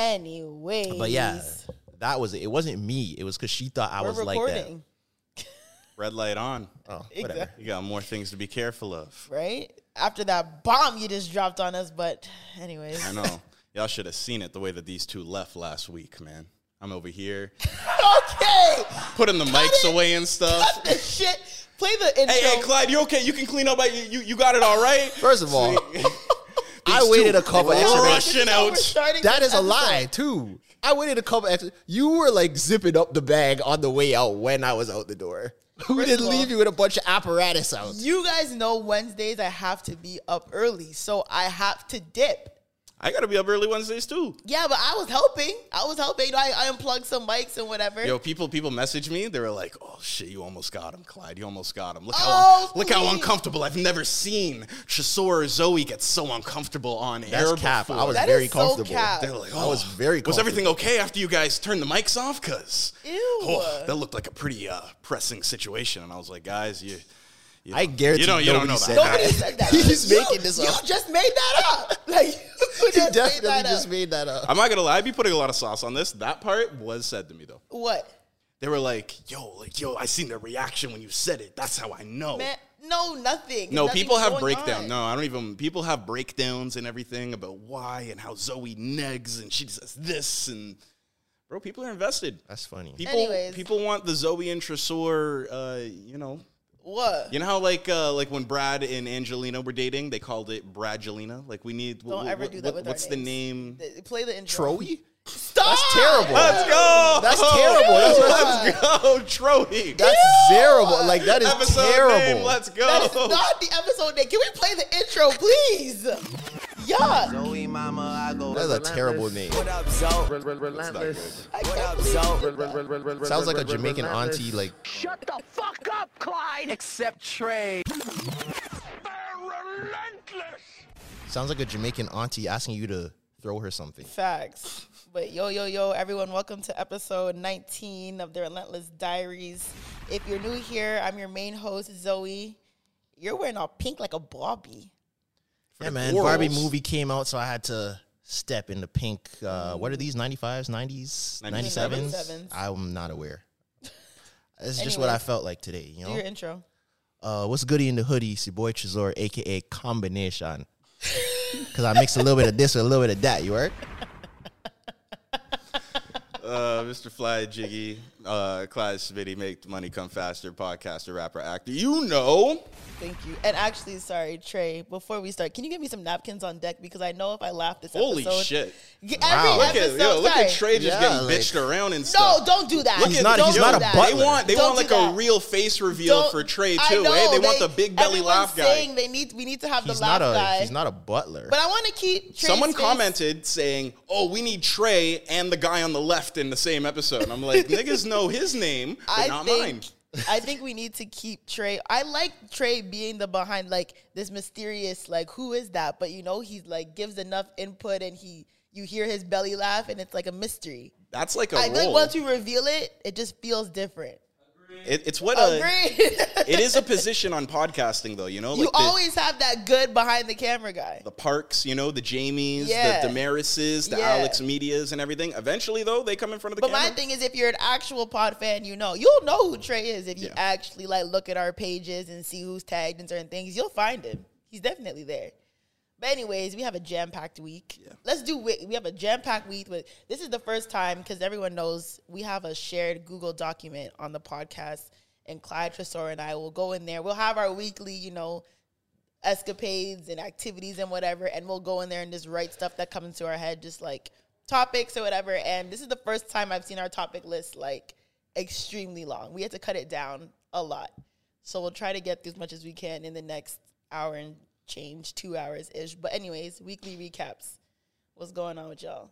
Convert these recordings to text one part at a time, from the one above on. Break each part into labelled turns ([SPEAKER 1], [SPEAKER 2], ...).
[SPEAKER 1] Anyways.
[SPEAKER 2] But yeah, that was it. It wasn't me. It was because she thought I
[SPEAKER 1] we're
[SPEAKER 2] was
[SPEAKER 1] recording,
[SPEAKER 3] Red light on.
[SPEAKER 2] like that. Oh, whatever.
[SPEAKER 1] Exactly.
[SPEAKER 3] You got more things to be careful of.
[SPEAKER 1] right? After that bomb you just dropped on us, but anyways.
[SPEAKER 3] I know. Y'all should have seen it the way that these two left last week, man. I'm over here
[SPEAKER 1] okay.
[SPEAKER 3] putting the mics away and
[SPEAKER 1] Cut
[SPEAKER 3] stuff.
[SPEAKER 1] the shit. Play the intro.
[SPEAKER 3] Hey, hey, Clyde, you okay? You can clean up. You, you, you got it all right?
[SPEAKER 2] First of all, I
[SPEAKER 3] These
[SPEAKER 2] waited
[SPEAKER 3] two
[SPEAKER 2] a couple extra days.
[SPEAKER 3] rush
[SPEAKER 1] This is
[SPEAKER 3] Russian
[SPEAKER 1] how we're
[SPEAKER 3] out.
[SPEAKER 1] starting
[SPEAKER 2] That
[SPEAKER 1] this
[SPEAKER 2] is a
[SPEAKER 1] episode.
[SPEAKER 2] lie too. I waited a couple extra. You were like zipping up the bag on the way out when I was out the door. Who
[SPEAKER 1] First
[SPEAKER 2] didn't
[SPEAKER 1] of all-
[SPEAKER 2] leave you with a bunch of apparatus out?
[SPEAKER 1] You guys know Wednesdays I have to be up early, so I have to dip.
[SPEAKER 3] I got to be up early Wednesdays too.
[SPEAKER 1] Yeah, but I was helping. I was helping. You know, I, I unplugged some mics and whatever.
[SPEAKER 3] Yo, people people message me. They were like, "Oh shit, you almost got him, Clyde. You almost got him. Look how
[SPEAKER 1] Oh,
[SPEAKER 3] look how
[SPEAKER 1] please.
[SPEAKER 3] uncomfortable. I've never seen Chisora Zoe get so uncomfortable on
[SPEAKER 2] That's
[SPEAKER 3] air."
[SPEAKER 2] cap.
[SPEAKER 3] before.
[SPEAKER 2] I was
[SPEAKER 1] That
[SPEAKER 2] very
[SPEAKER 1] is so
[SPEAKER 2] comfortable.
[SPEAKER 1] cap.
[SPEAKER 3] They were like,
[SPEAKER 2] I
[SPEAKER 3] "Oh,
[SPEAKER 2] was very
[SPEAKER 3] Was everything okay after you guys turned the mics off? Cause
[SPEAKER 1] Ew.
[SPEAKER 3] oh, that looked like a pretty uh, pressing situation." And I was like, "Guys, you, you
[SPEAKER 2] I
[SPEAKER 3] know-
[SPEAKER 2] guarantee
[SPEAKER 3] you don't you don't
[SPEAKER 2] nobody
[SPEAKER 3] know
[SPEAKER 2] said
[SPEAKER 3] that."
[SPEAKER 1] Nobody
[SPEAKER 2] that.
[SPEAKER 1] said that.
[SPEAKER 2] He's
[SPEAKER 1] You-
[SPEAKER 2] making this up.
[SPEAKER 1] You just made that up. Like you
[SPEAKER 2] He
[SPEAKER 1] just
[SPEAKER 2] definitely
[SPEAKER 1] made that
[SPEAKER 2] just
[SPEAKER 1] up.
[SPEAKER 2] made that up.
[SPEAKER 3] I'm not gonna lie. I be putting a lot of sauce on this. That part was said to me though.
[SPEAKER 1] what?
[SPEAKER 3] They were like, "Yo, like yo, I seen their reaction when you said it. That's how I know."
[SPEAKER 1] Man, no, nothing.
[SPEAKER 3] No,
[SPEAKER 1] Nothing's
[SPEAKER 3] people have
[SPEAKER 1] going
[SPEAKER 3] breakdown.
[SPEAKER 1] on.
[SPEAKER 3] No, I don't even. People have breakdowns and everything about why and how Zoe negs and she says this and bro, people are invested.
[SPEAKER 2] That's funny.
[SPEAKER 3] People,
[SPEAKER 1] Anyways.
[SPEAKER 3] people want the Zoe and Tresor. Uh, you know,
[SPEAKER 1] What?
[SPEAKER 3] you know how like uh, like when Brad and Angelina were dating, they called it Bradgelina. Like we need.
[SPEAKER 1] Don't ever do that with our
[SPEAKER 3] What's the name?
[SPEAKER 1] Th- Play the intro.
[SPEAKER 2] Troy?
[SPEAKER 1] Stop.
[SPEAKER 2] That's terrible.
[SPEAKER 3] Let's go.
[SPEAKER 2] That's terrible. That's, that's,
[SPEAKER 3] Let's go, Troy.
[SPEAKER 2] that's terrible. Like that is
[SPEAKER 3] Episode
[SPEAKER 2] terrible.
[SPEAKER 3] name. Let's go.
[SPEAKER 1] That is not the episode name. Can we play the intro, please? Yuck.
[SPEAKER 4] Zoe mama, I go.
[SPEAKER 2] That's a terrible name.
[SPEAKER 4] What up, Zoe?
[SPEAKER 3] relentless.
[SPEAKER 1] I
[SPEAKER 4] What
[SPEAKER 1] can't
[SPEAKER 4] up,
[SPEAKER 1] believe you
[SPEAKER 4] Zoe?
[SPEAKER 1] did that.
[SPEAKER 2] Sounds like a Jamaican auntie. Like
[SPEAKER 4] Shut the fuck up, Clyde. Except Trey.
[SPEAKER 2] sounds like a Jamaican auntie asking you to throw her something.
[SPEAKER 1] Facts. But yo, yo, yo, everyone, welcome to episode 19 of the Relentless Diaries. If you're new here, I'm your main host, Zoe. You're wearing all pink like a Barbie.
[SPEAKER 2] Yeah, man.
[SPEAKER 3] Orals.
[SPEAKER 2] Barbie movie came out, so I had to step in the pink. Uh, what are these? 95s, 90s,
[SPEAKER 3] 97s?
[SPEAKER 2] 97s? I'm not aware. It's just
[SPEAKER 1] Anyways.
[SPEAKER 2] what I felt like today, you
[SPEAKER 1] Do your
[SPEAKER 2] know?
[SPEAKER 1] intro.
[SPEAKER 2] Uh, what's goody in the hoodie? It's your boy Chizor, a.k.a. Combination. Because I mixed a little bit of this with a little bit of that, you heard?
[SPEAKER 3] uh, Mr. Fly Jiggy, uh, Clyde Smitty, Make the Money Come Faster, podcaster, rapper, actor. You know.
[SPEAKER 1] Thank you. And actually, sorry, Trey, before we start, can you give me some napkins on deck? Because I know if I laugh this
[SPEAKER 3] Holy
[SPEAKER 1] episode.
[SPEAKER 3] shit.
[SPEAKER 1] Every
[SPEAKER 2] Wow.
[SPEAKER 3] Look at,
[SPEAKER 1] episode.
[SPEAKER 3] yo, look at
[SPEAKER 1] sorry.
[SPEAKER 3] Trey just
[SPEAKER 2] Yeah,
[SPEAKER 3] getting
[SPEAKER 2] like-
[SPEAKER 3] bitched around and
[SPEAKER 1] No,
[SPEAKER 3] stuff.
[SPEAKER 1] don't do that.
[SPEAKER 3] Look
[SPEAKER 2] He's
[SPEAKER 3] at-
[SPEAKER 2] not-
[SPEAKER 1] Don't
[SPEAKER 2] he's
[SPEAKER 1] do
[SPEAKER 2] not a
[SPEAKER 1] that.
[SPEAKER 2] butler.
[SPEAKER 3] They want they
[SPEAKER 1] Don't
[SPEAKER 3] want
[SPEAKER 1] do
[SPEAKER 3] like
[SPEAKER 1] that.
[SPEAKER 3] a real face reveal
[SPEAKER 1] Don't-
[SPEAKER 3] for Trey too.
[SPEAKER 1] I know,
[SPEAKER 3] eh? They, want the big belly
[SPEAKER 1] everyone's
[SPEAKER 3] laugh guy.
[SPEAKER 1] saying They need. We need to have
[SPEAKER 2] He's
[SPEAKER 1] the laugh
[SPEAKER 2] not, a,
[SPEAKER 1] guy.
[SPEAKER 2] he's not a butler.
[SPEAKER 1] But I want to keep. Trey's
[SPEAKER 3] Someone
[SPEAKER 1] face-
[SPEAKER 3] commented saying, "Oh, we need Trey and the guy on the left in the same episode." And I'm like, "Niggas know his name, but
[SPEAKER 1] I
[SPEAKER 3] not mine."
[SPEAKER 1] think. I think we need to keep Trey. I like Trey being the behind, like this mysterious, like who is that? But you know, he's like gives enough input, and he you hear his belly laugh, and it's like a mystery.
[SPEAKER 3] That's like a
[SPEAKER 1] I think
[SPEAKER 3] role.
[SPEAKER 1] once you reveal it, it just feels different.
[SPEAKER 3] It- it's what a.
[SPEAKER 1] Agree.
[SPEAKER 3] It is a position on podcasting, though. You know, like
[SPEAKER 1] you
[SPEAKER 3] the-
[SPEAKER 1] always have that good behind the camera guy.
[SPEAKER 3] the parks, you know, the Jamies,
[SPEAKER 1] Yeah.
[SPEAKER 3] the Damaris's, the
[SPEAKER 1] Yeah.
[SPEAKER 3] Alex Medias, and everything. Eventually, though, they come in front of the
[SPEAKER 1] But
[SPEAKER 3] camera.
[SPEAKER 1] my thing is, if you're an actual pod fan, you know you'll know who Trey is if you
[SPEAKER 3] Yeah.
[SPEAKER 1] actually like look at our pages and see who's tagged in certain things. You'll find him. He's definitely there. But anyways, we have a jam packed week. Let's do. wi- We have a jam packed week. With this is the first time because everyone knows we have a shared Google document on the podcast, and Clyde Tresor and I will go in there. We'll have our weekly, you know, escapades and activities and whatever, and we'll go in there and just write stuff that comes to our head, just like topics or whatever. And this is the first time I've seen our topic list like extremely long. We had to cut it down a lot. So we'll try to get through as much as we can in the next hour and change, two hours ish. But anyways, weekly recaps. What's going on with y'all?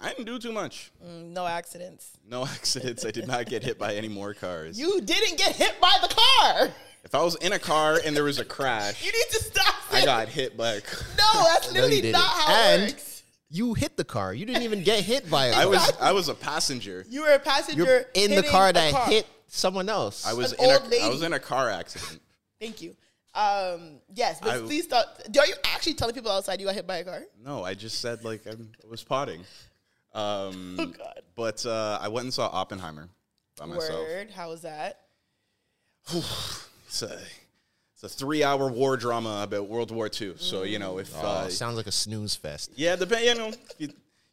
[SPEAKER 3] I didn't do too much.
[SPEAKER 1] Mm, No accidents.
[SPEAKER 3] No accidents. I did not get hit by any more cars.
[SPEAKER 1] You didn't get hit by the car.
[SPEAKER 3] if I was in a car and there was a crash,
[SPEAKER 1] You need to stop.
[SPEAKER 3] I
[SPEAKER 1] saying-
[SPEAKER 3] got hit by. A car.
[SPEAKER 1] No, that's
[SPEAKER 2] No, you
[SPEAKER 1] literally
[SPEAKER 2] didn't.
[SPEAKER 1] not how
[SPEAKER 2] and
[SPEAKER 1] it works.
[SPEAKER 2] you hit the car. You didn't even get hit by it.
[SPEAKER 3] I was I was a passenger.
[SPEAKER 1] You were a passenger
[SPEAKER 2] You're, in the
[SPEAKER 1] hitting
[SPEAKER 2] car
[SPEAKER 1] a
[SPEAKER 2] that
[SPEAKER 1] car.
[SPEAKER 2] hit someone else.
[SPEAKER 3] I was
[SPEAKER 1] An
[SPEAKER 3] in a,
[SPEAKER 1] old lady.
[SPEAKER 3] I was in a car accident.
[SPEAKER 1] Thank you. Um, yes, but
[SPEAKER 3] I-
[SPEAKER 1] please stop. Are you actually telling people outside you got hit by a car?
[SPEAKER 3] No, I just said like I'm, I was potting. Um,
[SPEAKER 1] Oh, God.
[SPEAKER 3] But uh, I went and saw Oppenheimer by myself.
[SPEAKER 1] Word. How was that?
[SPEAKER 3] It's a it's a three hour war drama about World War II. So you know if
[SPEAKER 2] Oh,
[SPEAKER 3] uh,
[SPEAKER 2] sounds like a snooze fest.
[SPEAKER 3] yeah, depend you know you,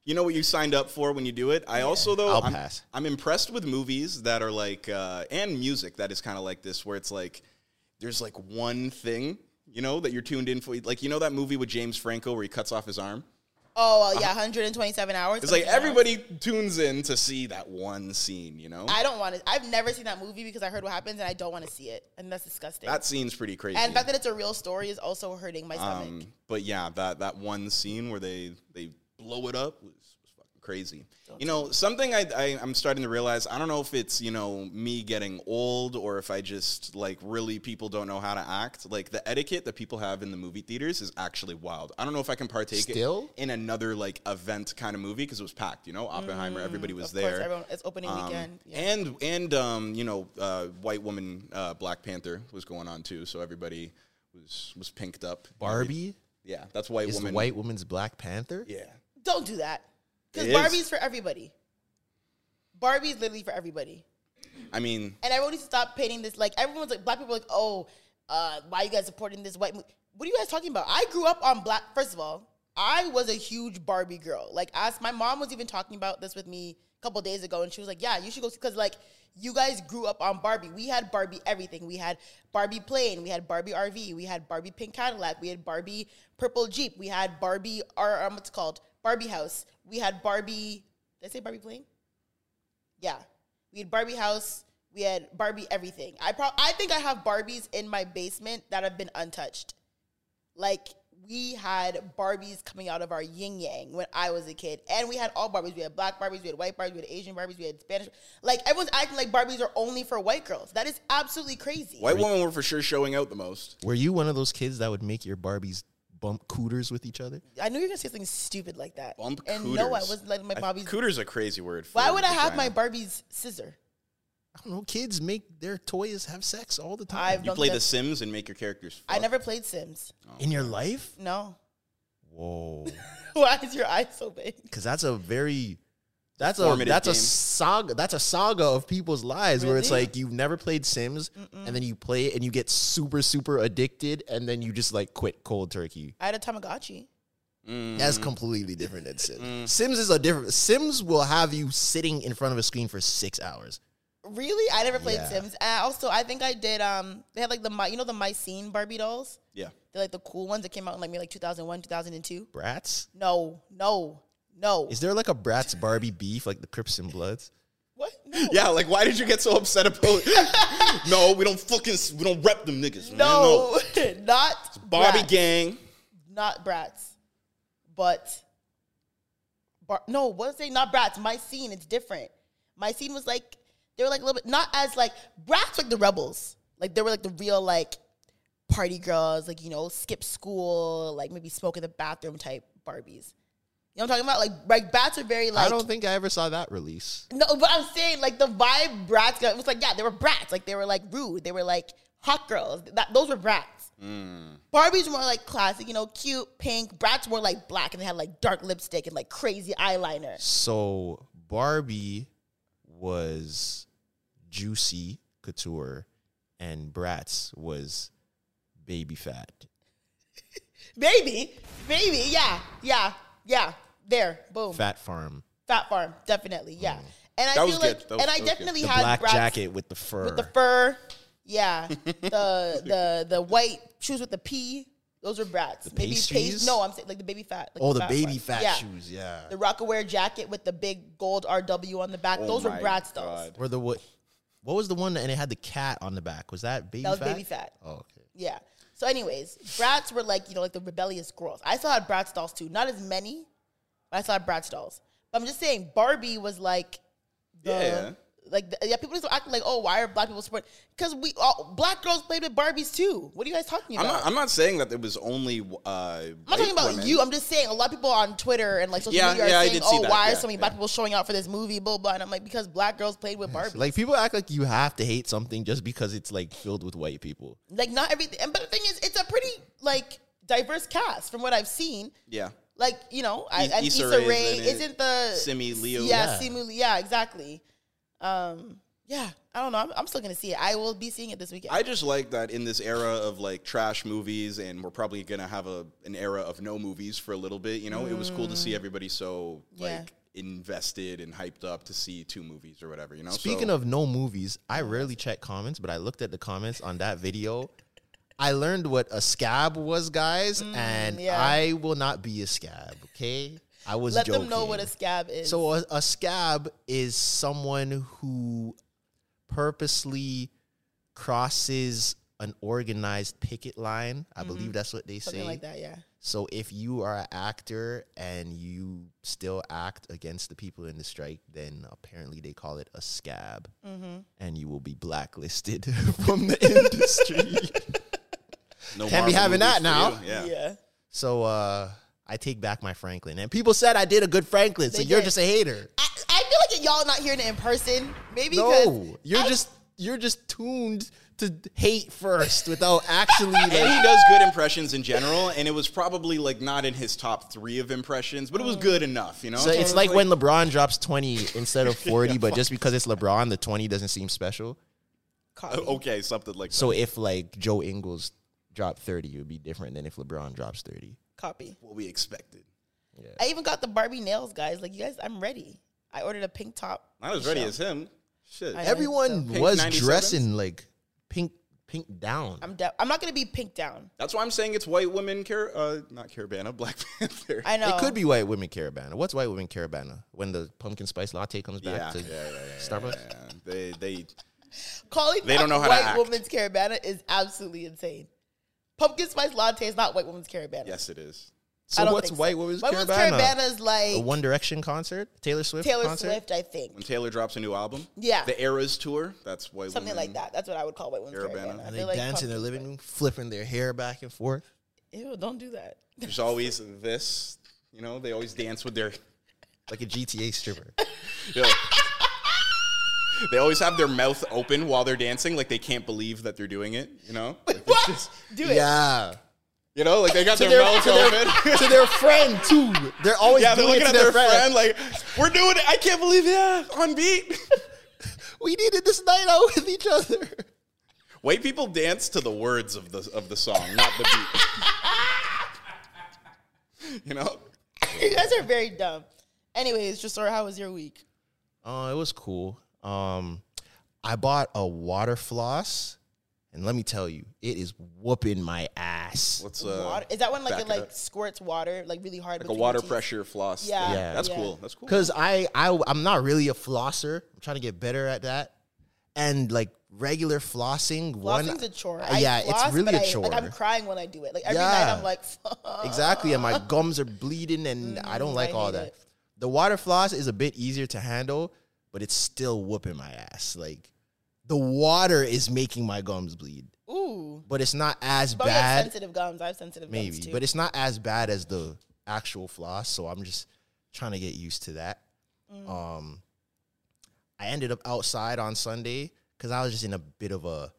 [SPEAKER 3] you know what you signed up for when you do it. I also though
[SPEAKER 2] I'll
[SPEAKER 3] I'm,
[SPEAKER 2] pass.
[SPEAKER 3] I'm impressed with movies that are like uh, and music that is kind of like this where it's like there's like one thing you know that you're tuned in for. Like you know that movie with James Franco where he cuts off his arm.
[SPEAKER 1] Oh well, yeah, 127 hours.
[SPEAKER 3] It's like
[SPEAKER 1] 17 hours.
[SPEAKER 3] everybody tunes in to see that one scene, you know?
[SPEAKER 1] I don't want to. I've never seen that movie because I heard what happens and I don't want to see it, and that's disgusting.
[SPEAKER 3] that scene's pretty crazy.
[SPEAKER 1] and the fact that it's a real story is also hurting my stomach.
[SPEAKER 3] um, but yeah, that, that one scene where they, they blow it up was, was fucking crazy. You know, something I, I, I'm starting to realize, I don't know if it's, you know, me getting old or if I just, like, really people don't know how to act. Like, the etiquette that people have in the movie theaters is actually wild. I don't know if I can partake
[SPEAKER 2] Still?
[SPEAKER 3] in another, like, event kind of movie because it was packed, you know? Oppenheimer, everybody was
[SPEAKER 1] Mm, of
[SPEAKER 3] there.
[SPEAKER 1] course, everyone it's opening
[SPEAKER 3] Um,
[SPEAKER 1] weekend. Yeah.
[SPEAKER 3] And and um, you know, uh, white woman uh, Black Panther was going on too, so everybody was was pinked up.
[SPEAKER 2] Barbie
[SPEAKER 3] Yeah, that's white
[SPEAKER 2] is
[SPEAKER 3] woman.
[SPEAKER 2] the white woman's Black Panther.
[SPEAKER 3] Yeah.
[SPEAKER 1] don't do that because
[SPEAKER 3] It is.
[SPEAKER 1] Barbie's for everybody. Barbie's literally for everybody.
[SPEAKER 3] I mean,
[SPEAKER 1] And everyone needs to stop painting this. Like everyone's like black people are like, oh, uh, why you guys supporting this white movie? What are you guys talking about? I grew up on black. First of all, I was a huge Barbie girl. Like, as my mom was even talking about this with me a couple days ago, and she was like, yeah, you should go because like you guys grew up on Barbie. We had Barbie everything. We had Barbie plane. We had Barbie RV. We had Barbie pink Cadillac. We had Barbie purple Jeep. We had Barbie or um, what's it called Barbie house. We had Barbie. Did I say Barbie plane? Yeah. We had Barbie house. We had Barbie everything. I pro- I think I have Barbies in my basement that have been untouched. Like we had Barbies coming out of our yin yang when I was a kid, and we had all Barbies. We had black Barbies, we had white Barbies, we had Asian Barbies, we had Spanish. Like everyone's acting like Barbies are only for white girls. That is absolutely crazy.
[SPEAKER 3] white women were for sure showing out the most.
[SPEAKER 2] Were you one of those kids that would make your Barbies bump cooters with each other?
[SPEAKER 1] I knew you were gonna say something stupid like that.
[SPEAKER 3] Bump
[SPEAKER 1] and
[SPEAKER 3] cooters.
[SPEAKER 1] no, I wasn't letting my
[SPEAKER 3] I-
[SPEAKER 1] Barbies.
[SPEAKER 3] Cooter's a crazy word. For
[SPEAKER 1] Why would I have my
[SPEAKER 3] vagina.
[SPEAKER 1] Barbies scissor?
[SPEAKER 2] I don't know. Kids make their toys have sex all the time.
[SPEAKER 1] I've
[SPEAKER 3] You
[SPEAKER 1] done
[SPEAKER 3] play
[SPEAKER 1] that-
[SPEAKER 3] The Sims and make your characters.
[SPEAKER 1] I
[SPEAKER 3] fuck?
[SPEAKER 1] never played Sims.
[SPEAKER 2] In your life?
[SPEAKER 1] No.
[SPEAKER 2] Whoa.
[SPEAKER 1] Why is your eye so big?
[SPEAKER 2] Because that's a very. That's a
[SPEAKER 3] Formative
[SPEAKER 2] that's a
[SPEAKER 3] game.
[SPEAKER 2] saga that's a saga of people's lives where it's
[SPEAKER 1] Really?
[SPEAKER 2] like you've never played Sims and then you play it and you get super super addicted and then you just like quit cold turkey.
[SPEAKER 1] I had a Tamagotchi.
[SPEAKER 2] That's
[SPEAKER 3] Mm.
[SPEAKER 2] completely different than Sims. Sims is a different. Sims will have you sitting in front of a screen for six hours.
[SPEAKER 1] Really? I never played
[SPEAKER 2] Yeah.
[SPEAKER 1] Sims. And also, I think I did. Um, they had like the my, you know, the My Scene Barbie dolls.
[SPEAKER 3] Yeah.
[SPEAKER 1] They're like the cool ones that came out in like maybe like 2001, 2002.
[SPEAKER 2] Brats?
[SPEAKER 1] No, no, no.
[SPEAKER 2] Is there like a Bratz Barbie beef like the Crips and Bloods?
[SPEAKER 1] what? No.
[SPEAKER 3] Yeah, like why did you get so upset about? no, we don't fucking s- we don't rep them niggas. man,
[SPEAKER 1] No, not
[SPEAKER 3] Barbie
[SPEAKER 1] brats.
[SPEAKER 3] gang.
[SPEAKER 1] not brats, but bar- no, what was it? Not brats. My scene. It's different. My scene was like they were like a little bit not as like brats like the rebels. Like they were like the real like party girls. Like you know, skip school. Like maybe smoke in the bathroom type Barbies. You know what I'm talking about? Like like brats are very like
[SPEAKER 2] I don't think I ever saw that release.
[SPEAKER 1] no, but I'm saying like the vibe brats. Got, it was like yeah, they were brats. Like they were like rude. They were like hot girls. That those were brats.
[SPEAKER 3] Mm.
[SPEAKER 1] Barbies were more like classic, you know, cute, pink. Brats were like black, and they had like dark lipstick and like crazy eyeliner.
[SPEAKER 2] So Barbie was juicy couture, and Bratz was baby fat.
[SPEAKER 1] Baby, baby, yeah, yeah, yeah. There, boom. Fat,
[SPEAKER 2] Fat Farm,
[SPEAKER 1] farm, definitely, yeah. And I
[SPEAKER 3] Mm. That was
[SPEAKER 1] feel like,
[SPEAKER 3] good. That
[SPEAKER 1] and
[SPEAKER 3] was-
[SPEAKER 1] I
[SPEAKER 3] that was good.
[SPEAKER 1] definitely
[SPEAKER 2] the
[SPEAKER 1] had
[SPEAKER 2] black
[SPEAKER 1] brats
[SPEAKER 2] jacket with the fur.
[SPEAKER 1] with the fur. Yeah, the the the white shoes with the P. Those were brats. Maybe
[SPEAKER 2] pastries?
[SPEAKER 1] paste. No, I'm saying like the baby fat. Like
[SPEAKER 2] oh, the
[SPEAKER 1] fat
[SPEAKER 2] baby
[SPEAKER 1] ones.
[SPEAKER 2] fat
[SPEAKER 1] Yeah.
[SPEAKER 2] shoes. Yeah.
[SPEAKER 1] the Rockaware jacket with the big gold RW on the back.
[SPEAKER 3] Oh
[SPEAKER 1] Those were
[SPEAKER 3] my
[SPEAKER 1] Bratz dolls.
[SPEAKER 3] God.
[SPEAKER 2] Or the what? What was the one that, and it had the cat on the back? Was that baby?
[SPEAKER 1] That was
[SPEAKER 2] fat?
[SPEAKER 1] Baby Fat.
[SPEAKER 2] Oh, okay.
[SPEAKER 1] Yeah. So, anyways, Bratz were like you know like the rebellious girls. I still had Bratz dolls too. Not as many, but I still had Bratz dolls. But I'm just saying, Barbie was like the
[SPEAKER 3] Yeah.
[SPEAKER 1] Like th- yeah, people just act like oh, why are black people support? Because we all black girls played with Barbies too. What are you guys talking
[SPEAKER 3] I'm
[SPEAKER 1] about?
[SPEAKER 3] not, I'm not saying that it was only. Uh, I'm
[SPEAKER 1] I'm not talking about you. I'm just saying a lot of people on Twitter and like social
[SPEAKER 3] Yeah,
[SPEAKER 1] media are
[SPEAKER 3] yeah, I
[SPEAKER 1] saying,
[SPEAKER 3] did see
[SPEAKER 1] "Oh,
[SPEAKER 3] that.
[SPEAKER 1] why are
[SPEAKER 3] Yeah,
[SPEAKER 1] so many
[SPEAKER 3] yeah.
[SPEAKER 1] black people showing out for this movie?" Blah blah. And I'm like, because black girls played with Barbie. Like,
[SPEAKER 2] Like people act like you have to hate something just because it's like filled with white people.
[SPEAKER 1] not everything. And but the thing is, it's a pretty like diverse cast from what I've seen.
[SPEAKER 3] yeah.
[SPEAKER 1] Like you know, I,
[SPEAKER 3] E-
[SPEAKER 1] and
[SPEAKER 3] Issa
[SPEAKER 1] Issa,
[SPEAKER 3] Rae's
[SPEAKER 1] Rae
[SPEAKER 3] in it.
[SPEAKER 1] isn't the
[SPEAKER 3] Simi Leo.
[SPEAKER 1] Yeah,
[SPEAKER 2] Yeah.
[SPEAKER 1] Simu. Yeah, exactly. Um, yeah, I don't know. I'm, I'm still gonna see it. I will be seeing it this weekend.
[SPEAKER 3] I just like that in this era of like trash movies, and we're probably gonna have a an era of no movies for a little bit. You know, it was cool to see everybody so like
[SPEAKER 1] Mm. Yeah.
[SPEAKER 3] invested and hyped up to see two movies or whatever. You know.
[SPEAKER 2] Speaking of no movies, I rarely check comments, but I looked at the comments on that video. I learned what a scab was, guys, and
[SPEAKER 1] Mm, yeah.
[SPEAKER 2] I will not be a scab. Okay, I was.
[SPEAKER 1] Let
[SPEAKER 2] joking.
[SPEAKER 1] them know what a scab is.
[SPEAKER 2] So a, a scab is someone who purposely crosses an organized picket line. I believe that's what they
[SPEAKER 1] Mm-hmm. something
[SPEAKER 2] say.
[SPEAKER 1] like that. Yeah.
[SPEAKER 2] So if you are an actor and you still act against the people in the strike, then apparently they call it a scab,
[SPEAKER 1] Mm-hmm.
[SPEAKER 2] and you will be blacklisted from the industry.
[SPEAKER 3] no
[SPEAKER 2] Can't be
[SPEAKER 3] Marvel
[SPEAKER 2] having that
[SPEAKER 3] movies
[SPEAKER 2] now.
[SPEAKER 3] for you. Yeah.
[SPEAKER 1] yeah.
[SPEAKER 2] so uh, I take back my Franklin, and people said I did a good Franklin. so
[SPEAKER 1] They
[SPEAKER 2] you're
[SPEAKER 1] did.
[SPEAKER 2] just a hater.
[SPEAKER 1] I, I feel like y'all not hearing it in person. Maybe
[SPEAKER 2] No,
[SPEAKER 1] because
[SPEAKER 2] you're
[SPEAKER 1] I-
[SPEAKER 2] just you're just tuned to hate first without actually.
[SPEAKER 3] And
[SPEAKER 2] Like,
[SPEAKER 3] he does good impressions in general, and it was probably like not in his top three of impressions, but it was
[SPEAKER 1] Mm.
[SPEAKER 3] good enough. You know.
[SPEAKER 2] so it's like when LeBron drops twenty instead of forty, but just because it's LeBron, the twenty doesn't seem special.
[SPEAKER 1] Copy.
[SPEAKER 3] Uh, okay, something like that.
[SPEAKER 2] So if like Joe Ingles dropped 30, it would be different than if LeBron drops 30.
[SPEAKER 1] copy.
[SPEAKER 3] what we expected.
[SPEAKER 1] I even got the Barbie nails, guys. Like you guys, I'm ready. I ordered a pink top.
[SPEAKER 3] Not as ready as him. Shit.
[SPEAKER 1] I-
[SPEAKER 2] Everyone
[SPEAKER 3] Pink
[SPEAKER 2] was
[SPEAKER 3] 97s?
[SPEAKER 2] dressing like pink pink down.
[SPEAKER 1] I'm de- I'm not gonna be pink down.
[SPEAKER 3] That's why I'm saying it's white women care. Uh, not Caravana, Black Panther.
[SPEAKER 1] I know
[SPEAKER 2] It could be white women caravana. What's white women caravana? When the pumpkin spice latte comes back
[SPEAKER 3] Yeah,
[SPEAKER 2] to
[SPEAKER 3] yeah, yeah, yeah,
[SPEAKER 2] Starbucks?
[SPEAKER 3] Yeah, they they
[SPEAKER 1] calling
[SPEAKER 3] They
[SPEAKER 1] out
[SPEAKER 3] don't know how to
[SPEAKER 1] white
[SPEAKER 3] act.
[SPEAKER 1] woman's caravana is absolutely insane. Pumpkin spice latte is not white woman's caravana.
[SPEAKER 3] yes it is.
[SPEAKER 1] I
[SPEAKER 2] So
[SPEAKER 1] don't
[SPEAKER 2] what's
[SPEAKER 1] think
[SPEAKER 2] white
[SPEAKER 1] so.
[SPEAKER 2] women's
[SPEAKER 1] White
[SPEAKER 2] caravana?
[SPEAKER 1] Woman's caravana is
[SPEAKER 2] A
[SPEAKER 1] like
[SPEAKER 2] One Direction concert? Taylor Swift
[SPEAKER 1] Taylor
[SPEAKER 2] concert?
[SPEAKER 1] Swift, I think.
[SPEAKER 3] When Taylor drops a new album,
[SPEAKER 1] Yeah.
[SPEAKER 3] the Eras tour. That's white
[SPEAKER 1] Something
[SPEAKER 3] women.
[SPEAKER 1] like that. That's what I would call white women's
[SPEAKER 3] Caravana.
[SPEAKER 1] caravana. I
[SPEAKER 2] And they
[SPEAKER 1] feel like
[SPEAKER 2] dance in their
[SPEAKER 1] pumpkin
[SPEAKER 2] living room, flipping their hair back and forth.
[SPEAKER 1] spice- Ew, don't do that.
[SPEAKER 3] There's always this. You know, they always dance with their.
[SPEAKER 2] Like a GTA stripper.
[SPEAKER 3] you know, they always have their mouth open while they're dancing, like they can't believe that they're doing it. You know, Like, it's
[SPEAKER 1] What?
[SPEAKER 3] just-
[SPEAKER 1] Do it.
[SPEAKER 2] yeah.
[SPEAKER 3] you know, like they got their,
[SPEAKER 2] their-
[SPEAKER 3] mouths
[SPEAKER 2] to their-
[SPEAKER 3] open.
[SPEAKER 2] to their friend too. They're always
[SPEAKER 3] yeah, they're
[SPEAKER 2] doing it
[SPEAKER 3] looking
[SPEAKER 2] to
[SPEAKER 3] at
[SPEAKER 2] their, friend.
[SPEAKER 3] like we're doing it. I can't believe yeah, on beat.
[SPEAKER 2] We needed this night out with each other.
[SPEAKER 3] White people dance to the words of the of the song, not the beat. you know,
[SPEAKER 1] you guys are very dumb. Anyways, Jasora, how was your week?
[SPEAKER 2] Uh, it was cool. Um, I bought a water floss, and let me tell you, it is whooping my ass.
[SPEAKER 3] what's uh,
[SPEAKER 1] water. Is that when like
[SPEAKER 3] back
[SPEAKER 1] it
[SPEAKER 3] it
[SPEAKER 1] like
[SPEAKER 3] up.
[SPEAKER 1] squirts water like really hard?
[SPEAKER 3] like a
[SPEAKER 1] between
[SPEAKER 3] water
[SPEAKER 1] your teeth?
[SPEAKER 3] pressure floss? thing?
[SPEAKER 1] Yeah,
[SPEAKER 2] Yeah.
[SPEAKER 3] that's
[SPEAKER 1] yeah.
[SPEAKER 3] cool. That's cool.
[SPEAKER 2] Cause I, I I'm not really a flosser. I'm trying to get better at that. And like regular flossing, one
[SPEAKER 1] Flossing's a chore.
[SPEAKER 2] Uh,
[SPEAKER 1] I
[SPEAKER 2] yeah,
[SPEAKER 1] floss,
[SPEAKER 2] it's really
[SPEAKER 1] but
[SPEAKER 2] a
[SPEAKER 1] I-
[SPEAKER 2] chore.
[SPEAKER 1] Like I'm crying when I do it. Like every
[SPEAKER 2] Yeah.
[SPEAKER 1] night I'm like,
[SPEAKER 2] Exactly, and my gums are bleeding, and I don't like
[SPEAKER 1] Mm, I
[SPEAKER 2] all
[SPEAKER 1] hate
[SPEAKER 2] that.
[SPEAKER 1] it.
[SPEAKER 2] The water floss is a bit easier to handle, but it's still whooping my ass. Like the water is making my gums bleed,
[SPEAKER 1] Ooh,
[SPEAKER 2] but it's not as
[SPEAKER 1] but you have
[SPEAKER 2] bad.
[SPEAKER 1] sensitive gums. I have sensitive gums
[SPEAKER 2] Maybe,
[SPEAKER 1] too.
[SPEAKER 2] but it's not as bad as the actual floss. So I'm just trying to get used to that.
[SPEAKER 1] Mm.
[SPEAKER 2] Um, I ended up outside on Sunday because I was just in a bit of a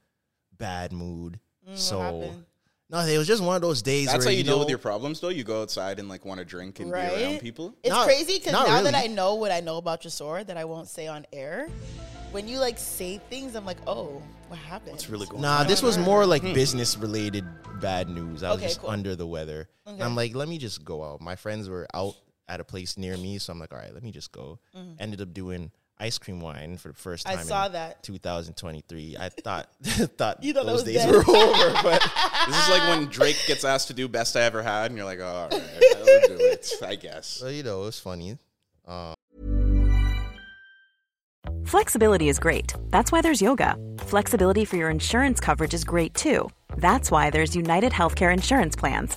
[SPEAKER 2] bad mood. so
[SPEAKER 1] Mm, happened?
[SPEAKER 2] no, it was just one of those days.
[SPEAKER 3] That's how
[SPEAKER 2] where,
[SPEAKER 3] you, deal
[SPEAKER 2] know,
[SPEAKER 3] with your problems, though. You go outside and like want to drink and be around
[SPEAKER 1] Right?
[SPEAKER 3] people.
[SPEAKER 1] It's
[SPEAKER 2] Not-
[SPEAKER 1] crazy because now
[SPEAKER 2] not
[SPEAKER 1] that I
[SPEAKER 2] really.
[SPEAKER 1] know what I know about Jasora that I won't say on air, when you like say things, I'm like, oh, what happened? It's
[SPEAKER 3] really going
[SPEAKER 2] Nah, this was more like business related bad news. I
[SPEAKER 1] Hmm.
[SPEAKER 2] was
[SPEAKER 1] Okay,
[SPEAKER 2] just
[SPEAKER 1] cool.
[SPEAKER 2] under the weather. And I'm like, let me just go out. My friends were out at a place near me, so I'm like, all right, let me just go. Ended up doing ice cream wine for the first
[SPEAKER 1] Mm-hmm. I
[SPEAKER 2] time.
[SPEAKER 1] saw
[SPEAKER 2] in
[SPEAKER 1] that.
[SPEAKER 2] 2023. I thought thought
[SPEAKER 1] You thought that
[SPEAKER 2] those
[SPEAKER 1] was
[SPEAKER 2] days
[SPEAKER 1] dead.
[SPEAKER 2] were over, but
[SPEAKER 3] This is like when Drake gets asked to do "Best I Ever Had," and you're like, "Oh, all right, I'll do it." I guess.
[SPEAKER 2] so, you know, it was funny.
[SPEAKER 5] Flexibility is great. That's why there's yoga. Flexibility for your insurance coverage is great too. That's why there's United Healthcare Insurance Plans.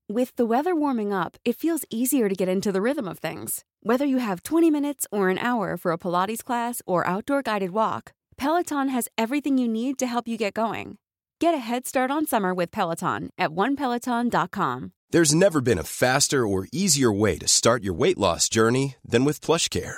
[SPEAKER 6] With the weather warming up, it feels easier to get into the rhythm of things. Whether you have 20 minutes or an hour for a Pilates class or outdoor guided walk, Peloton has everything you need to help you get going. Get a head start on summer with Peloton at onepeloton.com.
[SPEAKER 7] There's never been a faster or easier way to start your weight loss journey than with PlushCare.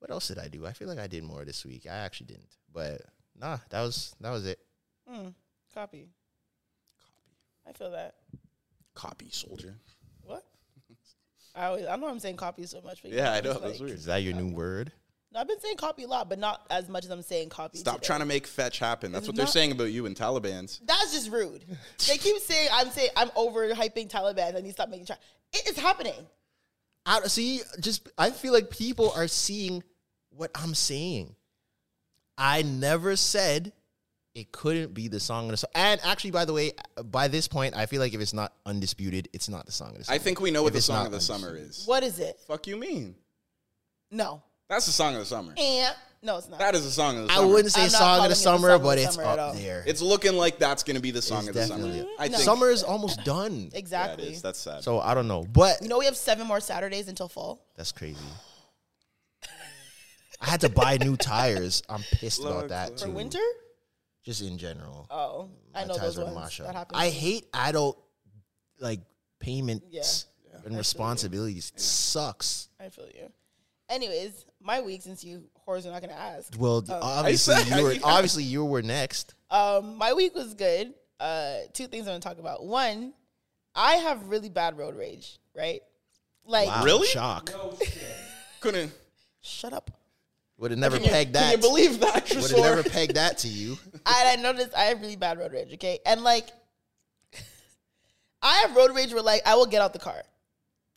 [SPEAKER 2] what else did I do? I feel like I did more this week. I actually didn't, but nah, that was that was it.
[SPEAKER 1] Mm, copy. I feel that.
[SPEAKER 3] Copy soldier.
[SPEAKER 1] What? I always, I don't know I'm saying copy so much. But you
[SPEAKER 3] Yeah, I
[SPEAKER 1] it's
[SPEAKER 3] know,
[SPEAKER 1] like-
[SPEAKER 3] that's weird.
[SPEAKER 2] Is that your new word?
[SPEAKER 1] No, I've been saying copy a lot, but not as much as I'm saying copy.
[SPEAKER 3] Stop
[SPEAKER 1] today.
[SPEAKER 3] trying to make fetch happen. That's
[SPEAKER 1] It's
[SPEAKER 3] what they're
[SPEAKER 1] not-
[SPEAKER 3] saying about you and Taliban's.
[SPEAKER 1] That's just rude. They keep saying I'm saying I'm overhyping Taliban. I need to stop making. Try- it is happening.
[SPEAKER 2] I don't- see. Just I feel like people are seeing what I'm saying. I never said it couldn't be the song of the song. And actually, by the way, by this point, I feel like if it's not undisputed, it's not the song of the summer.
[SPEAKER 3] I think we know what
[SPEAKER 2] If
[SPEAKER 3] the
[SPEAKER 2] it's
[SPEAKER 3] song
[SPEAKER 2] not
[SPEAKER 3] of the summer
[SPEAKER 2] undisputed.
[SPEAKER 3] is.
[SPEAKER 1] What is it?
[SPEAKER 3] Fuck you mean?
[SPEAKER 1] No.
[SPEAKER 3] That's the song of the summer.
[SPEAKER 1] And no, it's not.
[SPEAKER 3] That is the song of the
[SPEAKER 2] I
[SPEAKER 3] summer.
[SPEAKER 2] wouldn't say
[SPEAKER 1] I'm not
[SPEAKER 2] song of
[SPEAKER 1] calling
[SPEAKER 2] the
[SPEAKER 1] it the
[SPEAKER 2] summer,
[SPEAKER 1] song of
[SPEAKER 2] but
[SPEAKER 1] the
[SPEAKER 2] it's
[SPEAKER 1] summer at
[SPEAKER 2] up
[SPEAKER 1] all.
[SPEAKER 2] there.
[SPEAKER 3] It's looking like that's going to be the
[SPEAKER 2] It's
[SPEAKER 3] song of the summer.
[SPEAKER 2] definitely-
[SPEAKER 3] I
[SPEAKER 1] No.
[SPEAKER 3] think
[SPEAKER 2] Summer is almost done.
[SPEAKER 3] Yeah, it
[SPEAKER 1] exactly.
[SPEAKER 3] is. That's sad.
[SPEAKER 2] So I don't know, but
[SPEAKER 1] you know we have seven more Saturdays until fall.
[SPEAKER 2] that's crazy. I had to buy new tires. I'm pissed about that
[SPEAKER 1] For
[SPEAKER 2] too.
[SPEAKER 1] winter?
[SPEAKER 2] Just in general.
[SPEAKER 1] Oh, I
[SPEAKER 2] My
[SPEAKER 1] know
[SPEAKER 2] ties
[SPEAKER 1] those
[SPEAKER 2] are
[SPEAKER 1] ones.
[SPEAKER 2] Masha.
[SPEAKER 1] That happens.
[SPEAKER 2] I hate adult like payments
[SPEAKER 1] Yeah.
[SPEAKER 2] and responsibilities. It sucks.
[SPEAKER 1] I feel you. Anyways, my week since you whores are not gonna ask.
[SPEAKER 2] Well, obviously
[SPEAKER 3] said-
[SPEAKER 2] you were
[SPEAKER 3] yeah.
[SPEAKER 2] obviously you were next.
[SPEAKER 1] Um, my week was good. Uh, two things I want to talk about. One, I have really bad road rage. Right? Like,
[SPEAKER 2] Wow,
[SPEAKER 3] Really?
[SPEAKER 2] Shock.
[SPEAKER 3] couldn't.
[SPEAKER 1] shut up.
[SPEAKER 2] Would have never pegged that.
[SPEAKER 3] Can you believe that?
[SPEAKER 2] Would
[SPEAKER 3] Tresor?
[SPEAKER 2] have never pegged that to you.
[SPEAKER 1] I, I noticed I have really bad road rage, okay? And like, I have road rage where like I will get out the car.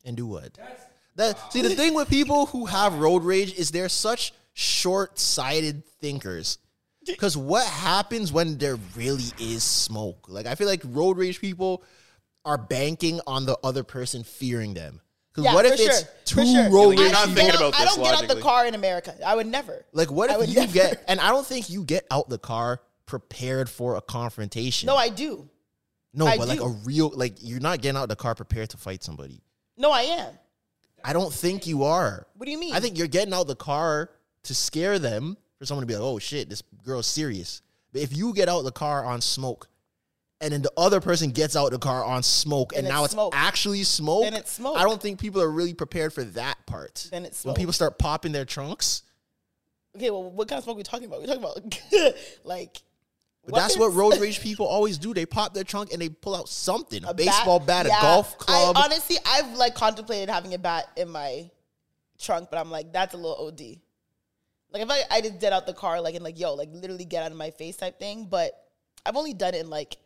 [SPEAKER 2] And do what?
[SPEAKER 1] Ah.
[SPEAKER 2] That see the thing with people who have road rage is they're such short-sighted thinkers. Because what happens when there really is smoke? Like I feel like road rage people are banking on the other person fearing them. Because
[SPEAKER 1] Yeah,
[SPEAKER 2] what if
[SPEAKER 1] for
[SPEAKER 2] it's
[SPEAKER 1] sure, for
[SPEAKER 2] two
[SPEAKER 1] sure.
[SPEAKER 2] road
[SPEAKER 1] I
[SPEAKER 2] rage?
[SPEAKER 3] You're not
[SPEAKER 1] don't
[SPEAKER 3] thinking
[SPEAKER 1] get out-
[SPEAKER 3] about
[SPEAKER 1] I
[SPEAKER 3] this
[SPEAKER 1] don't get out the
[SPEAKER 3] logically.
[SPEAKER 1] car in America. I would never.
[SPEAKER 2] Like what
[SPEAKER 1] I
[SPEAKER 2] if
[SPEAKER 1] would
[SPEAKER 2] you
[SPEAKER 1] never.
[SPEAKER 2] get? And I don't think you get out the car prepared for a confrontation.
[SPEAKER 1] No, I do.
[SPEAKER 2] no,
[SPEAKER 1] I
[SPEAKER 2] but like
[SPEAKER 1] do.
[SPEAKER 2] a real like you're not getting out the car prepared to fight somebody.
[SPEAKER 1] No, I am.
[SPEAKER 2] I don't think you are.
[SPEAKER 1] What do you mean?
[SPEAKER 2] I think you're getting out the car to scare them for someone to be like, oh shit, this girl's serious. But if you get out the car on smoke and then the other person gets out the car on smoke and,
[SPEAKER 1] Then it's
[SPEAKER 2] now it's
[SPEAKER 1] smoke.
[SPEAKER 2] actually smoke,
[SPEAKER 1] Then it's smoke.
[SPEAKER 2] I don't think people are really prepared for that part.
[SPEAKER 1] Then it's
[SPEAKER 2] When
[SPEAKER 1] smoke.
[SPEAKER 2] people start popping their trunks,
[SPEAKER 1] Okay, well, what kind of smoke we talking about? We're talking about like.
[SPEAKER 2] but that's what
[SPEAKER 1] weapons?
[SPEAKER 2] road rage people always do. They pop their trunk and they pull out something a,
[SPEAKER 1] A bat-
[SPEAKER 2] baseball bat,
[SPEAKER 1] Yeah.
[SPEAKER 2] a golf club.
[SPEAKER 1] I, honestly, I've like contemplated having a bat in my trunk, but I'm like, that's a little OD. Like if I, I just dead out the car, like and like, yo, like literally get out of my face type thing. But I've only done it in like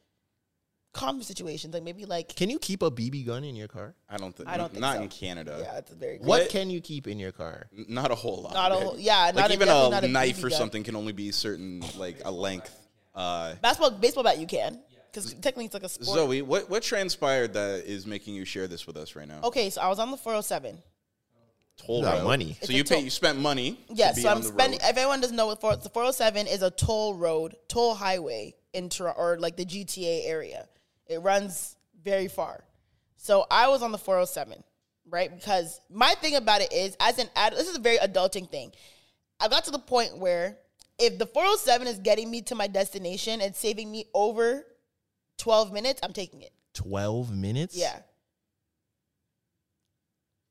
[SPEAKER 1] calm situations, like maybe like
[SPEAKER 2] Can you keep a BB gun in your car?
[SPEAKER 3] I don't think.
[SPEAKER 1] I don't think
[SPEAKER 3] Not
[SPEAKER 1] so.
[SPEAKER 3] in Canada.
[SPEAKER 1] yeah, it's very
[SPEAKER 2] What,
[SPEAKER 3] What-
[SPEAKER 2] can you keep in your car?
[SPEAKER 3] N- Not a whole lot.
[SPEAKER 1] Not a
[SPEAKER 3] right?
[SPEAKER 1] whole- yeah,
[SPEAKER 3] Like
[SPEAKER 1] not a-
[SPEAKER 3] even
[SPEAKER 1] definitely
[SPEAKER 3] a,
[SPEAKER 1] not a
[SPEAKER 3] knife
[SPEAKER 1] BB
[SPEAKER 3] or
[SPEAKER 1] gun.
[SPEAKER 3] something can only be certain like a length. Uh,
[SPEAKER 1] basketball, baseball bat you can because technically it's like a sport.
[SPEAKER 3] Zoe, what what transpired that is making you share this with us right now?
[SPEAKER 1] Okay, so I was on the 407.
[SPEAKER 3] toll
[SPEAKER 2] You got money.
[SPEAKER 1] It's
[SPEAKER 3] So
[SPEAKER 1] a
[SPEAKER 3] you pay,
[SPEAKER 1] toll.
[SPEAKER 3] you spent money. to
[SPEAKER 1] Yes,
[SPEAKER 3] be
[SPEAKER 1] so
[SPEAKER 3] on
[SPEAKER 1] I'm
[SPEAKER 3] the road.
[SPEAKER 1] spending. If everyone doesn't know what four, the 407 is a toll road, toll highway in Tor- or like the GTA area. It runs very far. So I was on the 407, right? Because my thing about it is, as an adult, this is a very adulting thing. I got to the point where if the 407 is getting me to my destination and saving me over 12 minutes, I'm taking it.
[SPEAKER 2] 12 minutes?
[SPEAKER 1] Yeah.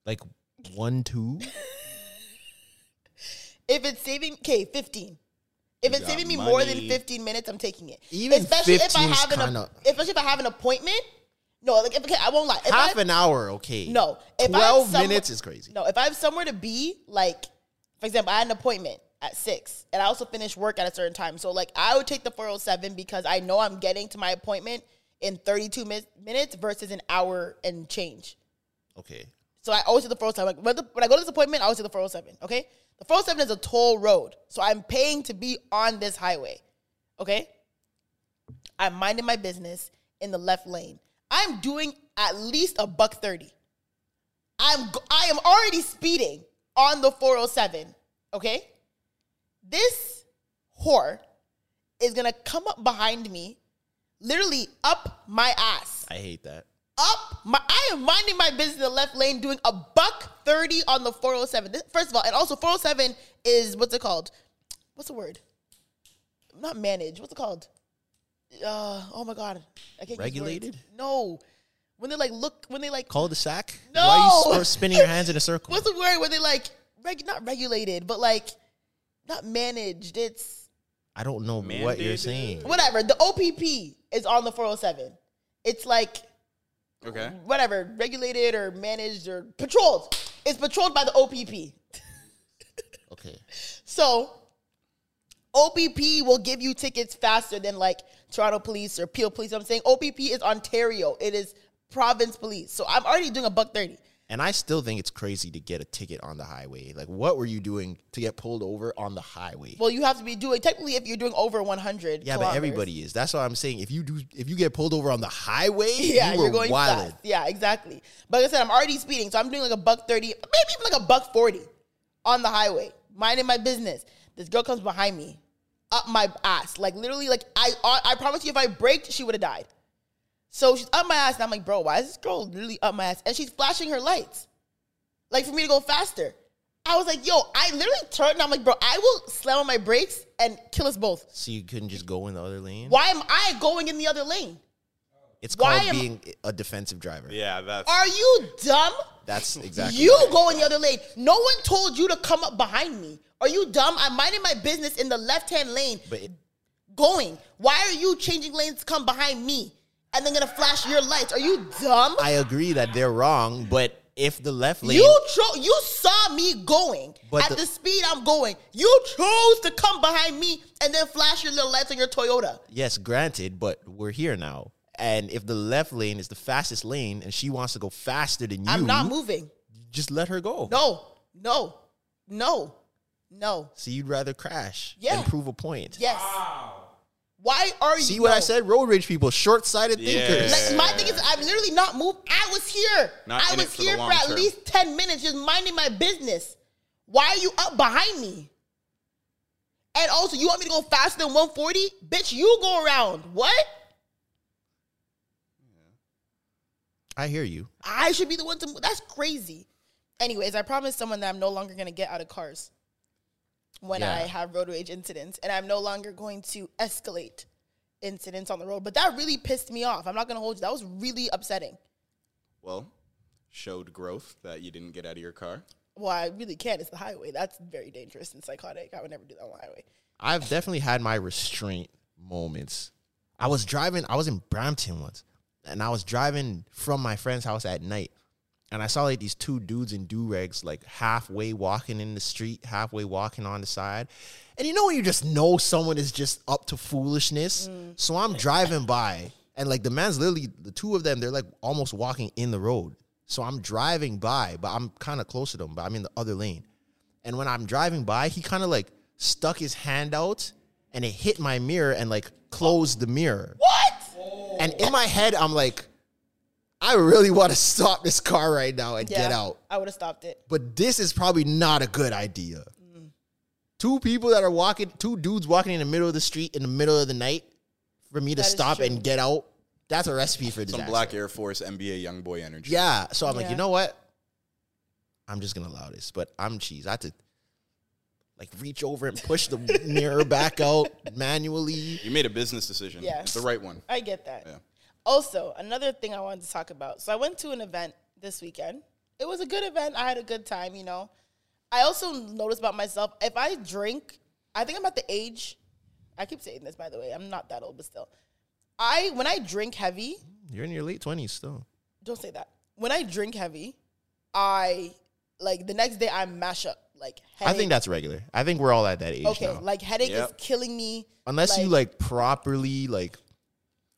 [SPEAKER 2] Like one, two?
[SPEAKER 1] If it's saving, okay, fifteen. If it's
[SPEAKER 3] got
[SPEAKER 1] saving me more than
[SPEAKER 3] money.
[SPEAKER 1] fifteen minutes, I'm taking it.
[SPEAKER 2] Even
[SPEAKER 1] especially if I
[SPEAKER 2] 15 is
[SPEAKER 1] have an
[SPEAKER 2] kinda-
[SPEAKER 1] app- especially if I have an appointment. No, like if, okay, I won't lie. If
[SPEAKER 2] Half
[SPEAKER 1] I,
[SPEAKER 2] an hour, okay.
[SPEAKER 1] no, if I have
[SPEAKER 2] twelve
[SPEAKER 1] some-
[SPEAKER 2] minutes is crazy.
[SPEAKER 1] No, if I have somewhere to be, like for example, I had an appointment at six, and I also finish work at a certain time. So like I would take the four hundred seven because I know I'm getting to my appointment in thirty two mi- minutes versus an hour and change.
[SPEAKER 2] Okay,
[SPEAKER 1] So I always do the 407. Like, when, the, when I go to this appointment, I always do the 407, okay? The 407 is a toll road. So I'm paying to be on this highway, okay? I'm minding my business in the left lane. I'm doing at least a buck 30. I'm, go- I am already speeding on the 407, okay? This whore is gonna come up behind me, literally up my ass
[SPEAKER 2] I hate that.
[SPEAKER 1] up my I am minding my business in the left lane doing a buck 30 on the 407. This, first of all, and also 407 is what's it called? What's the word? Not managed. What's it called? Uh, oh my god. I can't use words.
[SPEAKER 2] Regulated?
[SPEAKER 1] No. When they like look when they like
[SPEAKER 2] Cul-de-sac.
[SPEAKER 1] No!
[SPEAKER 2] Why are you s- spinning your hands in a circle?
[SPEAKER 1] what's the word when they like reg, not regulated, but like not managed. It's
[SPEAKER 2] I don't know what you're saying.
[SPEAKER 1] whatever. The OPP is on the 407. It's like
[SPEAKER 3] Okay.
[SPEAKER 1] whatever, regulated or managed or patrolled. It's patrolled by the OPP.
[SPEAKER 2] Okay.
[SPEAKER 1] So OPP will give you tickets faster than like Toronto Police or Peel Police. I'm saying OPP is Ontario. It is province police. So I'm already doing a buck 30.
[SPEAKER 2] And I still think it's crazy to get a ticket on the highway. Like, what were you doing to get pulled over on the highway?
[SPEAKER 1] Well, you have to be doing technically if you're doing over 100.
[SPEAKER 2] yeah, but
[SPEAKER 1] kilometers.
[SPEAKER 2] everybody is. That's what I'm saying. If you do, if you get pulled over on the highway,
[SPEAKER 1] Yeah,
[SPEAKER 2] you
[SPEAKER 1] you
[SPEAKER 2] were
[SPEAKER 1] are going
[SPEAKER 2] wild.
[SPEAKER 1] fast. Yeah, exactly. But like I said, I'm already speeding, so I'm doing like a buck thirty, maybe even like a buck forty on the highway, minding my business. This girl comes behind me, up my ass, like literally, like I, I, I promise you, if I braked, she would have died. So she's up my ass, and I'm like, bro, why is this girl literally up my ass? And she's flashing her lights, like for me to go faster. I was like, yo, I literally turned. And I'm like, bro, I will slam on my brakes and kill us both.
[SPEAKER 2] So you couldn't just go in the other lane.
[SPEAKER 1] Why am I going in the other lane?
[SPEAKER 2] It's
[SPEAKER 1] why
[SPEAKER 2] called
[SPEAKER 1] am-
[SPEAKER 2] being a defensive driver.
[SPEAKER 3] Yeah, that's
[SPEAKER 1] Are you dumb?
[SPEAKER 2] That's exactly.
[SPEAKER 1] You
[SPEAKER 2] what-
[SPEAKER 1] go in the other lane. No one told you to come up behind me. Are you dumb? I'm minding my business in the left hand lane,
[SPEAKER 2] But it-
[SPEAKER 1] going. Why are you changing lanes to come behind me and then gonna flash your lights? Are you dumb?
[SPEAKER 2] I agree that they're wrong, but if the left lane,
[SPEAKER 1] you tro- you saw me going
[SPEAKER 2] But
[SPEAKER 1] at
[SPEAKER 2] the-
[SPEAKER 1] the speed I'm going. You chose to come behind me and then flash your little lights on your Toyota.
[SPEAKER 2] yes, granted, but we're here now. And if the left lane is the fastest lane, and she wants to go faster than you,
[SPEAKER 1] I'm not moving.
[SPEAKER 2] Just let her go.
[SPEAKER 1] No, no, no, no.
[SPEAKER 2] So you'd rather crash
[SPEAKER 1] Yeah.
[SPEAKER 2] and prove a point.
[SPEAKER 1] Yes. Why are you?
[SPEAKER 2] See what
[SPEAKER 1] no.
[SPEAKER 2] I said? Road rage people, short sighted
[SPEAKER 3] Yeah.
[SPEAKER 2] thinkers.
[SPEAKER 1] Like, my thing is, I've literally not moved. I was here.
[SPEAKER 3] Not
[SPEAKER 1] I
[SPEAKER 3] in it
[SPEAKER 1] was
[SPEAKER 3] for the
[SPEAKER 1] here for,
[SPEAKER 3] long
[SPEAKER 1] at
[SPEAKER 3] term.
[SPEAKER 1] least 10 minutes just minding my business. Why are you up behind me? And also, you want me to go faster than 140? Bitch, you go around. What?
[SPEAKER 2] I hear you.
[SPEAKER 1] I should be the one to move. That's crazy. Anyways, I promised someone that I'm no longer going to get out of cars when
[SPEAKER 2] Yeah.
[SPEAKER 1] I have road rage incidents, and I'm no longer going to escalate incidents on the road. But that really pissed me off. I'm not going to hold you. That was really upsetting.
[SPEAKER 3] well showed growth that you didn't get out of your car.
[SPEAKER 1] Well, I really can't. It's the highway. That's very dangerous and psychotic. I would never do that on the highway.
[SPEAKER 2] I've definitely had my restraint moments. I was driving, I was in Brampton once, and I was driving from my friend's house at night. And I saw like these two dudes in do rags, like halfway walking in the street, halfway walking on the side. And you know when you just know someone is just up to foolishness? So I'm driving by, and like the man's literally, the two of them, they're like almost walking in the road. So I'm driving by, but I'm kind of close to them, but I'm in the other lane. And when I'm driving by, he kind of like stuck his hand out and it hit my mirror and like closed the mirror.
[SPEAKER 1] What?
[SPEAKER 2] And in my head, I'm like, I really want to stop this car right now and get
[SPEAKER 1] Yeah,
[SPEAKER 2] out.
[SPEAKER 1] I would have stopped it.
[SPEAKER 2] But this is probably not a good idea.
[SPEAKER 1] Mm.
[SPEAKER 2] Two people that are walking, two dudes walking in the middle of the street in the middle of the night for me to
[SPEAKER 1] That is
[SPEAKER 2] stop
[SPEAKER 1] true.
[SPEAKER 2] and get out. That's a recipe for disaster.
[SPEAKER 3] Some black Air Force NBA young boy energy.
[SPEAKER 2] Yeah. So I'm like,
[SPEAKER 1] Yeah.
[SPEAKER 2] you know what? I'm just gonna allow this, but I'm cheese. I had to like reach over and push the mirror back out manually.
[SPEAKER 3] You made a business decision.
[SPEAKER 1] Yeah.
[SPEAKER 3] It's the right one.
[SPEAKER 1] I get that.
[SPEAKER 3] Yeah.
[SPEAKER 1] Also, another thing I wanted to talk about. So I went to an event this weekend. It was a good event. I had a good time, you know. I also notice about myself if I drink, I think I'm at the age. I keep saying this, by the way. I'm not that old, but still, I when I drink heavy,
[SPEAKER 2] You're in your late twenties still.
[SPEAKER 1] don't say that. When I drink heavy, I like the next day I mash up like.
[SPEAKER 2] I think that's regular. I think we're all at that age
[SPEAKER 1] okay.
[SPEAKER 2] now.
[SPEAKER 1] Like headache is
[SPEAKER 3] Yep.
[SPEAKER 1] killing me.
[SPEAKER 2] Unless you like properly like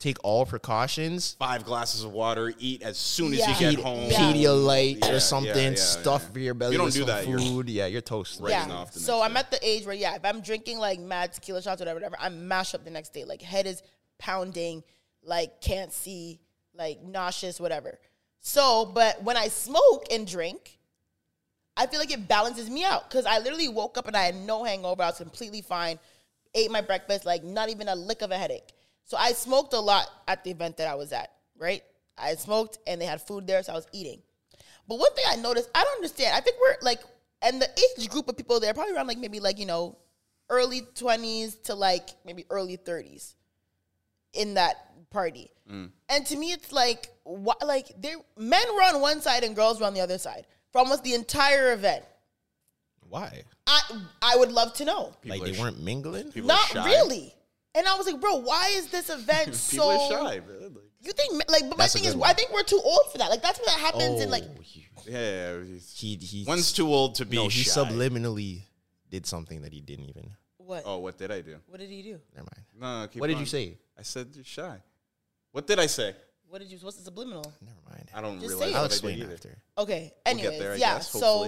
[SPEAKER 2] take all precautions,
[SPEAKER 3] Five glasses of water, eat as soon as
[SPEAKER 1] Yeah.
[SPEAKER 3] you get
[SPEAKER 1] Pedi-
[SPEAKER 3] home.
[SPEAKER 1] Yeah.
[SPEAKER 2] Pedialyte
[SPEAKER 3] Yeah,
[SPEAKER 2] or something,
[SPEAKER 3] yeah, yeah,
[SPEAKER 2] stuff
[SPEAKER 3] yeah.
[SPEAKER 2] for your belly.
[SPEAKER 3] You don't
[SPEAKER 2] with
[SPEAKER 3] do
[SPEAKER 2] some
[SPEAKER 3] that, you're-
[SPEAKER 2] Food. Yeah, you're toasted.
[SPEAKER 3] Right.
[SPEAKER 1] yeah.
[SPEAKER 3] raising off the
[SPEAKER 1] so
[SPEAKER 3] next
[SPEAKER 1] I'm at the age where yeah, if I'm drinking like mad tequila shots, whatever, whatever, I mash up the next day. Like head is pounding, like can't see, like nauseous, whatever. So, but when I smoke and drink, I feel like it balances me out because I literally woke up and I had no hangover. I was completely fine. Ate my breakfast, like not even a lick of a headache. So I smoked a lot at the event that I was at, right? I smoked and they had food there, so I was eating. But one thing I noticed, I don't understand. I think we're like, and the age group of people there, probably around like maybe like, you know, early 20s to like maybe early 30s in that party.
[SPEAKER 3] Mm.
[SPEAKER 1] And to me, it's like, why, like they men were on one side and girls were on the other side for almost the entire event.
[SPEAKER 2] Why?
[SPEAKER 1] I I would love to know.
[SPEAKER 2] like they weren't mingling?
[SPEAKER 3] People are
[SPEAKER 1] Not
[SPEAKER 3] shy.
[SPEAKER 1] really. And I was like, bro, why is this event
[SPEAKER 3] People
[SPEAKER 1] so?
[SPEAKER 3] are shy, man. Like,
[SPEAKER 1] You think like? But my
[SPEAKER 2] That's a
[SPEAKER 1] thing is,
[SPEAKER 2] good one.
[SPEAKER 1] I think we're too old for that. Like that's what that happens in
[SPEAKER 3] Oh.
[SPEAKER 1] like.
[SPEAKER 3] yeah, yeah, yeah.
[SPEAKER 2] he he
[SPEAKER 3] One's too old to be
[SPEAKER 2] no, he
[SPEAKER 3] shy.
[SPEAKER 2] subliminally did something that he didn't even.
[SPEAKER 1] What?
[SPEAKER 3] oh, what did I do?
[SPEAKER 1] What did he do?
[SPEAKER 2] Never mind.
[SPEAKER 3] No, no, keep
[SPEAKER 2] What did you
[SPEAKER 3] going.
[SPEAKER 2] say?
[SPEAKER 3] I said you're shy. What did I say?
[SPEAKER 1] What did you? What's the subliminal?
[SPEAKER 2] Never mind.
[SPEAKER 3] I don't
[SPEAKER 1] Just say
[SPEAKER 3] realize
[SPEAKER 1] it.
[SPEAKER 2] I'll
[SPEAKER 3] what I
[SPEAKER 2] explain
[SPEAKER 3] did either.
[SPEAKER 2] after.
[SPEAKER 1] Okay.
[SPEAKER 3] We'll
[SPEAKER 1] Anyways,
[SPEAKER 3] get there, I
[SPEAKER 1] yeah.
[SPEAKER 3] guess,
[SPEAKER 1] so,
[SPEAKER 3] hopefully.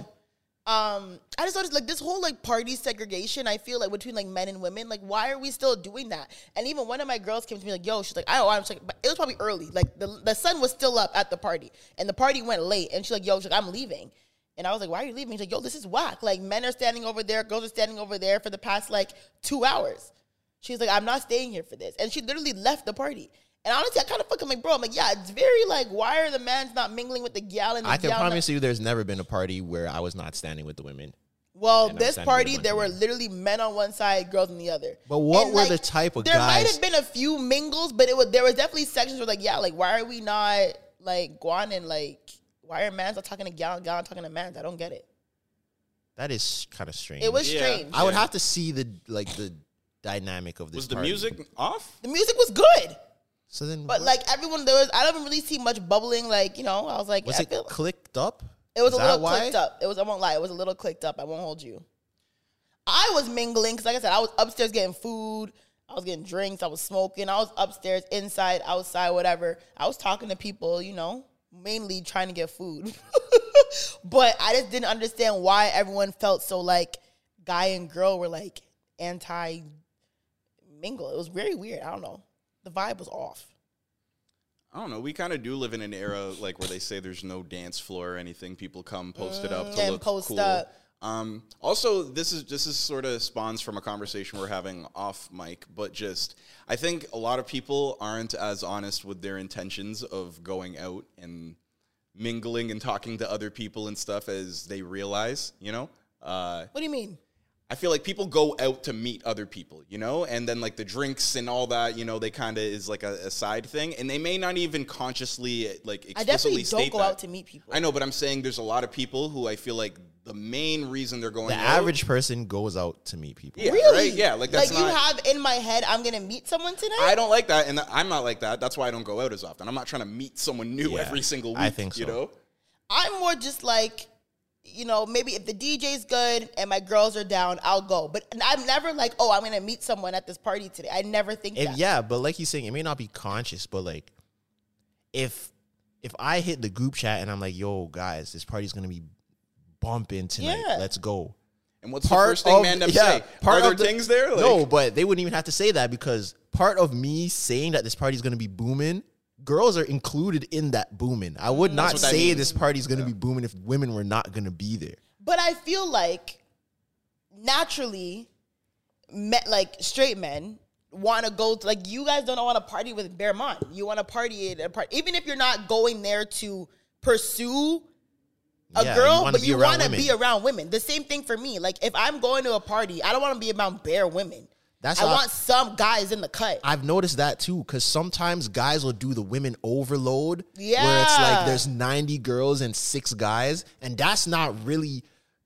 [SPEAKER 1] um, I just noticed like this whole like party segregation. I feel like between like men and women. Like, why are we still doing that? And even one of my girls came to me like, "Yo," she's like, "I don't." I'm just like, but it was probably early. Like the the sun was still up at the party, and the party went late. And she's like, "Yo," she's like, "I'm leaving." And I was like, "Why are you leaving?" She's like, "Yo, this is whack. Like, men are standing over there, girls are standing over there for the past like two hours." She's like, I'm not staying here for this. And she literally left the party. And honestly, I kind of fucking like, bro, I'm like, yeah, it's very like, why are the man's not mingling with the gal? And the
[SPEAKER 2] I can
[SPEAKER 1] gal not-
[SPEAKER 2] promise you, there's never been a party where I was not standing with the women.
[SPEAKER 1] Well,
[SPEAKER 2] I'm
[SPEAKER 1] this
[SPEAKER 2] standing with a
[SPEAKER 1] party,
[SPEAKER 2] bunch
[SPEAKER 1] there
[SPEAKER 2] of
[SPEAKER 1] were
[SPEAKER 2] men.
[SPEAKER 1] literally men on one side, girls on the other.
[SPEAKER 2] But what were the type of
[SPEAKER 1] there might
[SPEAKER 2] guys-
[SPEAKER 1] have been a few mingles, but it was there was definitely sections where like, yeah, like why are we not like guan and like why are mans not talking to gal and gal not talking to mans? I don't get it.
[SPEAKER 2] That is kind of strange.
[SPEAKER 1] It was
[SPEAKER 3] Yeah.
[SPEAKER 1] strange.
[SPEAKER 2] I would have to see the like the dynamic of this.
[SPEAKER 3] Was the
[SPEAKER 2] party.
[SPEAKER 3] music off?
[SPEAKER 1] the music was good,
[SPEAKER 2] So then,
[SPEAKER 1] but
[SPEAKER 2] what-
[SPEAKER 1] like everyone there was, I don't really see much bubbling. Like you know, I was like,
[SPEAKER 2] was
[SPEAKER 1] I
[SPEAKER 2] it clicked up?
[SPEAKER 1] It was a
[SPEAKER 2] Is that
[SPEAKER 1] little
[SPEAKER 2] why?
[SPEAKER 1] clicked up. It was. I won't lie. It was a little clicked up. I won't hold you. I was mingling because, like I said, I was upstairs getting food. I was getting drinks. I was smoking. I was upstairs, inside, outside, whatever. I was talking to people. You know, mainly trying to get food. but I just didn't understand why everyone felt so like guy and girl were like anti mingle. It was very weird. I don't know. The vibe was off.
[SPEAKER 3] I don't know. We kind of do live in an era like where they say there's no dance floor or anything. People come post it up to
[SPEAKER 1] Mm, and
[SPEAKER 3] look
[SPEAKER 1] post
[SPEAKER 3] cool.
[SPEAKER 1] up.
[SPEAKER 3] Um, also, this is this is sort of spawns from a conversation we're having off mic, but just I think a lot of people aren't as honest with their intentions of going out and mingling and talking to other people and stuff as they realize. You know, uh,
[SPEAKER 1] What do you mean?
[SPEAKER 3] I feel like people go out to meet other people, you know, and then like the drinks and all that, you know, they kind of is like a, a side thing, and they may not even consciously like explicitly
[SPEAKER 1] I definitely
[SPEAKER 3] state
[SPEAKER 1] don't go
[SPEAKER 3] that.
[SPEAKER 1] out to meet people.
[SPEAKER 3] I know, but I'm saying there's a lot of people who I feel like the main reason they're going
[SPEAKER 2] The
[SPEAKER 3] out-
[SPEAKER 2] average person goes out to meet people.
[SPEAKER 3] yeah,
[SPEAKER 1] Really?
[SPEAKER 3] right? yeah, like that's
[SPEAKER 1] you
[SPEAKER 3] not-
[SPEAKER 1] have in my head, I'm gonna meet someone tonight.
[SPEAKER 3] I don't like that, and I'm not like that. That's why I don't go out as often. I'm not trying to meet someone new
[SPEAKER 2] Yeah,
[SPEAKER 3] every single week.
[SPEAKER 2] I think
[SPEAKER 3] you
[SPEAKER 2] so.
[SPEAKER 3] know.
[SPEAKER 1] I'm more just like, you know, maybe if the DJ's good and my girls are down, I'll go. But I'm never like, oh, I'm gonna meet someone at this party today. I never think
[SPEAKER 2] If,
[SPEAKER 1] that.
[SPEAKER 2] yeah, but like he's saying, it may not be conscious, but like if if I hit the group chat and I'm like, "Yo, guys, this party's gonna be bumping tonight.
[SPEAKER 1] Yeah.
[SPEAKER 2] Let's go."
[SPEAKER 3] And what's the first thing man up say? Are there things there? Like,
[SPEAKER 2] no, but they wouldn't even have to say that because part of me saying that this party's gonna be booming, girls are included in that booming. I would not
[SPEAKER 3] Mm, That's what that
[SPEAKER 2] say
[SPEAKER 3] means.
[SPEAKER 2] this party's gonna be booming if women were not gonna be there.
[SPEAKER 1] But I feel like naturally, met like straight men want to go to, like you guys don't want to party with Bermont. You want to party at a party, even if you're not going there to pursue a
[SPEAKER 2] Yeah, you
[SPEAKER 1] girl,
[SPEAKER 2] wanna
[SPEAKER 1] but
[SPEAKER 2] be
[SPEAKER 1] you
[SPEAKER 2] around
[SPEAKER 1] want to
[SPEAKER 2] women.
[SPEAKER 1] be around women. The same thing for me. Like if I'm going to a party, I don't want to be around bare women.
[SPEAKER 2] That's
[SPEAKER 1] I
[SPEAKER 2] how I-
[SPEAKER 1] want some guys in the cut.
[SPEAKER 2] I've noticed that too, because sometimes guys will do the women overload. Where it's
[SPEAKER 1] Yeah.
[SPEAKER 2] like there's 90 girls and six guys, and that's not really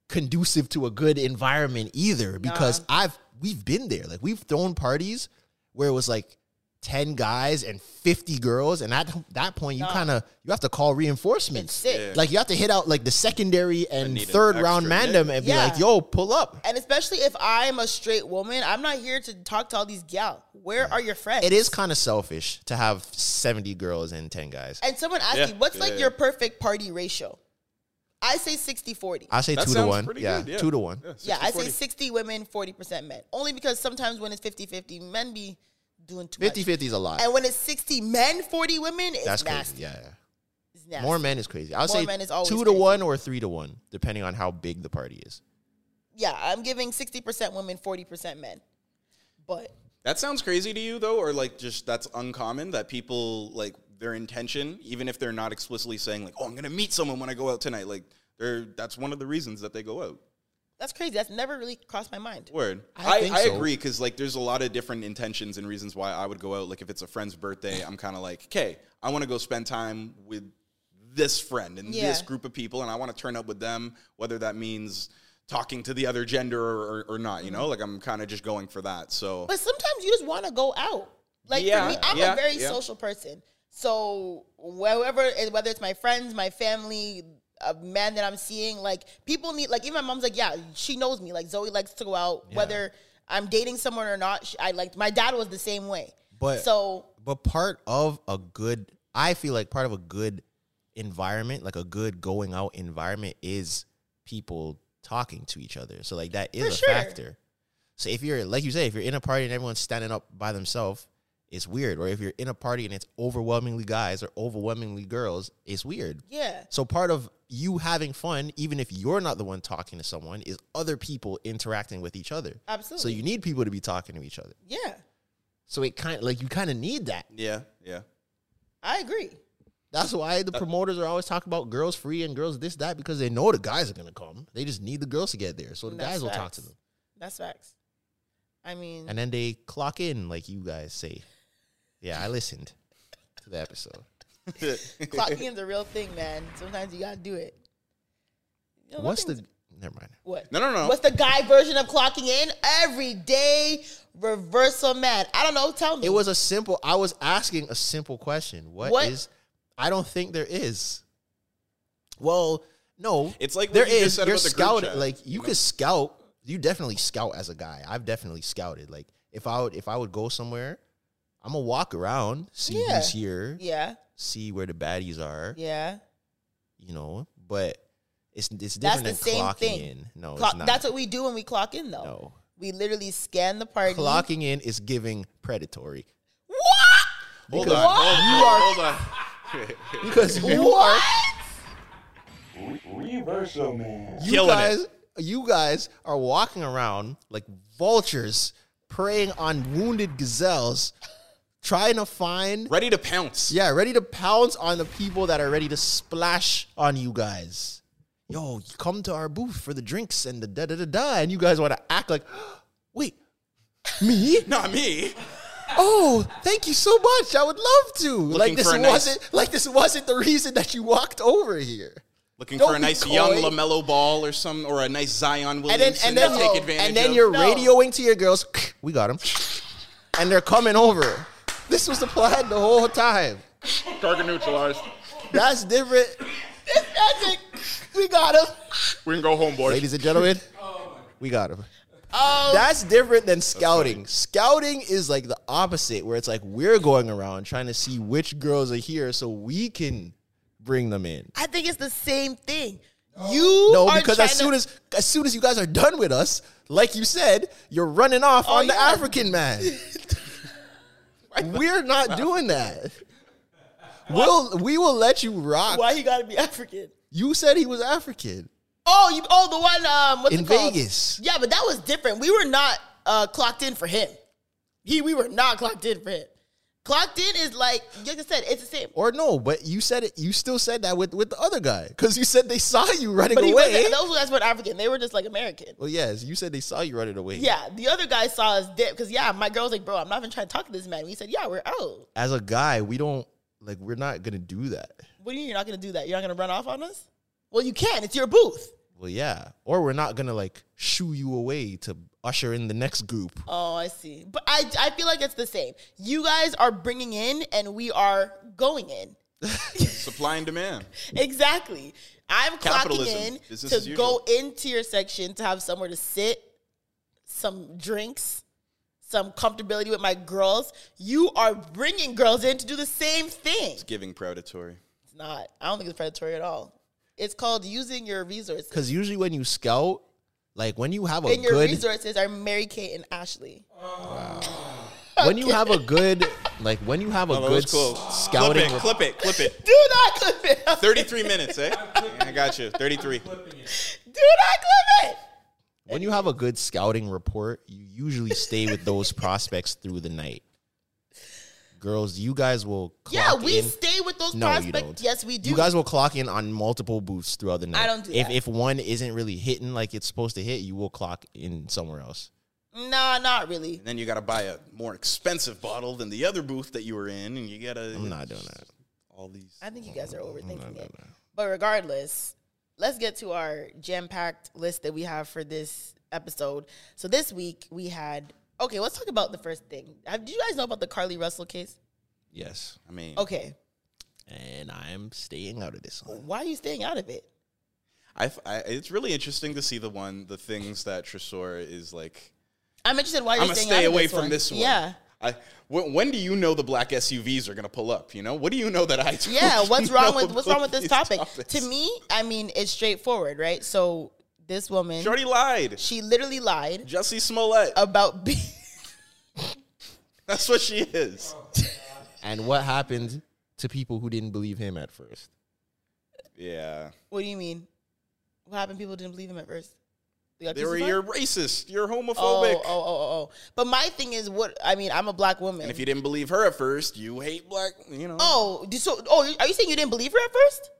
[SPEAKER 2] conducive to a good environment either because I've we've been there. Like we've thrown parties where it was like 10 guys and 50 girls and at that point you kind of you have to call
[SPEAKER 1] It's
[SPEAKER 2] reinforcements.
[SPEAKER 1] sick.
[SPEAKER 2] Like you have to hit out like the secondary and
[SPEAKER 3] need an
[SPEAKER 2] third round
[SPEAKER 3] extra
[SPEAKER 2] mandem
[SPEAKER 3] nigga.
[SPEAKER 2] and be
[SPEAKER 1] Yeah.
[SPEAKER 2] like, "Yo, pull up."
[SPEAKER 1] And especially if I'm a straight woman, I'm not here to talk to all these gal. Where are your friends?
[SPEAKER 2] It is kind of selfish to have 70 girls and 10 guys.
[SPEAKER 1] And someone asked
[SPEAKER 3] Yeah.
[SPEAKER 1] me, what's
[SPEAKER 3] Yeah.
[SPEAKER 1] like your perfect party ratio? I say 60 40.
[SPEAKER 2] I say
[SPEAKER 3] That
[SPEAKER 2] 2 to
[SPEAKER 3] sounds
[SPEAKER 2] 1.
[SPEAKER 3] pretty
[SPEAKER 2] Yeah,
[SPEAKER 3] good, yeah.
[SPEAKER 2] 2 to 1.
[SPEAKER 1] yeah, I say
[SPEAKER 3] 60-40.
[SPEAKER 1] 60 women, 40% men. Only because sometimes when it's 50 50, men be doing too
[SPEAKER 2] 50
[SPEAKER 1] much.
[SPEAKER 2] 50 is a lot.
[SPEAKER 1] And when it's 60 men, 40 women, it's
[SPEAKER 2] That's
[SPEAKER 1] nasty.
[SPEAKER 2] crazy. Yeah, yeah.
[SPEAKER 1] It's nasty.
[SPEAKER 2] More men is crazy. I would
[SPEAKER 1] More
[SPEAKER 2] say
[SPEAKER 1] men is always
[SPEAKER 2] 2 to
[SPEAKER 1] crazy.
[SPEAKER 2] 1 or 3 to 1 depending on how big the party is.
[SPEAKER 1] Yeah, I'm giving 60% women, 40% men. But
[SPEAKER 3] That sounds crazy to you though, or like just that's uncommon that people like their intention, even if they're not explicitly saying like, "Oh, I'm gonna meet someone when I go out tonight." Like, they're that's one of the reasons that they go out.
[SPEAKER 1] that's crazy. That's never really crossed my mind.
[SPEAKER 3] Word.
[SPEAKER 2] I
[SPEAKER 3] I, I,
[SPEAKER 2] think so.
[SPEAKER 3] agree because like there's a lot of different intentions and reasons why I would go out. Like if it's a friend's birthday, I'm kind of like, okay, I want to go spend time with this friend and this
[SPEAKER 1] Yeah.
[SPEAKER 3] group of people, and I want to turn up with them, whether that means talking to the other gender or, or, or not.
[SPEAKER 2] Mm-hmm.
[SPEAKER 3] You know, like I'm kind of just going for that. So
[SPEAKER 1] But sometimes you just want to go out. Like
[SPEAKER 3] Yeah,
[SPEAKER 1] for me, I'm
[SPEAKER 3] yeah,
[SPEAKER 1] a very
[SPEAKER 3] yeah.
[SPEAKER 1] social person. So whoever, whether it's my friends, my family, a man that I'm seeing, like people need, like even my mom's like, yeah, she knows me. Like Zoe likes to go out, whether I'm dating someone or not. She, I liked. My dad was the same way.
[SPEAKER 2] But-
[SPEAKER 1] so
[SPEAKER 2] But part of a good, I feel like part of a good environment, like a good going out environment, is people talking to each other. So like that is
[SPEAKER 1] For
[SPEAKER 2] a
[SPEAKER 1] sure.
[SPEAKER 2] factor. So if you're like you say, if you're in a party and everyone's standing up by themselves, it's weird. Or if you're in a party and it's overwhelmingly guys or overwhelmingly girls, it's weird.
[SPEAKER 1] yeah,
[SPEAKER 2] So part of you having fun, even if you're not the one talking to someone, is other people interacting with each other. So
[SPEAKER 1] Absolutely.
[SPEAKER 2] you need people to be talking to each other.
[SPEAKER 1] yeah,
[SPEAKER 2] So it kind like you kind of need that.
[SPEAKER 3] yeah, yeah.
[SPEAKER 1] I agree.
[SPEAKER 2] That's why the promoters are always talking about girls free and girls this that because they know the guys are gonna come. They just need the girls to get there, so the
[SPEAKER 1] That's
[SPEAKER 2] guys will talk
[SPEAKER 1] facts.
[SPEAKER 2] to them,
[SPEAKER 1] That's facts. I mean,
[SPEAKER 2] and then they clock in like you guys say. Yeah, I listened to the episode.
[SPEAKER 1] clocking is a real thing, man. Sometimes you gotta do it. You know,
[SPEAKER 2] What's
[SPEAKER 1] nothing's-
[SPEAKER 2] the? Never mind.
[SPEAKER 1] What?
[SPEAKER 3] No, no, no.
[SPEAKER 1] What's the guy version of clocking in? Every day reversal man. I don't know. Tell me.
[SPEAKER 2] It was a simple. I was asking a simple question.
[SPEAKER 1] What?
[SPEAKER 2] what is? I don't think there is. Well, no.
[SPEAKER 3] It's like what
[SPEAKER 2] there
[SPEAKER 3] you just
[SPEAKER 2] is.
[SPEAKER 3] said
[SPEAKER 2] You're
[SPEAKER 3] about the group
[SPEAKER 2] scouting.
[SPEAKER 3] chat,
[SPEAKER 2] Like you,
[SPEAKER 3] you know?
[SPEAKER 2] could scout. You definitely scout as a guy. I've definitely scouted. Like if I would if I would go somewhere, I'm gonna walk around, see
[SPEAKER 1] Yeah.
[SPEAKER 2] who's here,
[SPEAKER 1] yeah,
[SPEAKER 2] see where the baddies are.
[SPEAKER 1] yeah.
[SPEAKER 2] You know, but it's it's different
[SPEAKER 1] that's the
[SPEAKER 2] than
[SPEAKER 1] same
[SPEAKER 2] clocking
[SPEAKER 1] thing.
[SPEAKER 2] in. No,
[SPEAKER 1] Clock-
[SPEAKER 2] it's not.
[SPEAKER 1] That's what we do when we clock in, though.
[SPEAKER 2] No.
[SPEAKER 1] We literally scan the party.
[SPEAKER 2] clocking in is giving predatory
[SPEAKER 1] What?
[SPEAKER 3] Hold on,
[SPEAKER 2] Because-
[SPEAKER 3] hold on, hold on.
[SPEAKER 2] because you are
[SPEAKER 1] What?
[SPEAKER 2] you
[SPEAKER 3] Killing it.
[SPEAKER 2] guys you guys are walking around like vultures preying on wounded gazelles trying to find
[SPEAKER 3] Ready to pounce.
[SPEAKER 2] yeah ready to pounce on the people that are ready to splash on you guys yo you come to our booth for the drinks and the da da da da and you guys want to act like wait me
[SPEAKER 3] Not me.
[SPEAKER 2] oh thank you so much i would love to like this
[SPEAKER 3] for a
[SPEAKER 2] wasn't
[SPEAKER 3] nice-
[SPEAKER 2] like this wasn't the reason that you walked over here
[SPEAKER 3] Looking
[SPEAKER 2] Don't
[SPEAKER 3] for a
[SPEAKER 2] be
[SPEAKER 3] nice
[SPEAKER 2] coy.
[SPEAKER 3] young Lamelo Ball or some, or a nice Zion Williamson.
[SPEAKER 2] and then
[SPEAKER 3] to
[SPEAKER 1] No.
[SPEAKER 2] and then,
[SPEAKER 3] take advantage.
[SPEAKER 2] and then
[SPEAKER 3] of.
[SPEAKER 2] you're
[SPEAKER 1] No.
[SPEAKER 2] radioing to your girls. We got them, and they're coming over. This was the plan the whole time.
[SPEAKER 3] target neutralized.
[SPEAKER 2] That's different.
[SPEAKER 1] Magic. We got him.
[SPEAKER 3] We can go home, boys.
[SPEAKER 2] Ladies and gentlemen, we got them.
[SPEAKER 3] Oh.
[SPEAKER 1] Um,
[SPEAKER 2] That's different than scouting. Scouting is like the opposite, where it's like we're going around trying to see which girls are here so we can bring them in.
[SPEAKER 1] I think it's the same thing. You
[SPEAKER 2] No,
[SPEAKER 1] are
[SPEAKER 2] because as
[SPEAKER 1] trying
[SPEAKER 2] soon
[SPEAKER 1] to-
[SPEAKER 2] as as soon as you guys are done with us, like you said, you're running off on the
[SPEAKER 1] yeah.
[SPEAKER 2] African man. We're not doing that. We'll we will let you rock.
[SPEAKER 1] why he gotta be African?
[SPEAKER 2] You said he was African.
[SPEAKER 1] Oh, you oh the one um what's
[SPEAKER 2] In
[SPEAKER 1] it called?
[SPEAKER 2] Vegas.
[SPEAKER 1] Yeah, but that was different. We were not uh clocked in for him. He we were not clocked in for him. Clocked in is like like I said, it's the same.
[SPEAKER 2] Or no, but you said it you still said that with, with the other guy. Because you said they saw you running
[SPEAKER 1] But he
[SPEAKER 2] away.
[SPEAKER 1] wasn't those guys weren't African. They were just like American.
[SPEAKER 2] Well yes, you said they saw you running away.
[SPEAKER 1] Yeah, the other guy saw us dip because yeah, my girl was like, bro, I'm not even trying to talk to this man. We said, yeah, we're out.
[SPEAKER 2] As a guy, we don't like we're not gonna do that.
[SPEAKER 1] What do you mean you're not gonna do that? You're not gonna run off on us? Well, you can. It's your booth.
[SPEAKER 2] well, yeah. Or we're not gonna like shoo you away to usher in the next group.
[SPEAKER 1] Oh, I see. But I, I feel like it's the same. You guys are bringing in and we are going in.
[SPEAKER 3] Supply and demand.
[SPEAKER 1] Exactly. I'm
[SPEAKER 3] Capitalism.
[SPEAKER 1] clocking in
[SPEAKER 3] Business as
[SPEAKER 1] to
[SPEAKER 3] usual.
[SPEAKER 1] go into your section to have somewhere to sit, some drinks, some comfortability with my girls. You are bringing girls in to do the same thing.
[SPEAKER 3] It's giving predatory.
[SPEAKER 1] It's not. I don't think it's predatory at all. It's called using your resources.
[SPEAKER 2] Because usually when you scout, like when you have a
[SPEAKER 1] And your
[SPEAKER 2] good
[SPEAKER 1] resources are Mary Kate and Ashley.
[SPEAKER 2] when you have a good like when you have a
[SPEAKER 3] Oh, that
[SPEAKER 2] good
[SPEAKER 3] was
[SPEAKER 2] s-
[SPEAKER 3] cool.
[SPEAKER 2] scouting
[SPEAKER 3] Clip it,
[SPEAKER 2] rep-
[SPEAKER 3] clip it, clip it.
[SPEAKER 1] Do not clip it. Do not
[SPEAKER 3] 33 minutes, eh? I got you. 33.
[SPEAKER 1] clip it.
[SPEAKER 2] when you have a good scouting report, you usually stay with those prospects through the night. Girls, you guys will clock
[SPEAKER 1] Yeah, we
[SPEAKER 2] in.
[SPEAKER 1] stay with those
[SPEAKER 2] no, you
[SPEAKER 1] prospects.
[SPEAKER 2] don't.
[SPEAKER 1] Yes, we do.
[SPEAKER 2] You guys will clock in on multiple booths throughout the night.
[SPEAKER 1] don't do
[SPEAKER 2] if,
[SPEAKER 1] that.
[SPEAKER 2] If one isn't really hitting like it's supposed to hit, you will clock in somewhere else.
[SPEAKER 1] nah, not really.
[SPEAKER 3] And then you got to buy a more expensive bottle than the other booth that you were in, and you got to.
[SPEAKER 2] I'm not doing that.
[SPEAKER 3] All these.
[SPEAKER 1] I think you guys are overthinking it. But regardless, let's get to our jam-packed list that we have for this episode. So this week we had okay. Let's talk about the first thing. Have, did you guys know about the Carly Russell case?
[SPEAKER 2] Yes.
[SPEAKER 3] I mean,
[SPEAKER 1] Okay,
[SPEAKER 2] And I'm staying out of this one.
[SPEAKER 1] why are you staying out of it?
[SPEAKER 3] I, f- I- it's really interesting to see the one, the things that Tresor is like.
[SPEAKER 1] I'm interested. Why you're
[SPEAKER 3] I'm gonna
[SPEAKER 1] staying
[SPEAKER 3] stay
[SPEAKER 1] out of
[SPEAKER 3] away
[SPEAKER 1] this
[SPEAKER 3] from
[SPEAKER 1] one.
[SPEAKER 3] this one.
[SPEAKER 1] Yeah,
[SPEAKER 3] I, when, when do you know the black SUVs are gonna pull up? You know, what do you know that I? don't
[SPEAKER 1] yeah. What's wrong
[SPEAKER 3] know
[SPEAKER 1] with what's
[SPEAKER 3] about
[SPEAKER 1] wrong with this
[SPEAKER 3] these
[SPEAKER 1] topic?
[SPEAKER 3] topics?
[SPEAKER 1] To me, I mean, it's straightforward, right? So this woman,
[SPEAKER 3] Shorty lied.
[SPEAKER 1] she literally lied
[SPEAKER 3] Jussie Smollett.
[SPEAKER 1] about being.
[SPEAKER 3] That's what she is.
[SPEAKER 2] And what happened to people who didn't believe him at first?
[SPEAKER 3] Yeah,
[SPEAKER 1] what do you mean? What happened? People didn't believe him at first. They got
[SPEAKER 3] they were
[SPEAKER 1] crucified?
[SPEAKER 3] you're racist. You're homophobic.
[SPEAKER 1] Oh, oh, oh, oh, oh. But my thing is, what I mean, I'm a black woman.
[SPEAKER 3] And if you didn't believe her at first, you hate black. You know.
[SPEAKER 1] oh, do- so oh, are you saying you didn't believe her at first?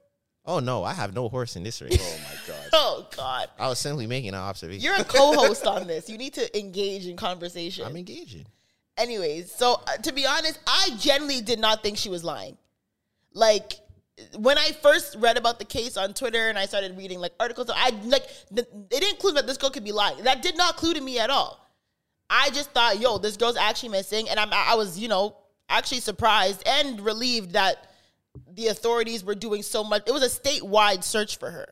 [SPEAKER 2] Oh no, I have no horse in this race.
[SPEAKER 3] my god.
[SPEAKER 1] Oh God,
[SPEAKER 2] I was simply making an observation.
[SPEAKER 1] you're a co-host on this. You need to engage in conversation.
[SPEAKER 2] I'm engaging.
[SPEAKER 1] Anyways, so uh, to be honest, I generally did not think she was lying. Like when I first read about the case on Twitter and I started reading like articles, I like th- it didn't clue that this girl could be lying. That did not clue to me at all. I just thought, yo, this girl's actually missing, and I'm I was you know actually surprised and relieved that the authorities were doing so much. It was a statewide search for her.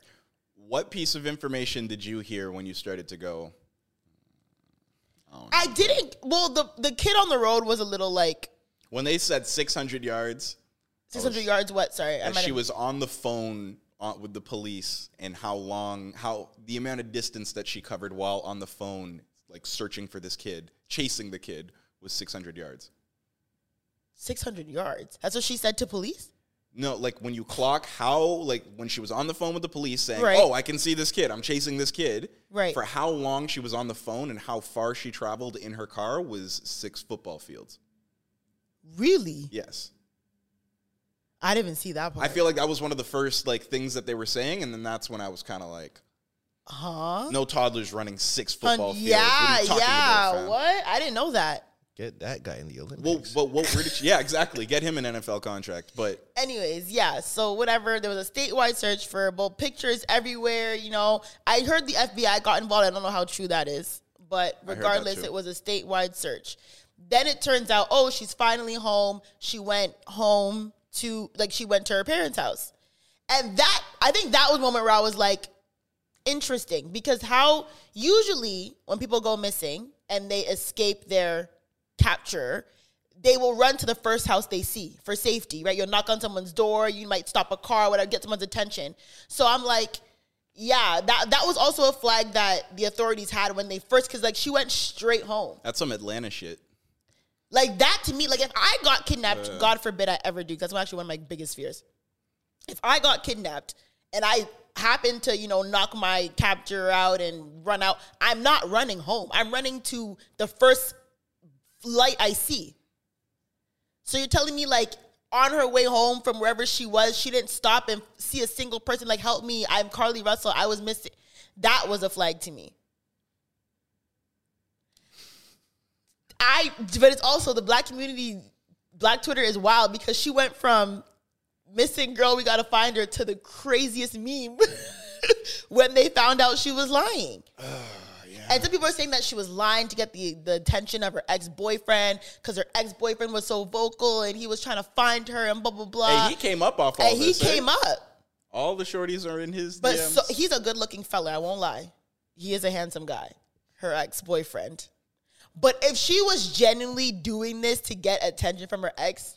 [SPEAKER 3] What piece of information did you hear when you started to go?
[SPEAKER 1] I didn't. Well, the the kid on the road was a little like
[SPEAKER 3] When they said 600 yards,
[SPEAKER 1] 600 yards. What? Sorry, I
[SPEAKER 3] that
[SPEAKER 1] might
[SPEAKER 3] Oh, she
[SPEAKER 1] have-
[SPEAKER 3] was on the phone on, with the police and how long, how the amount of distance that she covered while on the phone, like searching for this kid, chasing the kid, was 600 yards.
[SPEAKER 1] 600 yards. That's what she said to police?
[SPEAKER 3] No, like when you clock how, like when she was on the phone with the police saying,
[SPEAKER 1] Right.
[SPEAKER 3] "Oh, I can see this kid. I'm chasing this kid."
[SPEAKER 1] Right.
[SPEAKER 3] For how long she was on the phone and how far she traveled in her car was six football fields.
[SPEAKER 1] Really?
[SPEAKER 3] Yes.
[SPEAKER 1] I didn't even see that part.
[SPEAKER 3] I feel like that was one of the first like things that they were saying, and then that's when I was kind of like,
[SPEAKER 1] huh?
[SPEAKER 3] "No toddlers running six football fields." What
[SPEAKER 1] yeah,
[SPEAKER 3] are you talking
[SPEAKER 1] yeah.
[SPEAKER 3] about, fam?
[SPEAKER 1] what? I didn't know that.
[SPEAKER 2] Get that guy in the Olympics.
[SPEAKER 3] Well, but what? Where did she? Yeah, exactly. Get him an NFL contract, but
[SPEAKER 1] Anyways, yeah. So whatever, there was a statewide search for both pictures everywhere. You know, I heard the FBI got involved. I don't know how true that is, but
[SPEAKER 3] heard that
[SPEAKER 1] regardless,
[SPEAKER 3] too.
[SPEAKER 1] it was a statewide search. Then it turns out, oh, she's finally home. She went home to like she went to her parents' house, and that I think that was the moment where I was like, interesting because how usually when people go missing and they escape their capture, they will run to the first house they see for safety, right? You'll knock on someone's door, you might stop a car, whatever, get someone's attention. So I'm like, yeah, that that was also a flag that the authorities had when they first, because like she went straight home.
[SPEAKER 3] that's some Atlanta shit.
[SPEAKER 1] Like that to me, like if I got kidnapped, God forbid I ever do. 'cause That's actually one of my biggest fears. If I got kidnapped and I happen to, you know, knock my captor out and run out, I'm not running home. I'm running to the first light I see. So you're telling me like on her way home from wherever she was, she didn't stop and see a single person like help me. I'm Carly Russell. I was missing. That was a flag to me. I but it's also the black community black Twitter is wild because she went from missing girl we got to find her to the craziest meme. when they found out she was lying. And some people are saying that she was lying to get the, the attention of her ex boyfriend because her ex boyfriend was so vocal and he was trying to find her and blah blah blah.
[SPEAKER 3] hey, he came up off all
[SPEAKER 1] and he
[SPEAKER 3] this, eh? right?
[SPEAKER 1] came up.
[SPEAKER 3] All the shorties are in his
[SPEAKER 1] But
[SPEAKER 3] DMs.
[SPEAKER 1] so, he's a good looking fella, I won't lie. He is a handsome guy, her ex boyfriend. But if she was genuinely doing this to get attention from her ex,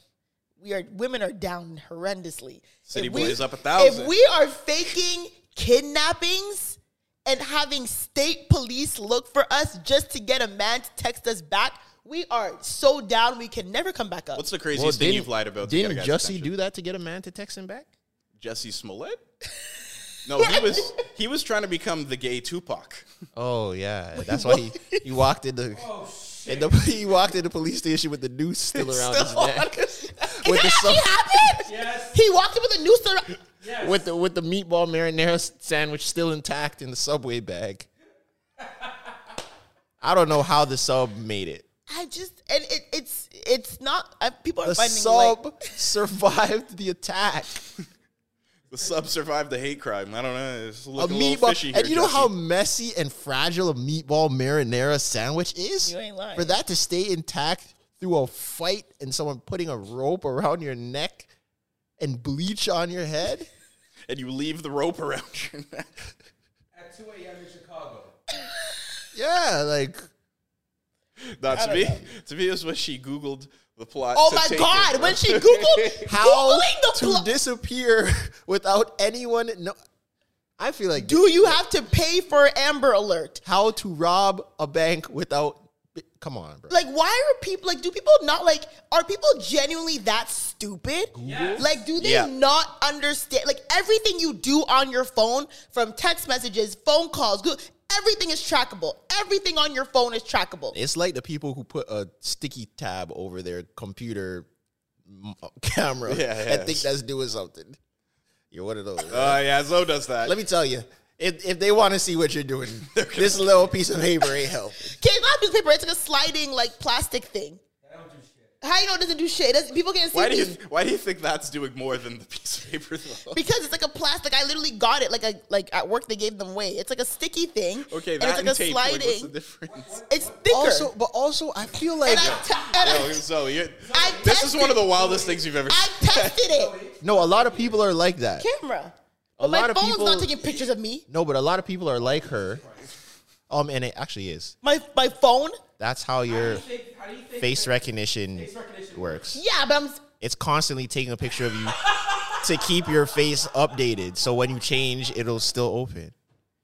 [SPEAKER 1] we are women are down horrendously.
[SPEAKER 3] City
[SPEAKER 1] If
[SPEAKER 3] boy
[SPEAKER 1] we-
[SPEAKER 3] is up a thousand.
[SPEAKER 1] If we are faking kidnappings and having state police look for us just to get a man to text us back, we are so down we can never come back up.
[SPEAKER 3] What's the craziest thing you've lied about? to get a
[SPEAKER 2] Didn't
[SPEAKER 3] guy's
[SPEAKER 2] Jussie
[SPEAKER 3] attention?
[SPEAKER 2] do that to get a man to text him back?
[SPEAKER 3] Jesse Smollett? No, he was he was trying to become the gay Tupac.
[SPEAKER 2] Oh yeah, that's why he, he walked in the, in the he walked in the police station with the noose still around his neck
[SPEAKER 1] Did that
[SPEAKER 2] with the
[SPEAKER 1] actually
[SPEAKER 2] sub-
[SPEAKER 1] happen? Yes. He walked in with a noose. around-
[SPEAKER 2] with the with the meatball marinara s- sandwich still intact in the subway bag. I don't know how the sub made it.
[SPEAKER 1] I just and it, it's it's not I, people are
[SPEAKER 2] The
[SPEAKER 1] finding
[SPEAKER 2] sub
[SPEAKER 1] like
[SPEAKER 2] survived the attack.
[SPEAKER 3] The sub survived the hate crime. I don't know. It's
[SPEAKER 2] A
[SPEAKER 3] looking a,
[SPEAKER 2] meatball,
[SPEAKER 3] little fishy here,
[SPEAKER 2] and you know
[SPEAKER 3] Jesse.
[SPEAKER 2] how messy and fragile a meatball marinara sandwich is.
[SPEAKER 1] You ain't lying.
[SPEAKER 2] For that to stay intact through a fight and someone putting a rope around your neck and bleach on your head.
[SPEAKER 3] and you leave the rope around your neck.
[SPEAKER 2] Yeah, like
[SPEAKER 3] Not to me. To me, it was when she Googled the plot.
[SPEAKER 1] oh
[SPEAKER 3] to
[SPEAKER 1] my
[SPEAKER 3] take
[SPEAKER 1] god
[SPEAKER 3] it.
[SPEAKER 1] when she googled
[SPEAKER 2] how
[SPEAKER 1] googling the
[SPEAKER 2] to
[SPEAKER 1] pl-
[SPEAKER 2] disappear without anyone. No, I feel like
[SPEAKER 1] do you have to pay for Amber Alert?
[SPEAKER 2] how to rob a bank without. Come on, bro.
[SPEAKER 1] Like why are people like do people not like are people genuinely that stupid? Like do they
[SPEAKER 3] Yeah.
[SPEAKER 1] not understand like everything you do on your phone from text messages, phone calls, Google, everything is trackable. Everything on your phone is trackable.
[SPEAKER 2] It's like the people who put a sticky tab over their computer m- uh, camera
[SPEAKER 3] Yeah,
[SPEAKER 2] and
[SPEAKER 3] yeah.
[SPEAKER 2] think that's doing something. You're one of those. right?
[SPEAKER 3] Oh yeah, Zoe does that.
[SPEAKER 2] Let me tell you, if, if they want to see what you're doing, this little piece of paper ain't help.
[SPEAKER 1] Okay, it's not a piece of paper. It's like a sliding, like plastic thing. How you know it doesn't do shit? It doesn't- people can't see
[SPEAKER 3] why do you
[SPEAKER 1] me
[SPEAKER 3] Why do you think that's doing more than the piece of paper? Though?
[SPEAKER 1] because it's like a plastic. I literally got it like a like at work they gave them away. It's like a sticky thing.
[SPEAKER 3] Okay,
[SPEAKER 1] and it's like
[SPEAKER 3] that and
[SPEAKER 1] a
[SPEAKER 3] tape. like,
[SPEAKER 1] sliding.
[SPEAKER 3] what's the difference?
[SPEAKER 1] it's thicker.
[SPEAKER 2] Also, but also, I feel like
[SPEAKER 1] and I, te- and I-
[SPEAKER 3] Yo, Zoe, you're-
[SPEAKER 1] I
[SPEAKER 3] this is
[SPEAKER 1] tested-
[SPEAKER 3] one of the wildest things you've ever.
[SPEAKER 1] I tested it.
[SPEAKER 2] no, a lot of people are like that.
[SPEAKER 1] Camera.
[SPEAKER 2] A
[SPEAKER 1] My
[SPEAKER 2] lot of
[SPEAKER 1] phone's
[SPEAKER 2] people
[SPEAKER 1] not taking pictures of me.
[SPEAKER 2] no, but a lot of people are like her. Um, and it actually is.
[SPEAKER 1] My my phone.
[SPEAKER 2] That's how your face recognition works.
[SPEAKER 1] Yeah, but I'm. s-
[SPEAKER 2] It's constantly taking a picture of you to keep your face updated. So when you change, it'll still open.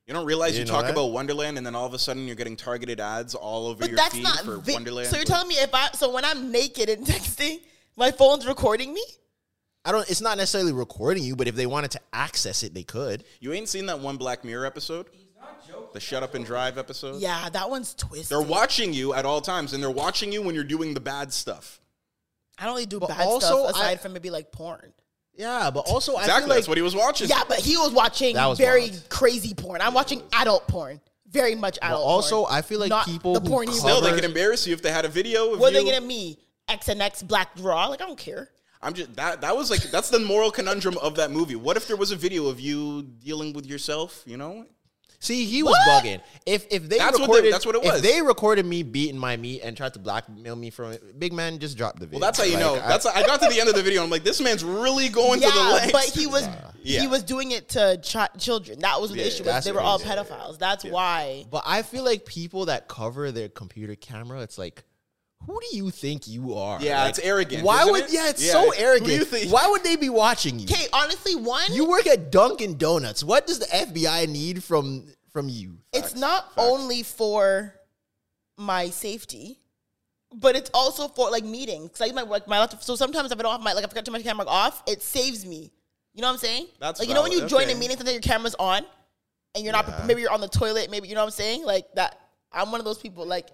[SPEAKER 3] You don't realize
[SPEAKER 2] You
[SPEAKER 3] you,
[SPEAKER 2] know
[SPEAKER 3] talk
[SPEAKER 2] that?
[SPEAKER 3] about Wonderland, and then all of a sudden you're getting targeted ads all over
[SPEAKER 1] But
[SPEAKER 3] your
[SPEAKER 1] that's
[SPEAKER 3] feed
[SPEAKER 1] not.
[SPEAKER 3] for
[SPEAKER 1] vi-
[SPEAKER 3] Wonderland.
[SPEAKER 1] so you're telling me if I so when I'm naked and texting, my phone's recording me.
[SPEAKER 2] I don't. It's not necessarily recording you, but if they wanted to access it, they could.
[SPEAKER 3] you ain't seen that one Black Mirror episode? The Shut Up and Drive episode.
[SPEAKER 1] Yeah, that one's twisted.
[SPEAKER 3] They're watching you at all times, and they're watching you when you're doing the bad stuff.
[SPEAKER 1] I don't really do
[SPEAKER 2] But
[SPEAKER 1] bad
[SPEAKER 2] also,
[SPEAKER 1] stuff aside
[SPEAKER 2] I-
[SPEAKER 1] from maybe like porn.
[SPEAKER 2] Yeah, but also I
[SPEAKER 3] Exactly.
[SPEAKER 2] feel like
[SPEAKER 3] that's what he was watching.
[SPEAKER 1] Yeah, but he was watching
[SPEAKER 2] That was
[SPEAKER 1] very
[SPEAKER 2] wild.
[SPEAKER 1] crazy porn. I'm watching adult porn, very much adult.
[SPEAKER 2] also,
[SPEAKER 1] porn.
[SPEAKER 2] I feel like
[SPEAKER 1] Not
[SPEAKER 2] people
[SPEAKER 1] the
[SPEAKER 2] who
[SPEAKER 1] porn you
[SPEAKER 2] cover-
[SPEAKER 3] Still,
[SPEAKER 1] watch.
[SPEAKER 3] they could embarrass you if they had a video. Of
[SPEAKER 1] What are they
[SPEAKER 3] you.
[SPEAKER 1] gonna me? X and X Black Raw? Like I don't care.
[SPEAKER 3] I'm just that. That was like that's the moral conundrum of that movie. What if there was a video of you dealing with yourself? You know,
[SPEAKER 2] see he was
[SPEAKER 1] What?
[SPEAKER 2] bugging. If if they
[SPEAKER 3] That's what they-
[SPEAKER 2] recorded,
[SPEAKER 3] that's what it
[SPEAKER 2] If
[SPEAKER 3] was.
[SPEAKER 2] they recorded me beating my meat and tried to blackmail me from it, big man just dropped the video.
[SPEAKER 3] well, that's how you
[SPEAKER 2] Like,
[SPEAKER 3] know.
[SPEAKER 2] I-
[SPEAKER 3] that's I got to the end of the video. I'm like, this man's really going to the
[SPEAKER 1] Yeah,
[SPEAKER 3] lengths.
[SPEAKER 1] but he was he
[SPEAKER 3] Yeah.
[SPEAKER 1] was doing it to ch- children. That was what the
[SPEAKER 3] Yeah,
[SPEAKER 1] issue was.
[SPEAKER 2] that's
[SPEAKER 1] They
[SPEAKER 2] what
[SPEAKER 1] were
[SPEAKER 2] it
[SPEAKER 1] all
[SPEAKER 2] is.
[SPEAKER 1] pedophiles. That's why.
[SPEAKER 2] But I feel like people that cover their computer camera, it's like, who do you think you are?
[SPEAKER 3] Yeah,
[SPEAKER 2] Like,
[SPEAKER 3] it's arrogant,
[SPEAKER 2] Why
[SPEAKER 3] isn't
[SPEAKER 2] would
[SPEAKER 3] it?
[SPEAKER 2] yeah, it's
[SPEAKER 3] Yeah,
[SPEAKER 2] so
[SPEAKER 3] who do you
[SPEAKER 2] arrogant.
[SPEAKER 3] think-
[SPEAKER 2] Why would they be watching you?
[SPEAKER 1] Okay, honestly, one
[SPEAKER 2] You work at Dunkin' Donuts. What does the FBI need from from you?
[SPEAKER 1] it's not only for my safety, but it's also for like meetings. 'Cause I use my like my laptop. So sometimes if I don't have my like I forgot to turn my camera off, it saves me. You know what I'm saying?
[SPEAKER 3] That's
[SPEAKER 1] like you know when you
[SPEAKER 3] valid.
[SPEAKER 1] join a
[SPEAKER 3] Okay.
[SPEAKER 1] meeting sometimes your camera's on, and you're not maybe you're on the toilet. Maybe you know what I'm saying? Like that. I'm one of those people. Like,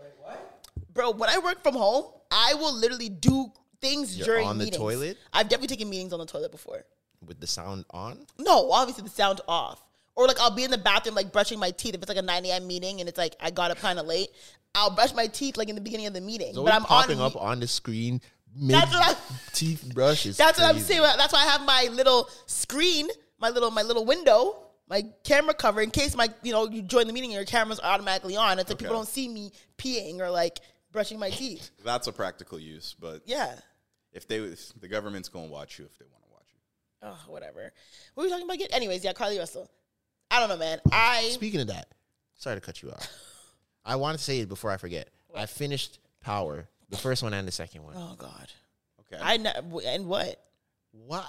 [SPEAKER 1] bro, when I work from home, I will literally do things
[SPEAKER 2] You're
[SPEAKER 1] during
[SPEAKER 2] on the
[SPEAKER 1] meetings.
[SPEAKER 2] toilet?
[SPEAKER 1] I've definitely taken meetings on the toilet before.
[SPEAKER 2] With the sound on?
[SPEAKER 1] No, obviously the sound off. Or like I'll be in the bathroom like brushing my teeth if it's like a 9 a.m. meeting and it's like I got up kind of late. I'll brush my teeth like in the beginning of the meeting,
[SPEAKER 2] So
[SPEAKER 1] but I'm
[SPEAKER 2] popping
[SPEAKER 1] on.
[SPEAKER 2] up on the screen.
[SPEAKER 1] That's
[SPEAKER 2] mid-
[SPEAKER 1] what I-
[SPEAKER 2] teeth brushes.
[SPEAKER 1] that's what I'm saying. That's why I have my little screen, my little my little window, like camera cover in case my you know you join the meeting and your cameras are automatically on. It's like people
[SPEAKER 3] Okay.
[SPEAKER 1] don't see me peeing or like brushing my teeth.
[SPEAKER 3] That's a practical use, but
[SPEAKER 1] Yeah.
[SPEAKER 3] if they if the government's going to watch you if they want to watch you.
[SPEAKER 1] Oh, whatever. What were we talking about again? Anyways, yeah, Carly Russell. I don't know, man. I
[SPEAKER 2] Speaking of that, sorry to cut you off. I want to say it before I forget. I finished Power, the first one and the second one.
[SPEAKER 1] oh god.
[SPEAKER 3] Okay.
[SPEAKER 1] I know. And what?
[SPEAKER 2] What?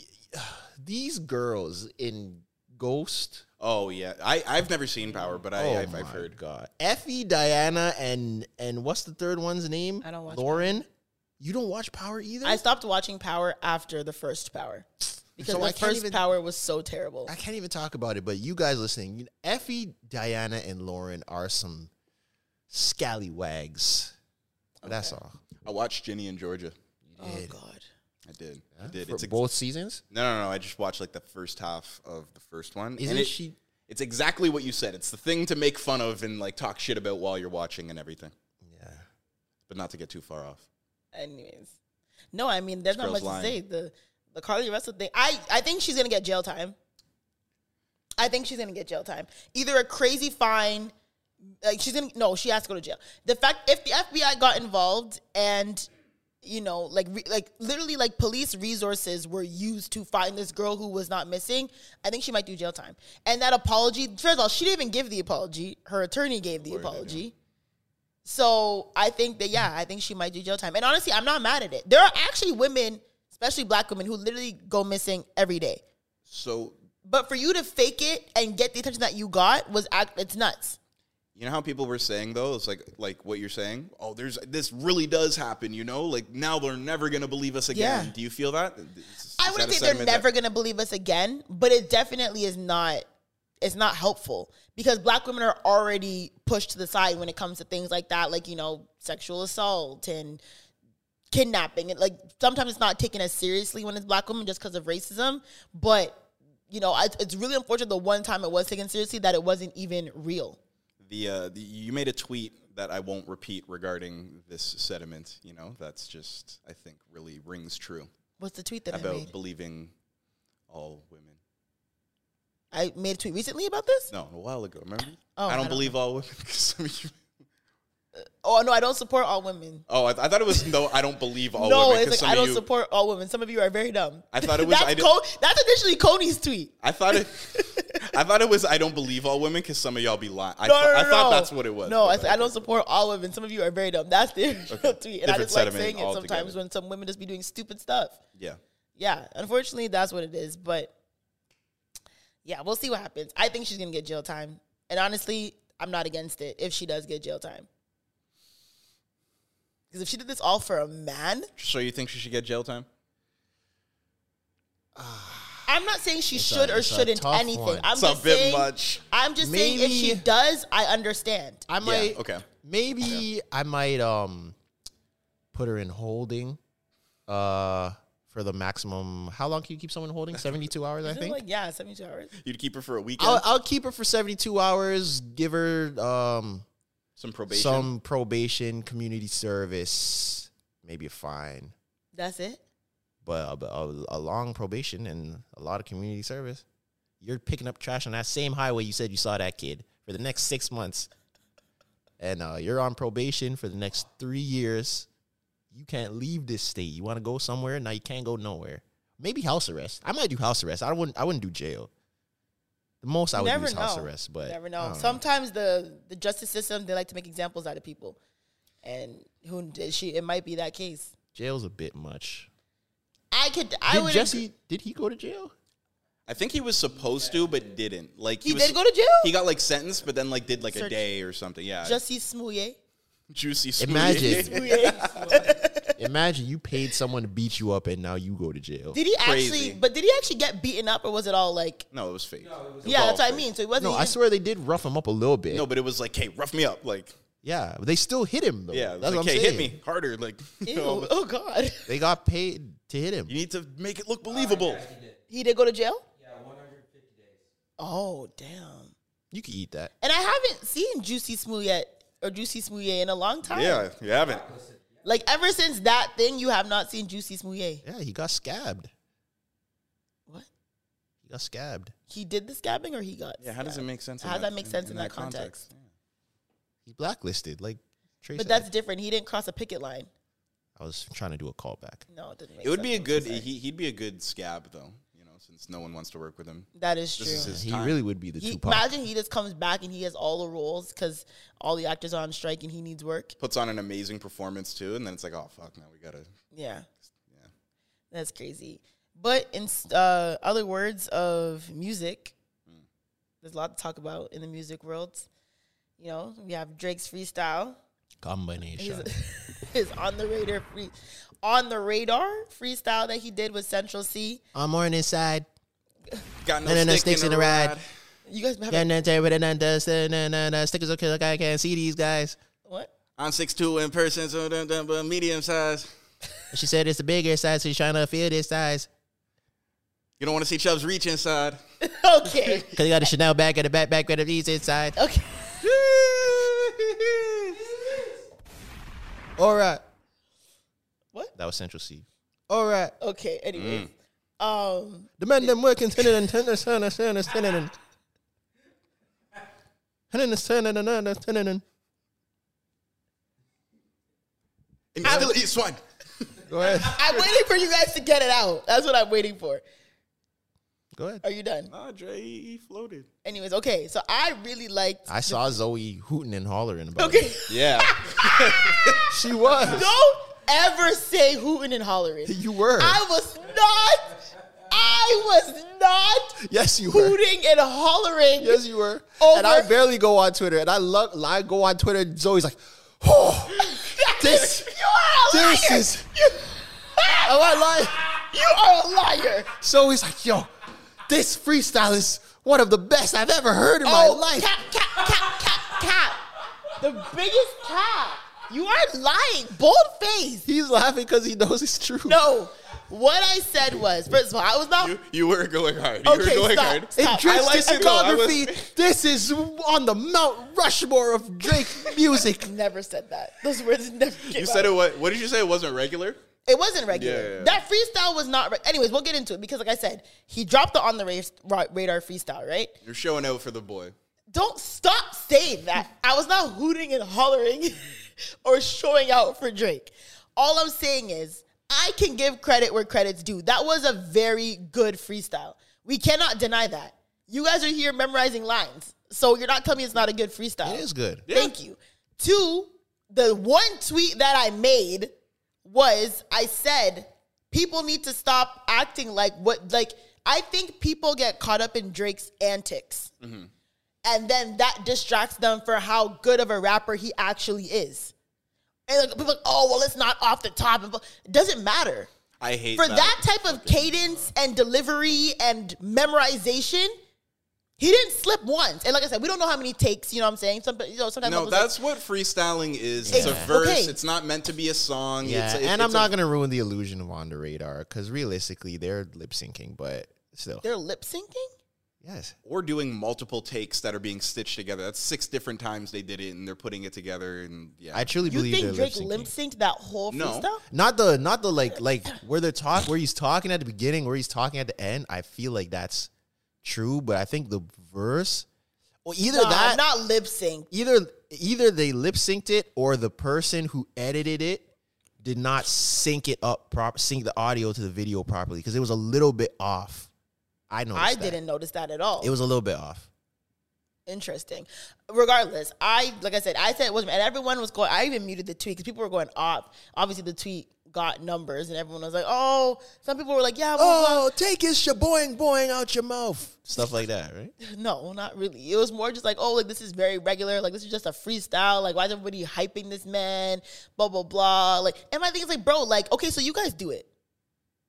[SPEAKER 2] These girls in Ghost.
[SPEAKER 3] oh yeah, I I've never seen Power, but I
[SPEAKER 2] oh
[SPEAKER 3] I've,
[SPEAKER 2] my
[SPEAKER 3] I've heard.
[SPEAKER 2] God. Effie, Diana, and and what's the third one's name?
[SPEAKER 1] I don't watch
[SPEAKER 2] Lauren. You don't watch Power either.
[SPEAKER 1] I stopped watching Power after the first Power because
[SPEAKER 2] So I
[SPEAKER 1] the
[SPEAKER 2] can't
[SPEAKER 1] first
[SPEAKER 2] even-
[SPEAKER 1] Power was so terrible.
[SPEAKER 2] I can't even talk about it, but you guys listening, you Effie, Diana, and Lauren are some scallywags. But That's all.
[SPEAKER 3] I watched Ginny and Georgia.
[SPEAKER 1] oh god.
[SPEAKER 3] I did. I did.
[SPEAKER 2] For
[SPEAKER 3] It's ex-
[SPEAKER 2] both seasons.
[SPEAKER 3] no, no, no. I just watched like the first half of the first one. and
[SPEAKER 2] Isn't
[SPEAKER 3] it-
[SPEAKER 2] she?
[SPEAKER 3] It's exactly what you said. It's the thing to make fun of and like talk shit about while you're watching and everything,
[SPEAKER 2] Yeah.
[SPEAKER 3] but not to get too far off.
[SPEAKER 1] Anyways, no, I mean, there's not much
[SPEAKER 3] girl's
[SPEAKER 1] to say.
[SPEAKER 3] lying.
[SPEAKER 1] The the Carly Russell thing, I I think she's gonna get jail time. I think she's gonna get jail time. Either a crazy fine, like she's gonna no, she has to go to jail. The fact if the FBI got involved and you know like re, like literally like police resources were used to find this girl who was not missing, I think she might do jail time. And that apology, first of all, she didn't even give the apology. Her attorney gave the apology. So I think that yeah, I think she might do jail time. And honestly, I'm not mad at it. There are actually women, especially black women, who literally go missing every day.
[SPEAKER 3] So
[SPEAKER 1] But for you to fake it and get the attention that you got was act- it's nuts.
[SPEAKER 3] you know how people were saying though, it's like like what you're saying. Oh, there's this really does happen. You know, like now they're never gonna believe us again.
[SPEAKER 1] Yeah.
[SPEAKER 3] Do you feel that? Is-
[SPEAKER 1] I
[SPEAKER 3] is
[SPEAKER 1] wouldn't
[SPEAKER 3] that a
[SPEAKER 1] say they're
[SPEAKER 3] sentiment that-
[SPEAKER 1] never gonna believe us again, but it definitely is not. It's not helpful because black women are already pushed to the side when it comes to things like that, like you know, sexual assault and kidnapping. And like sometimes it's not taken as seriously when it's black women just because of racism. But you know, I, it's really unfortunate the one time it was taken seriously that it wasn't even real.
[SPEAKER 3] the, uh, the you made a tweet that I won't repeat regarding this sediment. You know, that's just I think really rings true
[SPEAKER 1] What's the tweet that I
[SPEAKER 3] about
[SPEAKER 1] made?
[SPEAKER 3] believing all women.
[SPEAKER 1] I made a tweet recently about this.
[SPEAKER 3] No, a while ago. Remember?
[SPEAKER 1] Oh,
[SPEAKER 3] I
[SPEAKER 1] I
[SPEAKER 3] don't
[SPEAKER 1] don't
[SPEAKER 3] believe all women. 'cause some of you-
[SPEAKER 1] Oh no, I don't support all women.
[SPEAKER 3] oh, I, th- I thought it was no. I don't believe all
[SPEAKER 1] no,
[SPEAKER 3] women. 'cause
[SPEAKER 1] it's
[SPEAKER 3] some
[SPEAKER 1] like I
[SPEAKER 3] of
[SPEAKER 1] don't
[SPEAKER 3] you-
[SPEAKER 1] support all women. Some of you are very dumb.
[SPEAKER 3] I thought it was-
[SPEAKER 1] that's,
[SPEAKER 3] I did-
[SPEAKER 1] Co- that's initially Coney's tweet.
[SPEAKER 3] I thought it. I thought it was I don't believe all women because some of y'all be lying. I,
[SPEAKER 1] No,
[SPEAKER 3] thought-
[SPEAKER 1] no, no,
[SPEAKER 3] I thought
[SPEAKER 1] no.
[SPEAKER 3] that's what it was.
[SPEAKER 1] No,
[SPEAKER 3] but
[SPEAKER 1] I, said, I don't support all women. Some of you are very dumb. That's the original tweet, and I just
[SPEAKER 3] Different
[SPEAKER 1] like
[SPEAKER 3] sentiment
[SPEAKER 1] saying it
[SPEAKER 3] altogether.
[SPEAKER 1] sometimes when some women just be doing stupid stuff.
[SPEAKER 3] Yeah.
[SPEAKER 1] Yeah, unfortunately, that's what it is. But yeah, we'll see what happens. I think she's gonna get jail time, and honestly, I'm not against it if she does get jail time. Because if she did this all for a man,
[SPEAKER 3] So you think she should get jail time?
[SPEAKER 1] I'm not saying she
[SPEAKER 2] It's a-
[SPEAKER 1] should or
[SPEAKER 2] it's a
[SPEAKER 1] shouldn't
[SPEAKER 2] tough
[SPEAKER 1] anything.
[SPEAKER 2] one.
[SPEAKER 1] I'm
[SPEAKER 3] It's a
[SPEAKER 1] just
[SPEAKER 3] bit
[SPEAKER 1] saying,
[SPEAKER 3] much.
[SPEAKER 1] I'm just saying if she
[SPEAKER 2] Maybe-
[SPEAKER 1] does, I understand.
[SPEAKER 2] I might.
[SPEAKER 3] okay.
[SPEAKER 2] Maybe I might um put her in holding uh for the maximum. How long can you keep someone holding? Seventy two hours, I
[SPEAKER 1] Isn't it
[SPEAKER 2] think.
[SPEAKER 1] Like, yeah, 72 hours.
[SPEAKER 3] You'd keep her for a weekend,
[SPEAKER 2] I'll, I'll keep her for seventy two hours. Give her um
[SPEAKER 3] some probation.
[SPEAKER 2] some probation, community service, maybe a fine,
[SPEAKER 1] That's it.
[SPEAKER 2] but a, a, a long probation and a lot of community service. You're picking up trash on that same highway you said you saw that kid for the next six months, and uh, you're on probation for the next three years. You can't leave this state. You want to go somewhere now? You can't go nowhere. Maybe house arrest. I might do house arrest. I wouldn't. I wouldn't do jail. The most I
[SPEAKER 1] You
[SPEAKER 2] would do
[SPEAKER 1] never
[SPEAKER 2] is house
[SPEAKER 1] know.
[SPEAKER 2] arrest, but
[SPEAKER 1] you never
[SPEAKER 2] I
[SPEAKER 1] know.
[SPEAKER 2] don't
[SPEAKER 1] Sometimes the the justice system they like to make examples out of people, and who she it might be that case.
[SPEAKER 2] jail's a bit much.
[SPEAKER 1] I could. I
[SPEAKER 2] Did
[SPEAKER 1] would.
[SPEAKER 2] Jesse?
[SPEAKER 1] agree-
[SPEAKER 2] Did he go to jail?
[SPEAKER 3] I think he was supposed to, but didn't. Like
[SPEAKER 1] He
[SPEAKER 3] was-
[SPEAKER 1] did go to jail?
[SPEAKER 3] He got like sentenced, but then like did like
[SPEAKER 1] Search-
[SPEAKER 3] a day or something. Yeah,
[SPEAKER 1] Jesse Smouye.
[SPEAKER 3] juicy. Smoothie.
[SPEAKER 2] Imagine,
[SPEAKER 1] Smouye.
[SPEAKER 2] imagine you paid someone to beat you up, and now you go to jail.
[SPEAKER 1] did he
[SPEAKER 3] Crazy.
[SPEAKER 1] actually? But did he actually get beaten up, or was it all like?
[SPEAKER 3] no, it was fake.
[SPEAKER 1] Yeah, that's what I
[SPEAKER 3] fake.
[SPEAKER 1] mean. So he wasn't.
[SPEAKER 2] No, I
[SPEAKER 1] even-
[SPEAKER 2] swear they did rough him up a little bit.
[SPEAKER 3] No, but it was like, hey, rough me up, like
[SPEAKER 2] yeah, but they still hit him though.
[SPEAKER 3] yeah, it was
[SPEAKER 2] that's
[SPEAKER 3] like,
[SPEAKER 2] what I'm
[SPEAKER 3] hey,
[SPEAKER 2] saying.
[SPEAKER 3] hit me harder, like you,
[SPEAKER 1] Ew,
[SPEAKER 3] know,
[SPEAKER 1] oh God,
[SPEAKER 2] They got paid to hit him.
[SPEAKER 3] you need to make it look believable.
[SPEAKER 1] he did go to jail. Yeah, 150 days. Oh damn.
[SPEAKER 2] You could eat that.
[SPEAKER 1] And I haven't seen Juicy Smooth yet or Juicy Smouye in a long time.
[SPEAKER 3] Yeah, you haven't.
[SPEAKER 1] Like ever since that thing, you have not seen Juicy Smouye.
[SPEAKER 2] Yeah, he got scabbed.
[SPEAKER 1] What?
[SPEAKER 2] He He got scabbed.
[SPEAKER 1] He did the scabbing or he got
[SPEAKER 3] Yeah, how does it
[SPEAKER 1] scabbed?
[SPEAKER 3] make sense? in
[SPEAKER 1] How does that make
[SPEAKER 3] in-
[SPEAKER 1] sense in that context?
[SPEAKER 2] He blacklisted. Like Trey
[SPEAKER 1] But
[SPEAKER 2] said.
[SPEAKER 1] that's different. He didn't cross a picket line.
[SPEAKER 2] I was trying to do a callback.
[SPEAKER 1] No, it didn't make
[SPEAKER 3] Yeah. It would
[SPEAKER 1] sense.
[SPEAKER 3] be a
[SPEAKER 1] I'm so
[SPEAKER 3] good.
[SPEAKER 1] sorry.
[SPEAKER 3] He, he'd be a good scab though, you know, since no one wants to work with him.
[SPEAKER 1] that is true.
[SPEAKER 3] This is his
[SPEAKER 2] He
[SPEAKER 3] time.
[SPEAKER 2] really would be the
[SPEAKER 1] He,
[SPEAKER 2] Tupac.
[SPEAKER 1] imagine he just comes back and he has all the roles because all the actors are on strike and he needs work.
[SPEAKER 3] puts on an amazing performance too, and then it's like, oh fuck, now we gotta.
[SPEAKER 1] Yeah. That's crazy. But in s- uh, other words of music,
[SPEAKER 3] Hmm.
[SPEAKER 1] there's a lot to talk about in the music world. You know, we have Drake's freestyle.
[SPEAKER 2] Combination.
[SPEAKER 1] His on the radar free, on the radar freestyle that he did with Central C.
[SPEAKER 2] I'm on his side.
[SPEAKER 3] Got
[SPEAKER 2] No, no, no, sticks in the ride.
[SPEAKER 1] You guys have
[SPEAKER 2] Dun, dun, dun, dun, dun, dun, dun, dun, dun, dun. Stickers okay, look, I can't see these guys.
[SPEAKER 1] what?
[SPEAKER 3] I'm six two in person, so dun, dun, but medium size.
[SPEAKER 2] She said it's the bigger size, so she's trying to feel this size.
[SPEAKER 3] You don't want to see Chubbs reach inside.
[SPEAKER 1] Okay,
[SPEAKER 2] Cause he got a Chanel bag at the back, back with these inside.
[SPEAKER 1] okay.
[SPEAKER 2] All right.
[SPEAKER 1] What?
[SPEAKER 2] That was Central C. All right.
[SPEAKER 1] Okay.
[SPEAKER 2] Mm.
[SPEAKER 1] Anyways, um,
[SPEAKER 2] The man them working ten and ten and ten and ten and ten and ten and ten and ten and ten and
[SPEAKER 3] And you still eat swine.
[SPEAKER 2] Go ahead.
[SPEAKER 1] I'm waiting for you guys to get it out. That's what I'm waiting for.
[SPEAKER 2] Go ahead.
[SPEAKER 1] Are you done?
[SPEAKER 3] Nah, Dre, he floated.
[SPEAKER 1] Anyways, okay. So I really liked.
[SPEAKER 2] I saw Zoe hooting and hollering about
[SPEAKER 1] Okay.
[SPEAKER 2] it.
[SPEAKER 3] Yeah.
[SPEAKER 2] She was.
[SPEAKER 1] Don't ever say hooting and hollering.
[SPEAKER 2] You were.
[SPEAKER 1] I was not. I was not
[SPEAKER 2] yes, you were.
[SPEAKER 1] hooting and hollering.
[SPEAKER 2] Yes, you were.
[SPEAKER 1] Over-
[SPEAKER 2] And I barely go on Twitter. And I love, I go on Twitter. and Zoe's like, oh, this,
[SPEAKER 1] You are a liar.
[SPEAKER 2] this is,
[SPEAKER 1] You, Ah!
[SPEAKER 2] am I lying?
[SPEAKER 1] you are a liar.
[SPEAKER 2] Zoe's like, yo, this freestyle is one of the best I've ever heard in my
[SPEAKER 1] Oh,
[SPEAKER 2] life.
[SPEAKER 1] Cap, cap, cap, cap, cap. The biggest cap. You are lying. Bold face.
[SPEAKER 2] He's laughing because he knows it's true.
[SPEAKER 1] No. What I said was, first of all, I was not.
[SPEAKER 3] you, you were going hard. You
[SPEAKER 1] Okay,
[SPEAKER 3] were going
[SPEAKER 1] stop.
[SPEAKER 3] hard.
[SPEAKER 2] In
[SPEAKER 1] Stop.
[SPEAKER 2] Drake's
[SPEAKER 3] I liked it though. I was-
[SPEAKER 2] discography, this is on the Mount Rushmore of Drake music.
[SPEAKER 1] never said that. Those words never came
[SPEAKER 3] You
[SPEAKER 1] out.
[SPEAKER 3] said it was. What did you say? It wasn't regular.
[SPEAKER 1] It wasn't regular.
[SPEAKER 3] Yeah, yeah, yeah.
[SPEAKER 1] That freestyle was not. Re- Anyways, we'll get into it because, like I said, he dropped the on the ra- radar freestyle. Right?
[SPEAKER 3] You're showing out for the boy.
[SPEAKER 1] Don't stop saying that. I was not hooting and hollering or showing out for Drake. All I'm saying is I can give credit where credit's due. That was a very good freestyle. We cannot deny that. You guys are here memorizing lines, so you're not telling me it's not a good freestyle.
[SPEAKER 2] It is good.
[SPEAKER 1] Thank you. Two, the one tweet that I made was I said people need to stop acting like what like I think people get caught up in Drake's antics. And then that distracts them for how good of a rapper he actually is. And like, people like, oh well, it's not off the top. and blah- It doesn't matter
[SPEAKER 3] I hate
[SPEAKER 1] for that type of cadence and delivery and memorization, he didn't slip once. And like I said, we don't know how many takes. You know what I'm saying? Some, you know, sometimes I
[SPEAKER 3] No,
[SPEAKER 1] was like-
[SPEAKER 3] that's what freestyling is. It's
[SPEAKER 1] Yeah.
[SPEAKER 3] a verse.
[SPEAKER 1] Okay.
[SPEAKER 3] It's not meant to be a song.
[SPEAKER 2] Yeah,
[SPEAKER 3] it's,
[SPEAKER 2] and I'm not gonna ruin the illusion of on the radar because realistically they're lip syncing, but still,
[SPEAKER 1] they're lip syncing.
[SPEAKER 2] yes,
[SPEAKER 3] Or doing multiple takes that are being stitched together. That's six different times they did it, and they're putting it together. And yeah,
[SPEAKER 2] I truly
[SPEAKER 1] You
[SPEAKER 2] believe
[SPEAKER 1] think
[SPEAKER 2] they're
[SPEAKER 1] Drake lip
[SPEAKER 2] lip syncing.
[SPEAKER 1] synced that whole
[SPEAKER 3] No.
[SPEAKER 1] freestyle?
[SPEAKER 2] Not the not the like like where they're talk where he's talking at the beginning, where he's talking at the end. I feel like that's true, but I think the verse, well, either
[SPEAKER 1] Nah,
[SPEAKER 2] that,
[SPEAKER 1] not lip sync.
[SPEAKER 2] either either they lip synced it or the person who edited it did not sync it up prop sync the audio to the video properly because it was a little bit off. I know
[SPEAKER 1] I didn't notice that at all.
[SPEAKER 2] It was a little bit off.
[SPEAKER 1] interesting. Regardless, I like I said, I said it wasn't, and everyone was going. I even muted the tweet because people were going off. Obviously, the tweet got numbers, and everyone was like, "Oh." Some people were like, "Yeah, blah, blah, blah."
[SPEAKER 2] Oh, take his shaboing boing out your mouth. Stuff like that, right?
[SPEAKER 1] No, not really. It was more just like, oh, like this is very regular. Like this is just a freestyle. Like why is everybody hyping this man? Blah blah blah. Like, and my thing is like, bro, like okay, so you guys do it.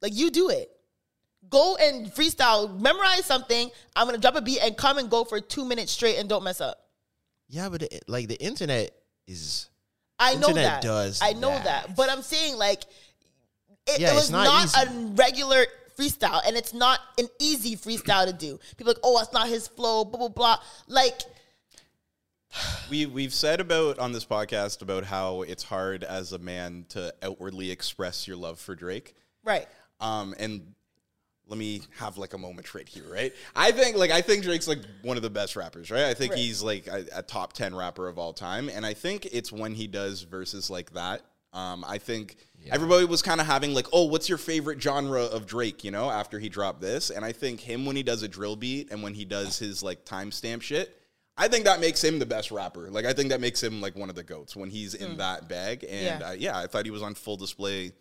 [SPEAKER 1] Like you do it. Go and freestyle, memorize something. I'm gonna drop a beat and come and go for two minutes straight and don't mess up.
[SPEAKER 2] Yeah, but it, like the internet is
[SPEAKER 1] I know that.
[SPEAKER 2] Internet does
[SPEAKER 1] I know
[SPEAKER 2] that.
[SPEAKER 1] that. But I'm saying like, it,
[SPEAKER 2] Yeah,
[SPEAKER 1] it
[SPEAKER 2] it's
[SPEAKER 1] was
[SPEAKER 2] not
[SPEAKER 1] not,
[SPEAKER 2] easy.
[SPEAKER 1] a regular freestyle, and it's not an easy freestyle to do. People are like, oh, it's not his flow. Blah blah blah. Like.
[SPEAKER 3] we we've said about on this podcast about how it's hard as a man to outwardly express your love for Drake.
[SPEAKER 1] Right.
[SPEAKER 3] Um, and let me have like a moment right here, right? I think like I think Drake's like one of the best rappers, right? I think he's like a, a top ten rapper of all time, and I think it's when he does verses like that. Um, I think everybody was kind of having like, oh, what's your favorite genre of Drake? You know, after he dropped this, and I think him when he does a drill beat and when he does his like timestamp shit, I think that makes him the best rapper. Like I think that makes him like one of the goats when he's in that bag. And
[SPEAKER 1] Yeah.
[SPEAKER 3] Hmm. yeah. Uh, yeah, I thought he was on full display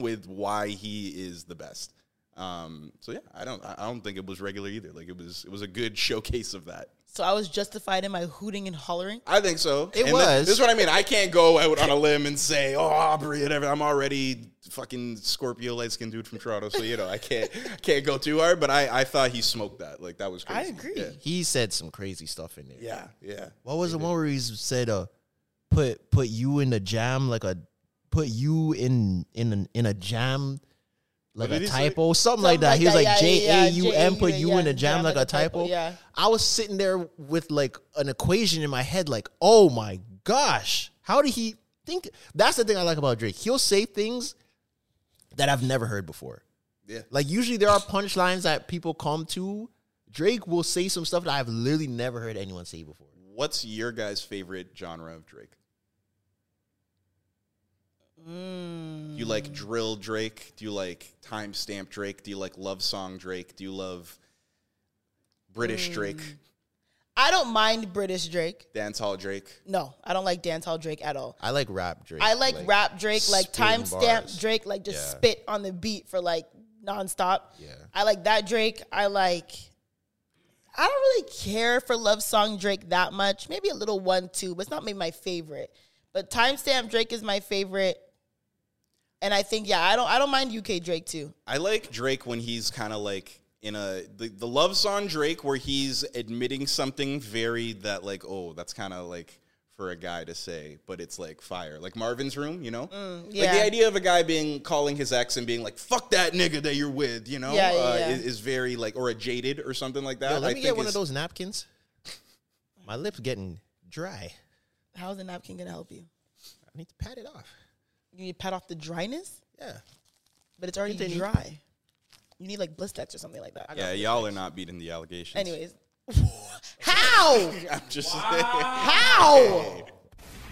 [SPEAKER 3] with why he is the best. Um, so yeah, I don't I I don't think it was regular either. Like it was it was a good showcase of that.
[SPEAKER 1] So I was justified in my hooting and hollering.
[SPEAKER 3] I think so.
[SPEAKER 2] It
[SPEAKER 3] And thi-
[SPEAKER 2] was.
[SPEAKER 3] this is what I mean. I can't go out on a limb and say, "Oh, Aubrey," whatever. I'm already fucking Scorpio light skinned dude from Toronto, so you know I can't can't go too hard. But I I thought he smoked that. Like that was
[SPEAKER 1] I
[SPEAKER 3] crazy.
[SPEAKER 1] agree.
[SPEAKER 3] Yeah,
[SPEAKER 2] He said some crazy stuff in there.
[SPEAKER 3] yeah. yeah.
[SPEAKER 2] What was the one where he said, "Uh, put put you in the jam like a put you in in an, in a jam like
[SPEAKER 3] did
[SPEAKER 2] a
[SPEAKER 3] he say?
[SPEAKER 2] typo, something, like that."
[SPEAKER 1] like
[SPEAKER 2] he was
[SPEAKER 1] that,
[SPEAKER 2] like
[SPEAKER 1] yeah, yeah,
[SPEAKER 2] J
[SPEAKER 1] yeah,
[SPEAKER 2] A U M, put
[SPEAKER 1] J A U M,
[SPEAKER 2] you in a jam like a typo.
[SPEAKER 1] yeah.
[SPEAKER 2] I was sitting there with like an equation in my head, like, "Oh my gosh, how did he think?" That's the thing I like about Drake. He'll say things that I've never heard before.
[SPEAKER 3] Yeah.
[SPEAKER 2] Like usually there are punchlines that people come to. Drake will say some stuff that I've literally never heard anyone say before.
[SPEAKER 3] What's your guy's favorite genre of Drake? Do you like drill Drake? Do you like timestamp Drake? Do you like love song Drake? Do you love British Drake,
[SPEAKER 1] I don't mind British Drake.
[SPEAKER 3] dancehall Drake?
[SPEAKER 1] No, I don't like dancehall Drake at all.
[SPEAKER 2] I like rap Drake.
[SPEAKER 1] I like, rap Drake, like
[SPEAKER 2] spitting bars.
[SPEAKER 1] timestamp Drake, like just
[SPEAKER 2] Yeah.
[SPEAKER 1] spit on the beat for like nonstop.
[SPEAKER 2] Yeah.
[SPEAKER 1] I like that Drake. I like. I don't really care for love song Drake that much. Maybe a little one two, but it's not maybe my favorite. But timestamp Drake is my favorite, and I think yeah, I don't I don't mind UK Drake too.
[SPEAKER 3] I like Drake when he's kind of like in a the, the love song Drake where he's admitting something very that like oh that's kind of like for a guy to say but it's like fire like Marvin's room you know
[SPEAKER 2] Mm,
[SPEAKER 3] like
[SPEAKER 1] yeah.
[SPEAKER 3] the idea of a guy being calling his ex and being like fuck that nigga that you're with you know
[SPEAKER 1] Yeah, yeah,
[SPEAKER 3] uh,
[SPEAKER 1] yeah.
[SPEAKER 3] Is, is very like or a jaded or something like that
[SPEAKER 2] Yo, let
[SPEAKER 3] I
[SPEAKER 2] me get one
[SPEAKER 3] is-
[SPEAKER 2] of those napkins. My lips getting dry.
[SPEAKER 1] How's the napkin gonna help you?
[SPEAKER 2] I need to pat it off.
[SPEAKER 1] You need to pat off the dryness,
[SPEAKER 2] Yeah.
[SPEAKER 1] but it's already
[SPEAKER 2] Continue.
[SPEAKER 1] dry. You need like Blistex or something like that.
[SPEAKER 3] yeah y'all are not beating the allegations
[SPEAKER 1] Anyways, how
[SPEAKER 3] I'm just
[SPEAKER 1] how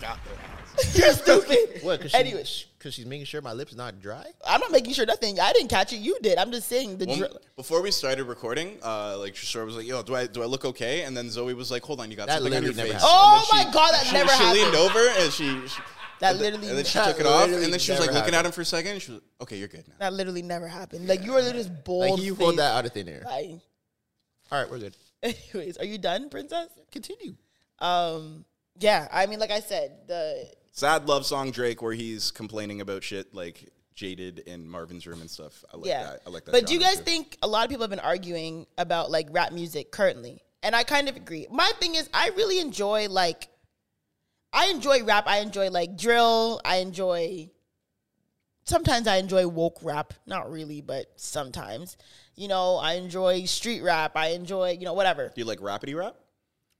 [SPEAKER 1] you're stupid.
[SPEAKER 2] What? Cause
[SPEAKER 1] Anyway.
[SPEAKER 2] because she's making sure my lips not dry.
[SPEAKER 1] I'm not making sure nothing. I didn't catch it. You did. I'm just saying the
[SPEAKER 3] Well,
[SPEAKER 1] drill.
[SPEAKER 3] before we started recording, uh, like Shasora was like, "Yo, do I do I look okay?" And then Zoe was like, "Hold on, you got
[SPEAKER 2] That
[SPEAKER 3] something on your
[SPEAKER 2] literally never
[SPEAKER 3] face."
[SPEAKER 2] happened.
[SPEAKER 3] And
[SPEAKER 1] Oh
[SPEAKER 3] then
[SPEAKER 1] my God, that
[SPEAKER 3] she,
[SPEAKER 1] never
[SPEAKER 3] she
[SPEAKER 1] happened.
[SPEAKER 3] leaned over and she, she
[SPEAKER 1] That
[SPEAKER 3] and then-
[SPEAKER 1] literally
[SPEAKER 3] and then she
[SPEAKER 2] never-
[SPEAKER 3] took it off,
[SPEAKER 2] literally
[SPEAKER 3] and then she was like
[SPEAKER 2] never
[SPEAKER 3] looking at
[SPEAKER 2] happened.
[SPEAKER 3] him for a second. And she was like, "Okay, you're good now."
[SPEAKER 1] That literally never happened. Like you were literally just bold.
[SPEAKER 2] Like you hold that out of thin air.
[SPEAKER 1] Like,
[SPEAKER 2] All right, we're good.
[SPEAKER 1] anyways, are you done, princess?
[SPEAKER 2] Continue.
[SPEAKER 1] Um, yeah. I mean, like I said, the
[SPEAKER 3] Sad love song Drake, where he's complaining about shit like jaded in Marvin's room and stuff. I like
[SPEAKER 1] yeah.
[SPEAKER 3] that. I like that.
[SPEAKER 1] But do you
[SPEAKER 3] genre,
[SPEAKER 1] guys
[SPEAKER 3] too.
[SPEAKER 1] think a lot of people have been arguing about like rap music currently? And I kind of agree. My thing is, I really enjoy like, I enjoy rap. I enjoy like drill. I enjoy. Sometimes I enjoy woke rap, not really, but sometimes, you know, I enjoy street rap. I enjoy, you know, whatever.
[SPEAKER 3] Do you like rapidy rap?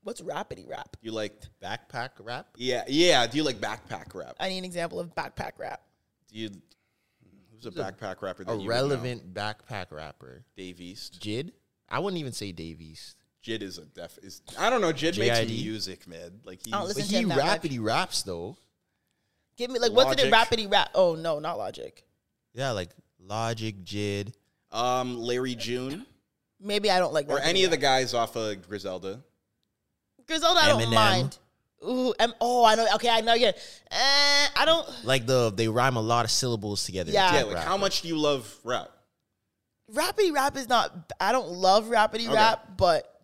[SPEAKER 1] What's rapidy rap?
[SPEAKER 3] You like?
[SPEAKER 2] Backpack rap.
[SPEAKER 3] Yeah, yeah. Do you like backpack rap?
[SPEAKER 1] I need an example of backpack rap.
[SPEAKER 3] Do you? Who's a backpack rapper?
[SPEAKER 2] A
[SPEAKER 3] That you would know?
[SPEAKER 2] relevant backpack rapper.
[SPEAKER 3] Dave East.
[SPEAKER 2] Jid. I wouldn't even say Dave East.
[SPEAKER 3] Jid is a def. Is I don't know. Jid makes
[SPEAKER 2] JID?
[SPEAKER 3] music, man. Like he's,
[SPEAKER 1] I don't
[SPEAKER 2] But
[SPEAKER 1] Oh, listen to
[SPEAKER 2] he
[SPEAKER 1] him that much.
[SPEAKER 2] rapidly raps though.
[SPEAKER 1] Give me like what's it?
[SPEAKER 3] Logic.
[SPEAKER 1] Rapidy rap? Oh no, not logic.
[SPEAKER 2] Yeah, like Logic, Jid.
[SPEAKER 3] um, Larry June
[SPEAKER 1] Maybe I don't like
[SPEAKER 3] or
[SPEAKER 1] rapidly
[SPEAKER 3] any of
[SPEAKER 1] rap.
[SPEAKER 3] the guys off of Griselda.
[SPEAKER 1] Griselda, I don't
[SPEAKER 2] Eminem.
[SPEAKER 1] mind. Ooh, em- oh, I know. Okay, I know again. Uh, I don't
[SPEAKER 2] Like the they rhyme a lot of syllables together.
[SPEAKER 1] Yeah.
[SPEAKER 3] Yeah,
[SPEAKER 1] Rap
[SPEAKER 3] like
[SPEAKER 2] Rapper.
[SPEAKER 3] how much do you love rap?
[SPEAKER 1] rapidy rap is not. I don't love rapidy
[SPEAKER 3] Okay.
[SPEAKER 1] rap, but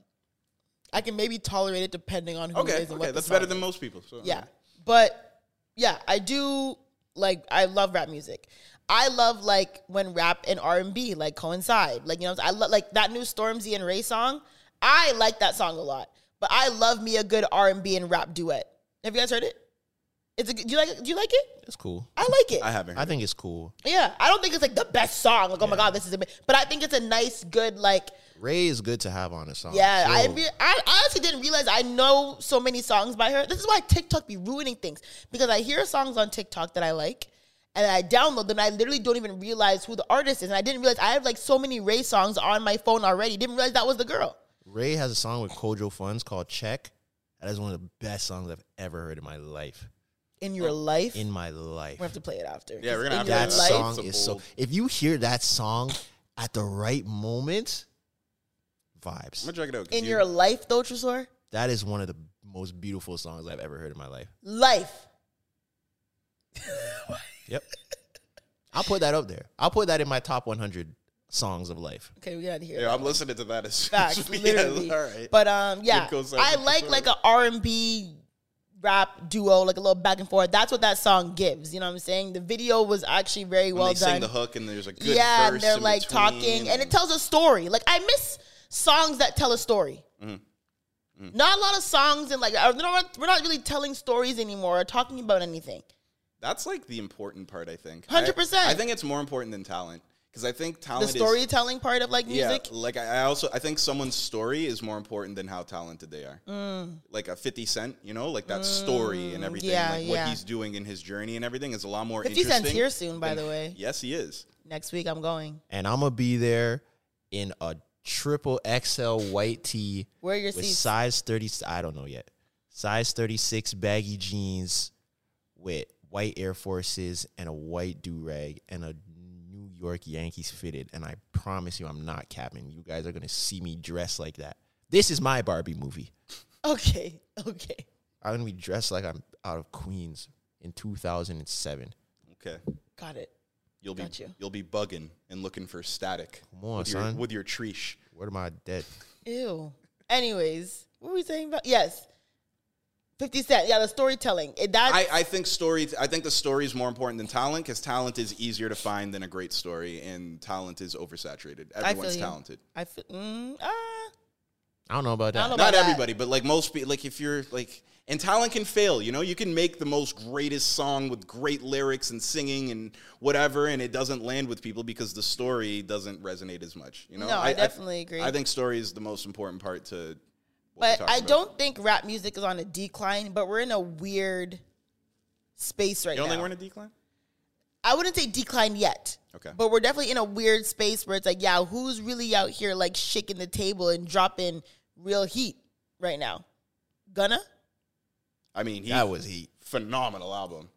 [SPEAKER 1] I can maybe tolerate it depending on who it
[SPEAKER 3] Okay,
[SPEAKER 1] is and what
[SPEAKER 3] okay,
[SPEAKER 1] the
[SPEAKER 3] that's
[SPEAKER 1] song
[SPEAKER 3] better
[SPEAKER 1] is.
[SPEAKER 3] than most people. So.
[SPEAKER 1] Yeah, but yeah, I do like I love rap music. I love like when rap and R and B like coincide. Like you know, what I'm saying? I love like that new Stormzy and Ray song. I like that song a lot, but I love me a good R and B and rap duet. Have you guys heard it? It's a, good- do you like it? do you like it?
[SPEAKER 2] It's cool.
[SPEAKER 1] I like it.
[SPEAKER 3] I haven't.
[SPEAKER 2] I think it's cool.
[SPEAKER 1] Yeah, I don't think it's like the best song. Like, oh my god, this is amazing. But I think it's a nice, good like.
[SPEAKER 2] Ray is good to have on a
[SPEAKER 3] Oh,
[SPEAKER 2] song.
[SPEAKER 1] Yeah, I,
[SPEAKER 2] Yo,
[SPEAKER 1] re- I honestly didn't realize I know so many songs by her. This is why TikTok be ruining things because I hear songs on TikTok that I like, and I download them. And I literally don't even realize who the artist is, and I didn't realize I have like so many Ray songs on my phone already. Didn't realize that was the girl.
[SPEAKER 2] Ray has a song with Kojo Funds called Check. That is one of the best songs I've ever heard in my life.
[SPEAKER 1] In your life,
[SPEAKER 2] In my life.
[SPEAKER 1] we have to play it after.
[SPEAKER 3] Yeah, we're gonna
[SPEAKER 1] In
[SPEAKER 3] have to
[SPEAKER 1] your
[SPEAKER 3] play
[SPEAKER 2] that
[SPEAKER 3] that.
[SPEAKER 1] life-
[SPEAKER 2] song
[SPEAKER 3] It's a
[SPEAKER 2] is so
[SPEAKER 3] bold-
[SPEAKER 2] if you hear that song at the right moment,
[SPEAKER 3] I'm
[SPEAKER 2] vibes.
[SPEAKER 3] gonna check it out. 'cause
[SPEAKER 1] In
[SPEAKER 3] you-
[SPEAKER 1] your life, though, Tresor,
[SPEAKER 2] That is one of the most beautiful songs I've ever heard in my life.
[SPEAKER 1] life.
[SPEAKER 2] Yep. I'll put that up there. I'll put that in my top 100 songs of life.
[SPEAKER 1] Okay, we gotta hear.
[SPEAKER 3] yeah,
[SPEAKER 1] that.
[SPEAKER 3] I'm listening to that as soon as
[SPEAKER 1] Facts,
[SPEAKER 3] we- yeah,
[SPEAKER 1] literally.
[SPEAKER 3] all right.
[SPEAKER 1] But um, yeah,
[SPEAKER 3] Good goes out
[SPEAKER 1] I
[SPEAKER 3] with the
[SPEAKER 1] like
[SPEAKER 3] sword.
[SPEAKER 1] like an R and B rap duo, like a little back and forth. That's what that song gives. You know what I'm saying? The video was actually very
[SPEAKER 3] when
[SPEAKER 1] well
[SPEAKER 3] they
[SPEAKER 1] done.
[SPEAKER 3] sing the hook and there's a good
[SPEAKER 1] yeah, and
[SPEAKER 3] verse
[SPEAKER 1] they're
[SPEAKER 3] in
[SPEAKER 1] like
[SPEAKER 3] between
[SPEAKER 1] talking, and it tells a story. Like I miss songs that tell a story.
[SPEAKER 3] Mm-hmm.
[SPEAKER 1] Not a lot of songs, and like uh, we're not, we're not really telling stories anymore or talking about anything.
[SPEAKER 3] That's like the important part, I think.
[SPEAKER 1] 100%.
[SPEAKER 3] I, I think it's more important than talent because I think
[SPEAKER 1] The
[SPEAKER 3] talent is
[SPEAKER 1] storytelling part of like music.
[SPEAKER 3] Yeah, like I I also I think someone's story is more important than how talented they are. Like a Fifty Cent, you know, like that story and everything,
[SPEAKER 1] Mm. yeah,
[SPEAKER 3] like
[SPEAKER 1] yeah.
[SPEAKER 3] what he's doing in his journey and everything is a lot more.
[SPEAKER 1] 50 Cent's
[SPEAKER 3] interesting
[SPEAKER 1] here soon, by the way.
[SPEAKER 3] Yes, he is.
[SPEAKER 1] Next week I'm going.
[SPEAKER 2] And I'm going to be there in a triple XL white tee
[SPEAKER 1] Where are your
[SPEAKER 2] with
[SPEAKER 1] seats?
[SPEAKER 2] size 30 I don't know yet. Size 36 baggy jeans with white Air Forces and a white do-rag and a New York Yankees fitted and I promise you I'm not capping. You guys are going to see me dressed like that. This is my Barbie movie.
[SPEAKER 1] okay, okay.
[SPEAKER 2] I'm going to be dressed like I'm out of Queens in 2007.
[SPEAKER 3] Okay,
[SPEAKER 1] Got it.
[SPEAKER 3] you'll be
[SPEAKER 1] Got you.
[SPEAKER 3] will be bugging and looking for static
[SPEAKER 2] Come on,
[SPEAKER 3] with, your,
[SPEAKER 2] son.
[SPEAKER 3] with your treesh.
[SPEAKER 2] What am I dead?
[SPEAKER 1] Ew. Anyways, what were we saying about? Yes. 50 Cent. Yeah, the storytelling. It, that's,
[SPEAKER 3] I, I think story. I think the story is more important than talent because talent is easier to find than a great story, and talent is oversaturated.
[SPEAKER 1] I feel
[SPEAKER 3] Everyone's
[SPEAKER 1] you.
[SPEAKER 3] talented.
[SPEAKER 1] I feel, mm, ah.
[SPEAKER 2] I don't know about
[SPEAKER 1] I
[SPEAKER 2] that.
[SPEAKER 1] don't know
[SPEAKER 3] not
[SPEAKER 1] about that.
[SPEAKER 3] everybody, but like most people, like if you're like, and talent can fail, you know, you can make the most greatest song with great lyrics and singing and whatever, and it doesn't land with people because the story doesn't resonate as much, you know?
[SPEAKER 1] No, I definitely agree.
[SPEAKER 3] I think story is the most important part to. what we're
[SPEAKER 1] But
[SPEAKER 3] talking
[SPEAKER 1] I
[SPEAKER 3] about.
[SPEAKER 1] don't think rap music is on a decline, but we're in a weird space right
[SPEAKER 3] You don't
[SPEAKER 1] now.
[SPEAKER 3] think we're in a decline?
[SPEAKER 1] I wouldn't say decline yet.
[SPEAKER 3] Okay.
[SPEAKER 1] But we're definitely in a weird space where it's like, yeah, who's really out here like shaking the table and dropping real heat right now? Gunna?
[SPEAKER 3] I mean, he,
[SPEAKER 2] That was heat.
[SPEAKER 3] phenomenal album,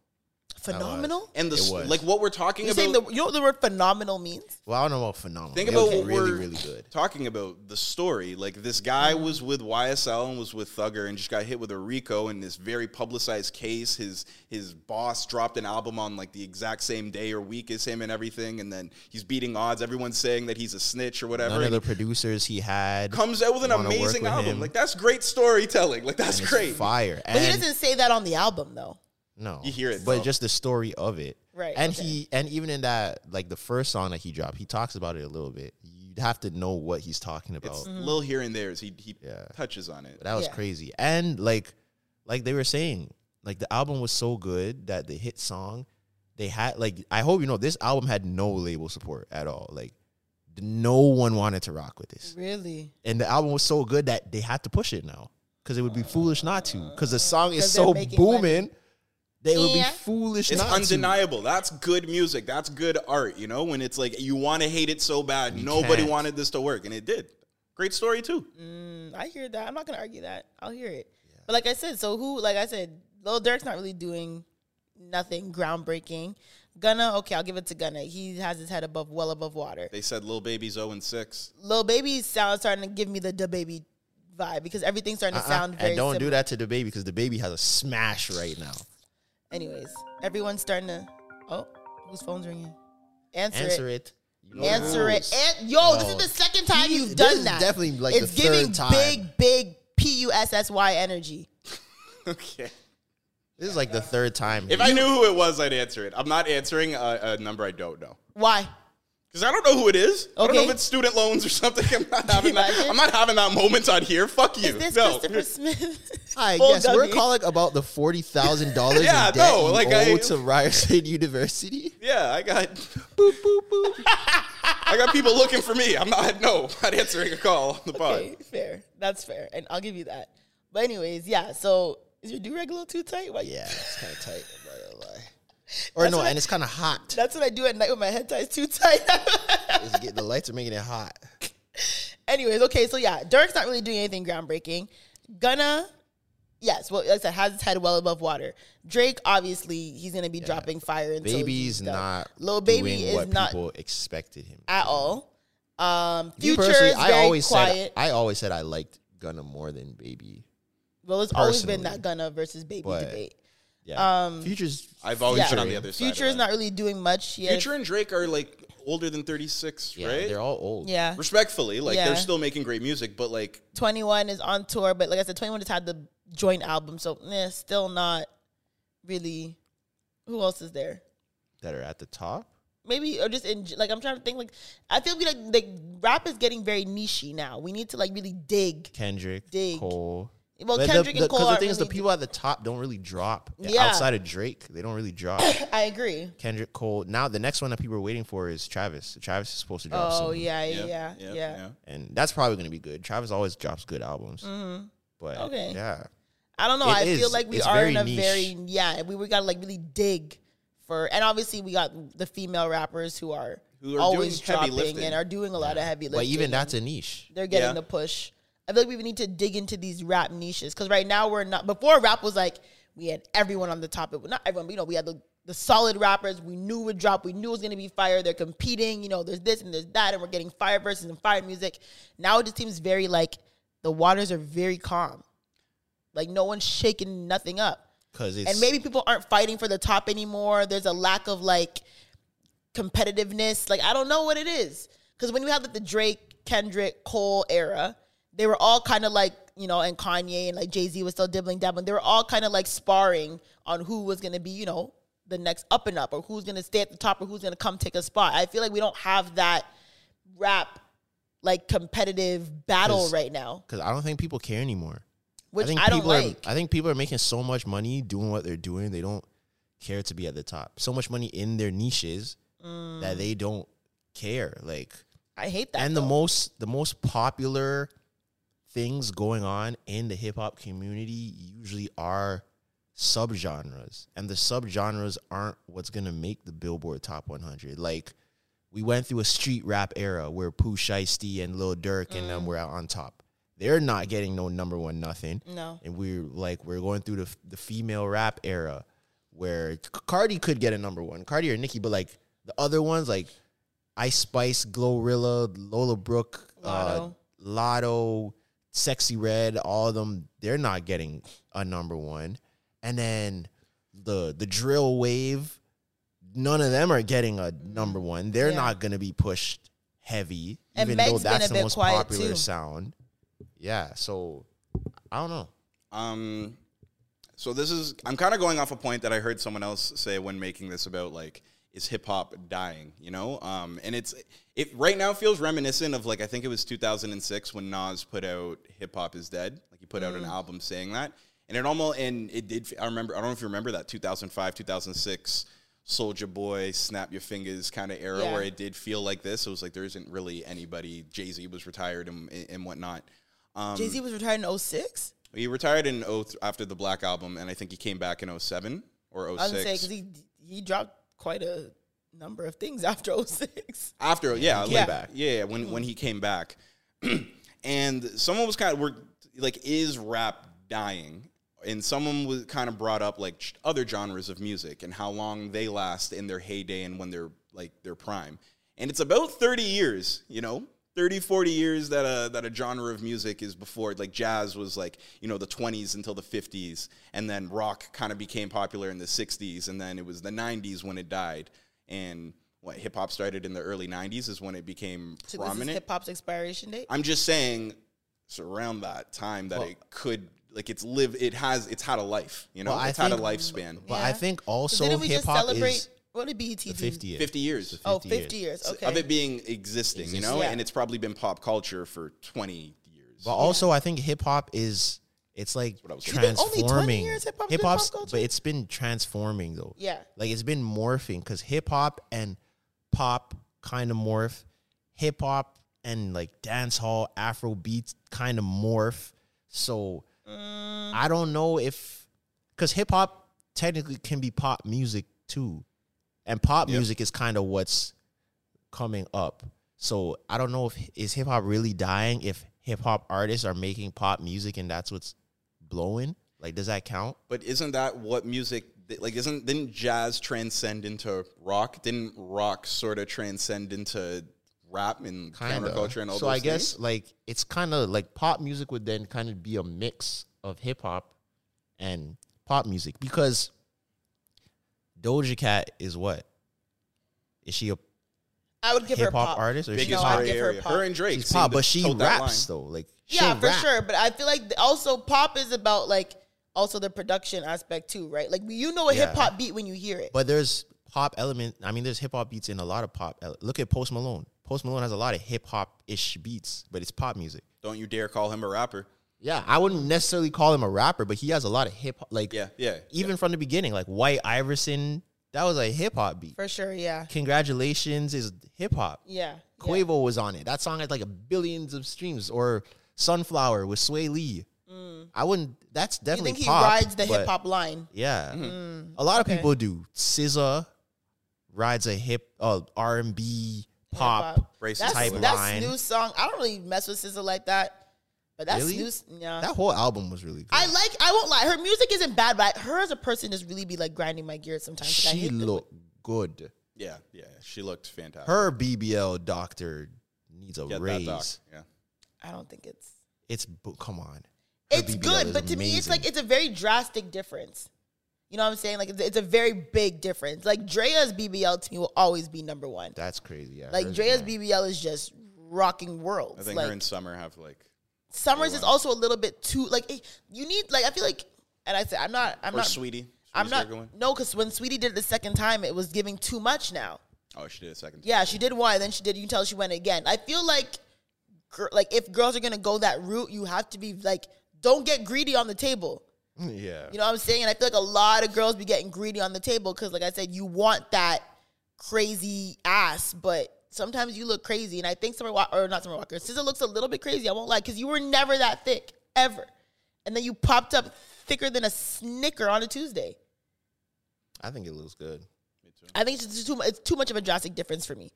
[SPEAKER 1] Phenomenal?
[SPEAKER 3] and the
[SPEAKER 2] It
[SPEAKER 3] s-
[SPEAKER 2] was.
[SPEAKER 3] like what we're talking
[SPEAKER 1] You
[SPEAKER 3] about.
[SPEAKER 1] saying the, you know what the word phenomenal means?
[SPEAKER 2] Well, I don't know about phenomenal.
[SPEAKER 3] Think
[SPEAKER 2] It
[SPEAKER 3] about
[SPEAKER 2] was
[SPEAKER 3] what
[SPEAKER 2] really,
[SPEAKER 3] we're
[SPEAKER 2] really good.
[SPEAKER 3] talking about the story. Like this guy was with YSL and was with Thugger and just got hit with a RICO in this very publicized case. His his boss dropped an album on like the exact same day or week as him and everything, and then he's beating odds. Everyone's saying that he's a snitch or whatever.
[SPEAKER 2] None of
[SPEAKER 3] and
[SPEAKER 2] the producers he had
[SPEAKER 3] comes out with an
[SPEAKER 2] wanna work
[SPEAKER 3] amazing
[SPEAKER 2] with
[SPEAKER 3] album.
[SPEAKER 2] him.
[SPEAKER 3] Like that's great storytelling. Like that's
[SPEAKER 2] And it's
[SPEAKER 3] great.
[SPEAKER 2] fire.
[SPEAKER 1] But he
[SPEAKER 2] And-
[SPEAKER 1] doesn't say that on the album though.
[SPEAKER 2] No,
[SPEAKER 3] You hear it,
[SPEAKER 2] but
[SPEAKER 3] though.
[SPEAKER 2] just the story of it,
[SPEAKER 1] Right,
[SPEAKER 2] And
[SPEAKER 1] okay.
[SPEAKER 2] he, and even in that, like the first song that he dropped, he talks about it a little bit. You'd have to know what he's talking about.
[SPEAKER 3] It's little here and there as he he
[SPEAKER 2] Yeah.
[SPEAKER 3] touches on it.
[SPEAKER 2] But that was
[SPEAKER 1] Yeah.
[SPEAKER 2] crazy, and like, like they were saying, like the album was so good that the hit song they had, like, I hope you know, this album had no label support at all. Like, no one wanted to rock with this.
[SPEAKER 1] Really?
[SPEAKER 2] and the album was so good that they had to push it now because it would be foolish not to because the song is
[SPEAKER 1] 'Cause they're
[SPEAKER 2] so
[SPEAKER 1] making
[SPEAKER 2] booming they would be
[SPEAKER 1] Yeah.
[SPEAKER 2] foolish
[SPEAKER 3] It's
[SPEAKER 2] not
[SPEAKER 3] undeniable. That's good music. That's good art. You know, when it's like you want to hate it so bad,
[SPEAKER 2] You
[SPEAKER 3] nobody
[SPEAKER 2] can't.
[SPEAKER 3] wanted this to work, and it did. Great story too.
[SPEAKER 1] Mm, I hear that. I'm not gonna argue that. I'll hear it. But like I said, so who? Like I said, Lil Durk's not really doing nothing groundbreaking. Gunna, okay, I'll give it to Gunna. He has his head above, well above water.
[SPEAKER 3] They said Lil Baby's 0 and 6.
[SPEAKER 1] Lil Baby sound starting to give me the da baby vibe because everything's
[SPEAKER 2] to
[SPEAKER 1] starting to sound very.
[SPEAKER 2] Uh-uh. and don't do
[SPEAKER 1] similar.
[SPEAKER 2] that to the baby because the baby has a smash right now
[SPEAKER 1] Anyways, everyone's starting to. Oh, whose phone's ringing? Answer,
[SPEAKER 2] answer
[SPEAKER 1] it.
[SPEAKER 2] it You know the
[SPEAKER 1] Answer it.
[SPEAKER 2] rules.
[SPEAKER 1] And, yo, this is
[SPEAKER 2] No.
[SPEAKER 1] the second time
[SPEAKER 2] Oh. He-
[SPEAKER 1] you've
[SPEAKER 2] this
[SPEAKER 1] done
[SPEAKER 2] is
[SPEAKER 1] that.
[SPEAKER 2] definitely, like,
[SPEAKER 1] it's
[SPEAKER 2] the
[SPEAKER 1] giving
[SPEAKER 2] third time.
[SPEAKER 1] big, big P U S S Y energy.
[SPEAKER 3] Okay.
[SPEAKER 2] this is like the third time
[SPEAKER 3] If I knew who it was, I'd answer it. I'm not answering a, a number I don't know.
[SPEAKER 1] Why?
[SPEAKER 3] Because I don't know who it is. I don't know
[SPEAKER 1] Okay.
[SPEAKER 3] if it's student loans or something. I'm not having
[SPEAKER 1] Imagine.
[SPEAKER 3] that. I'm not having that moment on here. Fuck you.
[SPEAKER 1] Is this
[SPEAKER 3] no.
[SPEAKER 1] Christopher Smith?
[SPEAKER 2] I
[SPEAKER 1] Old
[SPEAKER 2] guess we're
[SPEAKER 1] Dougie.
[SPEAKER 2] calling about the forty thousand dollars
[SPEAKER 3] Yeah,
[SPEAKER 2] in debt
[SPEAKER 3] no,
[SPEAKER 2] you
[SPEAKER 3] like,
[SPEAKER 2] owe
[SPEAKER 3] I-
[SPEAKER 2] to Ryerson University.
[SPEAKER 3] Yeah, I got I got people looking for me. I'm not no, not answering a call on the pod.
[SPEAKER 1] Okay, fair. That's fair, and I'll give you that. But anyways, yeah. So is your do rag a little too tight? Why?
[SPEAKER 2] Yeah, it's kind of tight. I'm not gonna lie. Or no, and it's kind of hot.
[SPEAKER 1] That's what I do at night when my head ties too tight.
[SPEAKER 2] It's get- the lights are making it hot.
[SPEAKER 1] Anyways, okay, so yeah, Derek's not really doing anything groundbreaking. Gunna, yes, well, like I said, has his head well above water. Drake, obviously, he's gonna be dropping fire and
[SPEAKER 2] Baby's not
[SPEAKER 1] Lil Baby
[SPEAKER 2] doing
[SPEAKER 1] is
[SPEAKER 2] what
[SPEAKER 1] not
[SPEAKER 2] people expected him.
[SPEAKER 1] at all. Um,
[SPEAKER 2] Me
[SPEAKER 1] future
[SPEAKER 2] personally,
[SPEAKER 1] is very
[SPEAKER 2] always
[SPEAKER 1] quiet.
[SPEAKER 2] said I always said I liked Gunna more than Baby.
[SPEAKER 1] well, it's always been
[SPEAKER 2] personally,
[SPEAKER 1] that Gunna versus Baby
[SPEAKER 2] but-
[SPEAKER 1] debate.
[SPEAKER 2] Yeah,
[SPEAKER 1] Um,
[SPEAKER 2] Future's
[SPEAKER 3] I've always Oh, been on
[SPEAKER 2] Future.
[SPEAKER 3] the other side.
[SPEAKER 1] Future
[SPEAKER 3] of
[SPEAKER 1] is
[SPEAKER 3] that.
[SPEAKER 1] not really doing much yet.
[SPEAKER 3] Future and Drake are like older than 36,
[SPEAKER 2] yeah,
[SPEAKER 3] right?
[SPEAKER 2] they're all old.
[SPEAKER 1] yeah,
[SPEAKER 3] Respectfully, like
[SPEAKER 1] Yeah.
[SPEAKER 3] they're still making great music, but like
[SPEAKER 1] Twenty One is on tour, but like I said, Twenty One has had the joint album, so eh, still not really. Who else is there?
[SPEAKER 2] that are at the top.
[SPEAKER 1] maybe or just in like I'm trying to think like I feel like like rap is getting very nichey now. We need to like really dig.
[SPEAKER 2] Kendrick,
[SPEAKER 1] Dig.
[SPEAKER 2] Cole.
[SPEAKER 1] Well,
[SPEAKER 2] But the-
[SPEAKER 1] Kendrick
[SPEAKER 2] the,
[SPEAKER 1] and Cole.
[SPEAKER 2] 'cause the
[SPEAKER 1] aren't
[SPEAKER 2] thing is, the
[SPEAKER 1] really-
[SPEAKER 2] people at the top don't really drop.
[SPEAKER 1] Yeah.
[SPEAKER 2] Outside of Drake, they don't really drop.
[SPEAKER 1] I agree.
[SPEAKER 2] Kendrick Cole. Now the next one that people are waiting for is Travis. Travis is supposed to drop.
[SPEAKER 1] Oh
[SPEAKER 2] soon.
[SPEAKER 1] yeah, yeah, yeah, yeah.
[SPEAKER 2] and that's probably going to be good. Travis always drops good albums. But
[SPEAKER 1] Mm-hmm. Okay.
[SPEAKER 2] yeah,
[SPEAKER 1] I don't know.
[SPEAKER 2] It
[SPEAKER 1] I feel
[SPEAKER 2] is.
[SPEAKER 1] like we
[SPEAKER 2] It's
[SPEAKER 1] are
[SPEAKER 2] very
[SPEAKER 1] in a
[SPEAKER 2] niche.
[SPEAKER 1] very yeah. We we gotta like really dig for, and obviously we got the female rappers who are,
[SPEAKER 3] Who are
[SPEAKER 1] always
[SPEAKER 3] doing heavy
[SPEAKER 1] dropping
[SPEAKER 3] lifting.
[SPEAKER 1] and are doing a lot of heavy lifting.
[SPEAKER 2] but even that's a niche.
[SPEAKER 1] they're getting
[SPEAKER 3] Yeah.
[SPEAKER 1] the push. I feel like we need to dig into these rap niches because right now we're not. Before rap was like we had everyone on the top of not everyone, but you know we had the the solid rappers we knew would drop. We knew it was gonna be fire. They're competing. You know, there's this and there's that, and we're getting fire verses and fire music. Now it just seems very like the waters are very calm. Like no one's shaking nothing up
[SPEAKER 2] Because it's
[SPEAKER 1] and maybe people aren't fighting for the top anymore. There's a lack of like competitiveness. Like I don't know what it is because when you had like the Drake, Kendrick, Cole era, they were all kind of like you know, and Kanye and like Jay Z was still dibbling dabbling. They were all kind of like sparring on who was going to be you know the next up and up or who's going to stay at the top or who's going to come take a spot. I feel like we don't have that rap like competitive battle
[SPEAKER 2] 'Cause-
[SPEAKER 1] right now,
[SPEAKER 2] because I don't think people care anymore.
[SPEAKER 1] which I,
[SPEAKER 2] people
[SPEAKER 1] don't like.
[SPEAKER 2] Are, I think people are making so much money doing what they're doing. They don't care to be at the top. So much money in their niches
[SPEAKER 1] Mm.
[SPEAKER 2] that they don't care. Like
[SPEAKER 1] I hate that.
[SPEAKER 2] and the
[SPEAKER 1] though.
[SPEAKER 2] most the most popular things going on in the hip hop community usually are subgenres and the subgenres aren't what's going to make the Billboard top 100 like we went through a street rap era where Pooh Shiesty and Lil Durk and
[SPEAKER 1] Mm.
[SPEAKER 2] them were out on top they're not getting no number one nothing
[SPEAKER 1] No.
[SPEAKER 2] and we're like we're going through the the female rap era where Cardi could get a number one Cardi or Nicki but like the other ones like Ice Spice, Glorilla, Lola Brooke, Lotto. Uh,
[SPEAKER 1] Lotto.
[SPEAKER 2] Lotto, Sexy Red, all of them, they're not getting a number one. And then the the drill wave, none of them are getting a number one. They're
[SPEAKER 1] Mm. Yeah.
[SPEAKER 2] not gonna be pushed heavy,
[SPEAKER 1] And
[SPEAKER 2] even though
[SPEAKER 1] Meg's been a
[SPEAKER 2] that's the
[SPEAKER 1] bit
[SPEAKER 2] most
[SPEAKER 1] quiet,
[SPEAKER 2] popular
[SPEAKER 1] too.
[SPEAKER 2] sound. Yeah, so I don't know.
[SPEAKER 3] Um, so this is I'm kind of going off a point that I heard someone else say when making this about like is hip hop dying, you know? Um, and it's it right now feels reminiscent of like I think it was 2006 when Nas put out Hip Hop Is Dead. Like he put out an album saying that, and it almost and it did. I remember I don't know if you remember that 2005 2006 Soldier Boy Snap Your Fingers kind of era
[SPEAKER 1] Yeah.
[SPEAKER 3] where it did feel like this. It was like there isn't really anybody. Jay Z was retired and and whatnot. Um,
[SPEAKER 1] Jay Z was retired in 06?
[SPEAKER 3] he retired in 03 after the Black Album, and I think he came back in 07 or
[SPEAKER 1] I was gonna say
[SPEAKER 3] 06.
[SPEAKER 1] because he he dropped quite a number of things after 06.
[SPEAKER 3] after, yeah,
[SPEAKER 2] came
[SPEAKER 3] like-
[SPEAKER 2] back.
[SPEAKER 3] Yeah, when, when he came back. and someone was kind of, we're, like, is rap dying? And someone was kind of brought up, like, ch- other genres of music and how long they last in their heyday and when they're, like, their prime. And it's about 30 years, you know? 30, 40 years that a, that a genre of music is before, like jazz was like, you know, the 20s until the 50s, and then rock kind of became popular in the 60s, and then it was the 90s when it died. And what hip hop started in the early 90s is when it became
[SPEAKER 1] So this is
[SPEAKER 3] prominent.
[SPEAKER 1] hip hop's expiration date.
[SPEAKER 3] I'm just saying, it's around that time that it could, like, it's lived, it has, it's had a life, you know,
[SPEAKER 2] Well, I
[SPEAKER 3] it's had a
[SPEAKER 2] think-
[SPEAKER 3] lifespan.
[SPEAKER 2] But I
[SPEAKER 1] Yeah.
[SPEAKER 2] think
[SPEAKER 1] 'Cause
[SPEAKER 2] also
[SPEAKER 1] didn't we
[SPEAKER 2] hip
[SPEAKER 1] just
[SPEAKER 2] hop
[SPEAKER 1] celebrate
[SPEAKER 2] is
[SPEAKER 1] what did BET
[SPEAKER 2] the
[SPEAKER 1] do?
[SPEAKER 2] 50th.
[SPEAKER 3] 50 years
[SPEAKER 1] Oh,
[SPEAKER 2] 50 years.
[SPEAKER 1] 50 years. Okay.
[SPEAKER 3] of it
[SPEAKER 2] E
[SPEAKER 3] being existing, you know,
[SPEAKER 1] Yeah.
[SPEAKER 3] and it's probably been pop culture for 20 years.
[SPEAKER 2] But also, I think hip hop is it's like
[SPEAKER 1] You think only 20
[SPEAKER 2] transforming.
[SPEAKER 1] years hip-hop's been
[SPEAKER 2] Hip hop's,
[SPEAKER 1] pop culture?
[SPEAKER 2] but it's been transforming though.
[SPEAKER 1] Yeah.
[SPEAKER 2] like it's been morphing because hip hop and pop kind of morph. Hip hop and like dance hall, Afro beats kind of morph. So I don't know if because hip hop technically can be pop music too. And pop
[SPEAKER 3] Yep.
[SPEAKER 2] music is kind of what's coming up. So I don't know if is hip hop really dying if hip hop artists are making pop music and that's what's blowing? Like does that count?
[SPEAKER 3] But isn't that what music like? Isn't didn't jazz transcend into rock? Didn't rock sort of transcend into rap and
[SPEAKER 2] Kind
[SPEAKER 3] counterculture and all
[SPEAKER 2] of. So
[SPEAKER 3] those
[SPEAKER 2] I guess
[SPEAKER 3] things?
[SPEAKER 2] like it's kind of like pop music would then kind of be a mix of hip hop and pop music because Doja Cat is what? Is she a
[SPEAKER 1] I would give her
[SPEAKER 2] hip hop
[SPEAKER 1] pop.
[SPEAKER 2] artist or
[SPEAKER 1] Big
[SPEAKER 2] she's
[SPEAKER 1] as
[SPEAKER 3] biggest
[SPEAKER 1] No, I'd
[SPEAKER 2] pop?
[SPEAKER 3] gray
[SPEAKER 1] give her
[SPEAKER 3] area.
[SPEAKER 1] pop.
[SPEAKER 3] Her and Drake,
[SPEAKER 2] She's
[SPEAKER 3] seem
[SPEAKER 2] pop,
[SPEAKER 3] to
[SPEAKER 2] but she
[SPEAKER 3] tote that
[SPEAKER 2] raps
[SPEAKER 3] line.
[SPEAKER 2] though. Like
[SPEAKER 1] Yeah,
[SPEAKER 2] she'll
[SPEAKER 1] for
[SPEAKER 2] rap.
[SPEAKER 1] sure. But I feel like th- also pop is about like also the production aspect too, right? Like you know a
[SPEAKER 2] Yeah.
[SPEAKER 1] hip hop beat when you hear it.
[SPEAKER 2] But there's pop element. I mean, there's hip hop beats in a lot of pop. ele- Look at Post Malone. Post Malone has a lot of hip hop ish beats, but it's pop music.
[SPEAKER 3] Don't you dare call him a rapper.
[SPEAKER 2] Yeah, I wouldn't necessarily call him a rapper, but he has a lot of hip hop. Like,
[SPEAKER 3] Yeah, yeah,
[SPEAKER 2] even from the beginning, like White Iverson, that was a hip hop beat.
[SPEAKER 1] for sure, yeah,
[SPEAKER 2] Congratulations is hip hop.
[SPEAKER 1] yeah.
[SPEAKER 2] Quavo was on it. That song had like a billions of streams. Or Sunflower with Sway Lee. I wouldn't. That's
[SPEAKER 1] Yeah. Mm. You
[SPEAKER 2] definitely
[SPEAKER 1] think he
[SPEAKER 2] pop,
[SPEAKER 1] rides the Mm.
[SPEAKER 2] but-
[SPEAKER 1] hip hop line?
[SPEAKER 2] Yeah,
[SPEAKER 3] Mm-hmm.
[SPEAKER 2] a lot of people do. SZA rides a hip uh, R and B pop.
[SPEAKER 1] Hip-hop.
[SPEAKER 3] Braces
[SPEAKER 1] That's
[SPEAKER 2] type
[SPEAKER 1] that's
[SPEAKER 2] line.
[SPEAKER 1] Snoop's song. I don't really mess with SZA like that, but that's
[SPEAKER 2] Really?
[SPEAKER 1] Snoop's. Yeah,
[SPEAKER 2] That whole album was really good.
[SPEAKER 1] I like. I won't lie. Her music isn't bad, but her as a person is really be like grinding my gears sometimes. Like, I
[SPEAKER 2] she
[SPEAKER 1] hate the-
[SPEAKER 2] looked good.
[SPEAKER 3] yeah, yeah. She looked fantastic.
[SPEAKER 2] Her BBL doctor needs a
[SPEAKER 3] Get that
[SPEAKER 2] raise.
[SPEAKER 3] doc. Yeah.
[SPEAKER 1] I don't think it's.
[SPEAKER 2] It's bu- come on. Her
[SPEAKER 1] It's
[SPEAKER 2] BBL
[SPEAKER 1] good,
[SPEAKER 2] is
[SPEAKER 1] but to me, it's
[SPEAKER 2] amazing.
[SPEAKER 1] like it's a very drastic difference. You know what I'm saying? Like it's, it's a very big difference. Like Drea's BBL to me will always be number one.
[SPEAKER 2] that's crazy. Yeah,
[SPEAKER 1] Like
[SPEAKER 2] hers-
[SPEAKER 1] Drea's
[SPEAKER 2] yeah.
[SPEAKER 1] BBL is just rocking worlds.
[SPEAKER 3] I think
[SPEAKER 1] like,
[SPEAKER 3] her and Summer have like.
[SPEAKER 1] Summers is also a little bit too like eh, you need like I feel like and I said I'm not I'm
[SPEAKER 3] or
[SPEAKER 1] not
[SPEAKER 3] Sweetie.
[SPEAKER 1] I'm
[SPEAKER 3] Sweetie's
[SPEAKER 1] not
[SPEAKER 3] regular one.
[SPEAKER 1] no because when Sweetie did it the second time it was giving too much now.
[SPEAKER 3] Oh, she did a second. time.
[SPEAKER 1] Yeah, she did one, then she did. You can tell she went again. I feel like, gir- like if girls are gonna go that route, you have to be like, don't get greedy on the table.
[SPEAKER 2] Yeah,
[SPEAKER 1] You know what I'm saying? And I feel like a lot of girls be getting greedy on the table because, like I said, you want that crazy ass, but sometimes you look crazy. And I think Summer Walker, or not Summer Walker, SZA looks a little bit crazy. I won't lie, because you were never that thick ever, and then you popped up thicker than a snicker on a Tuesday.
[SPEAKER 2] I think it looks good.
[SPEAKER 1] I think it's just too it's too much of a drastic difference for me.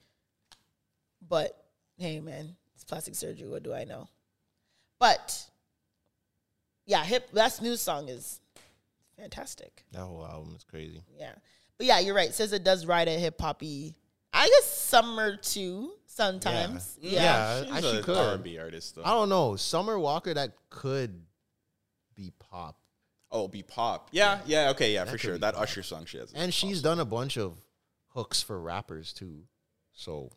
[SPEAKER 1] But hey, man, it's plastic surgery. What do I know? But yeah, hip that new song is fantastic.
[SPEAKER 2] That whole album is crazy.
[SPEAKER 1] Yeah, but yeah, you're right. Says it does ride a hip hoppy. I guess summer too sometimes. Yeah.
[SPEAKER 2] Yeah,
[SPEAKER 3] She's
[SPEAKER 2] I actually
[SPEAKER 3] a
[SPEAKER 2] could.
[SPEAKER 3] R&B artist though.
[SPEAKER 2] I don't know. Summer Walker that could be pop,
[SPEAKER 3] Oh, be pop. Yeah, yeah. Okay, yeah,
[SPEAKER 2] That
[SPEAKER 3] for
[SPEAKER 2] could
[SPEAKER 3] sure.
[SPEAKER 2] be
[SPEAKER 3] That
[SPEAKER 2] pop.
[SPEAKER 3] Usher song she has. is
[SPEAKER 2] and
[SPEAKER 3] pop.
[SPEAKER 2] she's done a bunch of hooks for rappers too. So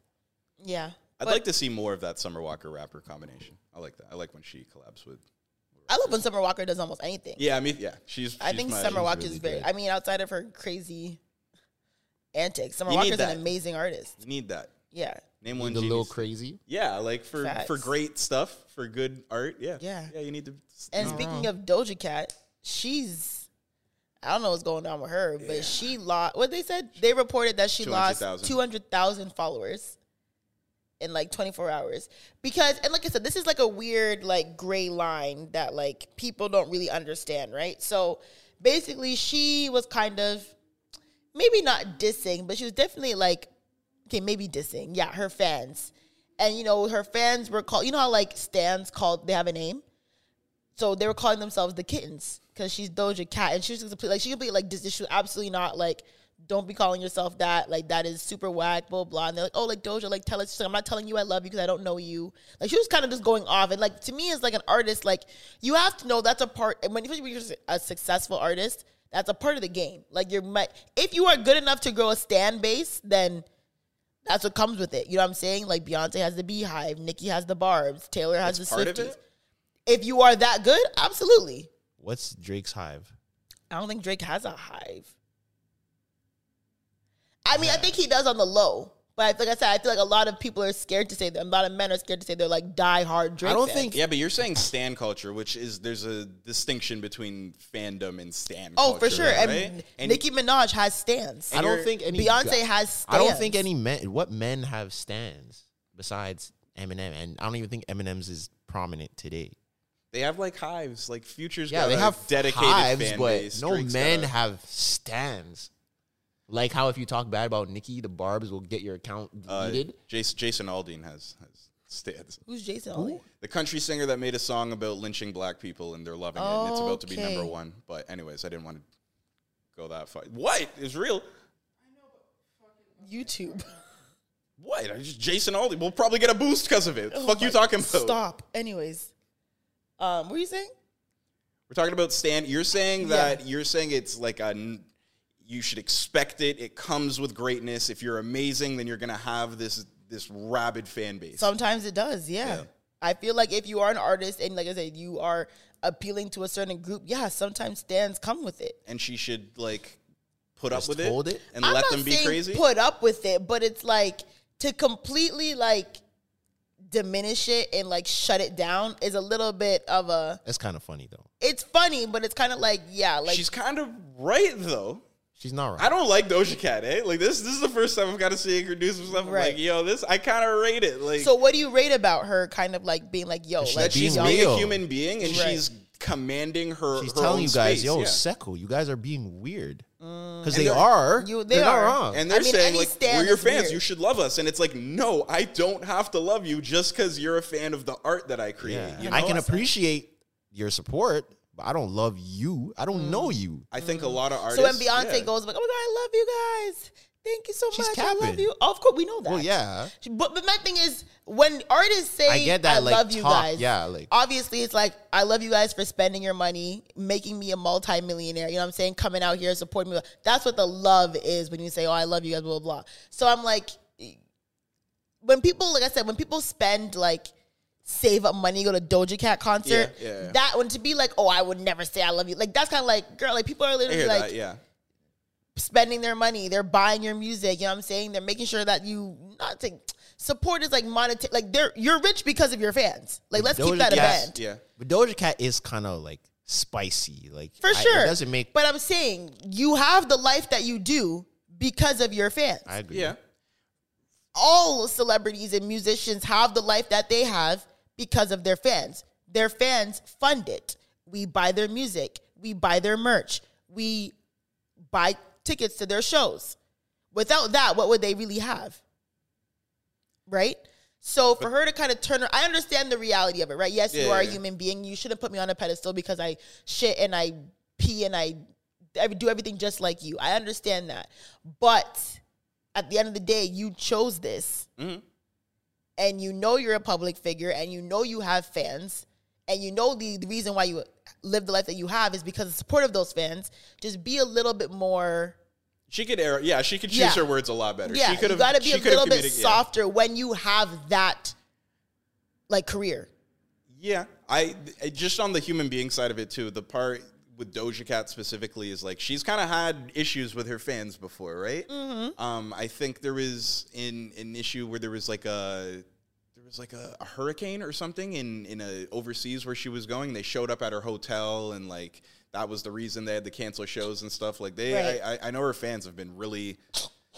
[SPEAKER 1] yeah.
[SPEAKER 3] I'd
[SPEAKER 1] But
[SPEAKER 3] like to see more of that Summer Walker rapper combination. I like that. I like when she collabs with.
[SPEAKER 1] I love when Summer Walker does almost anything.
[SPEAKER 3] Yeah, I mean, yeah, she's.
[SPEAKER 1] I
[SPEAKER 3] she's
[SPEAKER 1] think
[SPEAKER 3] my-
[SPEAKER 1] Summer
[SPEAKER 3] she's
[SPEAKER 1] Walker
[SPEAKER 2] really
[SPEAKER 1] is very.
[SPEAKER 2] good.
[SPEAKER 1] I mean, outside of her crazy antics, Summer
[SPEAKER 3] You need
[SPEAKER 1] Walker's
[SPEAKER 3] that.
[SPEAKER 1] an amazing artist.
[SPEAKER 3] You need that.
[SPEAKER 1] Yeah.
[SPEAKER 3] Name
[SPEAKER 2] the
[SPEAKER 3] one.
[SPEAKER 2] little
[SPEAKER 3] genius.
[SPEAKER 2] crazy.
[SPEAKER 3] Yeah, like for for
[SPEAKER 1] Facts.
[SPEAKER 3] great stuff, for good art. Yeah,
[SPEAKER 1] Yeah.
[SPEAKER 3] yeah. You need to.
[SPEAKER 1] And speaking of Doja Cat, she's I don't know what's going on with her, but she lost what they said they reported that she lost
[SPEAKER 3] 200,000.
[SPEAKER 1] 200,000 followers in like 24 hours because and like I said this is like a weird like gray line that like people don't really understand, right? So basically she was kind of maybe not dissing, but she was definitely like okay, maybe dissing. Yeah, her fans. And you know, her fans were called, you know how like stands called they have a name? so they were calling themselves the kittens because she's Doja Cat, and she was completely like she could be like this. She was absolutely not like. Don't be calling yourself that. Like that is super whack. Blah blah. And they're like, oh, like Doja, like tell us. She's like, I'm not telling you I love you because I don't know you. Like she was kind of just going off. And like to me, as like an artist, like you have to know that's a part. And when especially when you're a successful artist, that's a part of the game. Like you're mi- if you are good enough to grow a stand base, then that's what comes with it. You know what I'm saying? Like Beyonce has the Beehive, Nicki has the Barb's, Taylor has
[SPEAKER 3] That's
[SPEAKER 1] the
[SPEAKER 3] part of
[SPEAKER 1] Swifties
[SPEAKER 3] it?
[SPEAKER 1] if you are that good, absolutely.
[SPEAKER 2] What's Drake's Hive?
[SPEAKER 1] I don't think Drake has a hive. I mean, I think he does on the low. But like I said, I feel like a lot of people are scared to say that. A lot of men are scared to say they're like die hard Drake.
[SPEAKER 2] I don't
[SPEAKER 1] fans.
[SPEAKER 2] think-
[SPEAKER 3] Yeah, but you're saying stan culture, which is there's a distinction between fandom and stan.
[SPEAKER 1] Oh, for
[SPEAKER 3] culture,
[SPEAKER 1] sure.
[SPEAKER 3] right?
[SPEAKER 1] And, Nicki Minaj has stands.
[SPEAKER 2] I don't
[SPEAKER 3] you're-
[SPEAKER 2] think any
[SPEAKER 1] Beyonce
[SPEAKER 2] gu-
[SPEAKER 1] has
[SPEAKER 2] I don't think
[SPEAKER 1] stands.
[SPEAKER 2] any men. What men have stands besides Eminem? And I don't even think Eminem's is prominent today.
[SPEAKER 3] they have like hives, like futures.
[SPEAKER 2] Yeah, they have
[SPEAKER 3] dedicated
[SPEAKER 2] hives,
[SPEAKER 3] fan
[SPEAKER 2] but
[SPEAKER 3] base.
[SPEAKER 2] no
[SPEAKER 3] Drake's
[SPEAKER 2] men
[SPEAKER 3] got a-
[SPEAKER 2] have stands. Like how if you talk bad about Nikki, the barbs will get your account
[SPEAKER 3] Uh,
[SPEAKER 2] deleted.
[SPEAKER 3] Jason, Jason Aldean has has stance.
[SPEAKER 1] Who's Jason Aldean?
[SPEAKER 3] The country singer that made a song about lynching black people and they're loving it. And it's about to be number
[SPEAKER 1] Okay.
[SPEAKER 3] one. But anyways, I didn't want to go that far. What? It's real.
[SPEAKER 1] YouTube.
[SPEAKER 3] What? I just Jason Aldean. We'll probably get a boost because of it.
[SPEAKER 1] Oh
[SPEAKER 3] Fuck you
[SPEAKER 1] my-
[SPEAKER 3] talking about.
[SPEAKER 1] Stop. Anyways, um, what are you saying?
[SPEAKER 3] We're talking about stand. You're saying
[SPEAKER 1] Yeah.
[SPEAKER 3] that you're saying it's like a. n- You should expect it. It comes with greatness. If you're amazing, then you're gonna have this this rabid fan base.
[SPEAKER 1] Sometimes it does, yeah.
[SPEAKER 3] Yeah.
[SPEAKER 1] I feel like if you are an artist and like I said, you are appealing to a certain group, yeah, sometimes stands come with it.
[SPEAKER 3] and she should like put
[SPEAKER 2] Just
[SPEAKER 3] up with
[SPEAKER 2] hold
[SPEAKER 3] it,
[SPEAKER 2] it?
[SPEAKER 3] and let them be
[SPEAKER 1] saying
[SPEAKER 3] crazy.
[SPEAKER 1] Put up with it, but it's like to completely like diminish it and like shut it down is a little bit of a
[SPEAKER 2] That's kind of funny though.
[SPEAKER 1] it's funny, but it's kinda like, yeah, like
[SPEAKER 3] She's kind of right though.
[SPEAKER 2] She's not right.
[SPEAKER 3] I don't like Doja Cat, eh? Like this this is the first time I've got to see her do some stuff. I'm
[SPEAKER 1] Right.
[SPEAKER 3] like, yo, this I kind of rate it. Like
[SPEAKER 1] so what do you rate about her kind of like being like, yo,
[SPEAKER 2] She's
[SPEAKER 1] like
[SPEAKER 3] that she's
[SPEAKER 2] being
[SPEAKER 3] being
[SPEAKER 2] real.
[SPEAKER 3] a human being and
[SPEAKER 1] Right.
[SPEAKER 3] she's commanding her.
[SPEAKER 2] She's
[SPEAKER 3] her
[SPEAKER 2] telling
[SPEAKER 3] own
[SPEAKER 2] you guys,
[SPEAKER 3] space,
[SPEAKER 2] yo,
[SPEAKER 3] yeah.
[SPEAKER 2] Seco, you guys are being weird because they
[SPEAKER 3] they're-
[SPEAKER 2] are.
[SPEAKER 1] Mm. you-
[SPEAKER 2] they
[SPEAKER 1] they
[SPEAKER 2] are not
[SPEAKER 1] are.
[SPEAKER 2] wrong.
[SPEAKER 3] And they're
[SPEAKER 1] I mean,
[SPEAKER 3] saying
[SPEAKER 1] any
[SPEAKER 3] like,
[SPEAKER 1] stan
[SPEAKER 3] we're your
[SPEAKER 1] is
[SPEAKER 3] fans.
[SPEAKER 1] weird.
[SPEAKER 3] You should love us. And it's like, no, I don't have to love you just because you're a fan of the art that I create.
[SPEAKER 2] Yeah.
[SPEAKER 3] you
[SPEAKER 2] I
[SPEAKER 3] know?
[SPEAKER 2] can appreciate your support, but I don't love you. I
[SPEAKER 1] Mm.
[SPEAKER 2] don't know you.
[SPEAKER 3] I think a lot of artists.
[SPEAKER 1] Mm-hmm. So when Beyonce
[SPEAKER 3] yeah.
[SPEAKER 1] goes like, "Oh my god, I love you guys. Thank you so
[SPEAKER 2] She's
[SPEAKER 1] much. I love
[SPEAKER 2] capping.
[SPEAKER 1] you." of course, we know that.
[SPEAKER 2] Well, yeah.
[SPEAKER 1] But, but my thing is, when artists say,
[SPEAKER 2] I get that,
[SPEAKER 1] I
[SPEAKER 2] like,
[SPEAKER 1] love you
[SPEAKER 2] talk,
[SPEAKER 1] guys,"
[SPEAKER 2] yeah, like-
[SPEAKER 1] obviously it's like, "I love you guys for spending your money, making me a multimillionaire." You know what I'm saying? Coming out here, supporting me. That's what the love is when you say, "Oh, I love you guys." Blah blah. blah. So I'm like, when people, like I said, when people spend like. Save up money, go to Doja Cat concert.
[SPEAKER 3] Yeah, yeah, yeah.
[SPEAKER 1] That one to be like, oh, I would never say I love you. Like that's kind of like, girl, like people are
[SPEAKER 3] I
[SPEAKER 1] literally
[SPEAKER 3] hear
[SPEAKER 1] like,
[SPEAKER 3] that. Yeah.
[SPEAKER 1] spending their money. They're buying your music. You know what I'm saying? They're making sure that you not to support is like monetary. Like they're you're rich because of your fans. Like let's keep
[SPEAKER 2] Doja
[SPEAKER 1] that in
[SPEAKER 2] Cat's-
[SPEAKER 1] mind.
[SPEAKER 3] Yeah.
[SPEAKER 2] But Doja Cat is kind of like spicy, like
[SPEAKER 1] For
[SPEAKER 2] I-
[SPEAKER 1] sure.
[SPEAKER 2] It doesn't make.
[SPEAKER 1] But I'm saying you have the life that you do because of your fans.
[SPEAKER 2] I agree.
[SPEAKER 3] Yeah.
[SPEAKER 1] All celebrities and musicians have the life that they have because of their fans. Their fans fund it. We buy their music. We buy their merch. We buy tickets to their shows. Without that, what would they really have? Right? So for her to kind of turn her, I understand the reality of it, right? Yes,
[SPEAKER 3] Yeah,
[SPEAKER 1] you are
[SPEAKER 3] yeah,
[SPEAKER 1] a
[SPEAKER 3] yeah.
[SPEAKER 1] human being. You shouldn't put me on a pedestal because I shit and I pee and I ev- do everything just like you. I understand that. But at the end of the day, you chose this. And you know you're a public figure and you know you have fans and you know the, the reason why you live the life that you have is because of support of those fans. Just be a little bit more
[SPEAKER 3] She could err. Yeah, she could choose
[SPEAKER 1] Yeah.
[SPEAKER 3] her words a lot better.
[SPEAKER 1] yeah,
[SPEAKER 3] she could
[SPEAKER 1] you
[SPEAKER 3] have.
[SPEAKER 1] got to be
[SPEAKER 3] she
[SPEAKER 1] a
[SPEAKER 3] could have
[SPEAKER 1] little bit
[SPEAKER 3] communi- yeah.
[SPEAKER 1] softer when you have that, like career.
[SPEAKER 3] Yeah, I I- just on the human being side of it too. The part with Doja Cat specifically is like she's kind of had issues with her fans before, right? Um, I think there was in an issue where there was like a there was like a, a hurricane or something in in a overseas where she was going. They showed up at her hotel and like that was the reason they had to cancel shows and stuff. Like they, I, I, I know her fans have been really.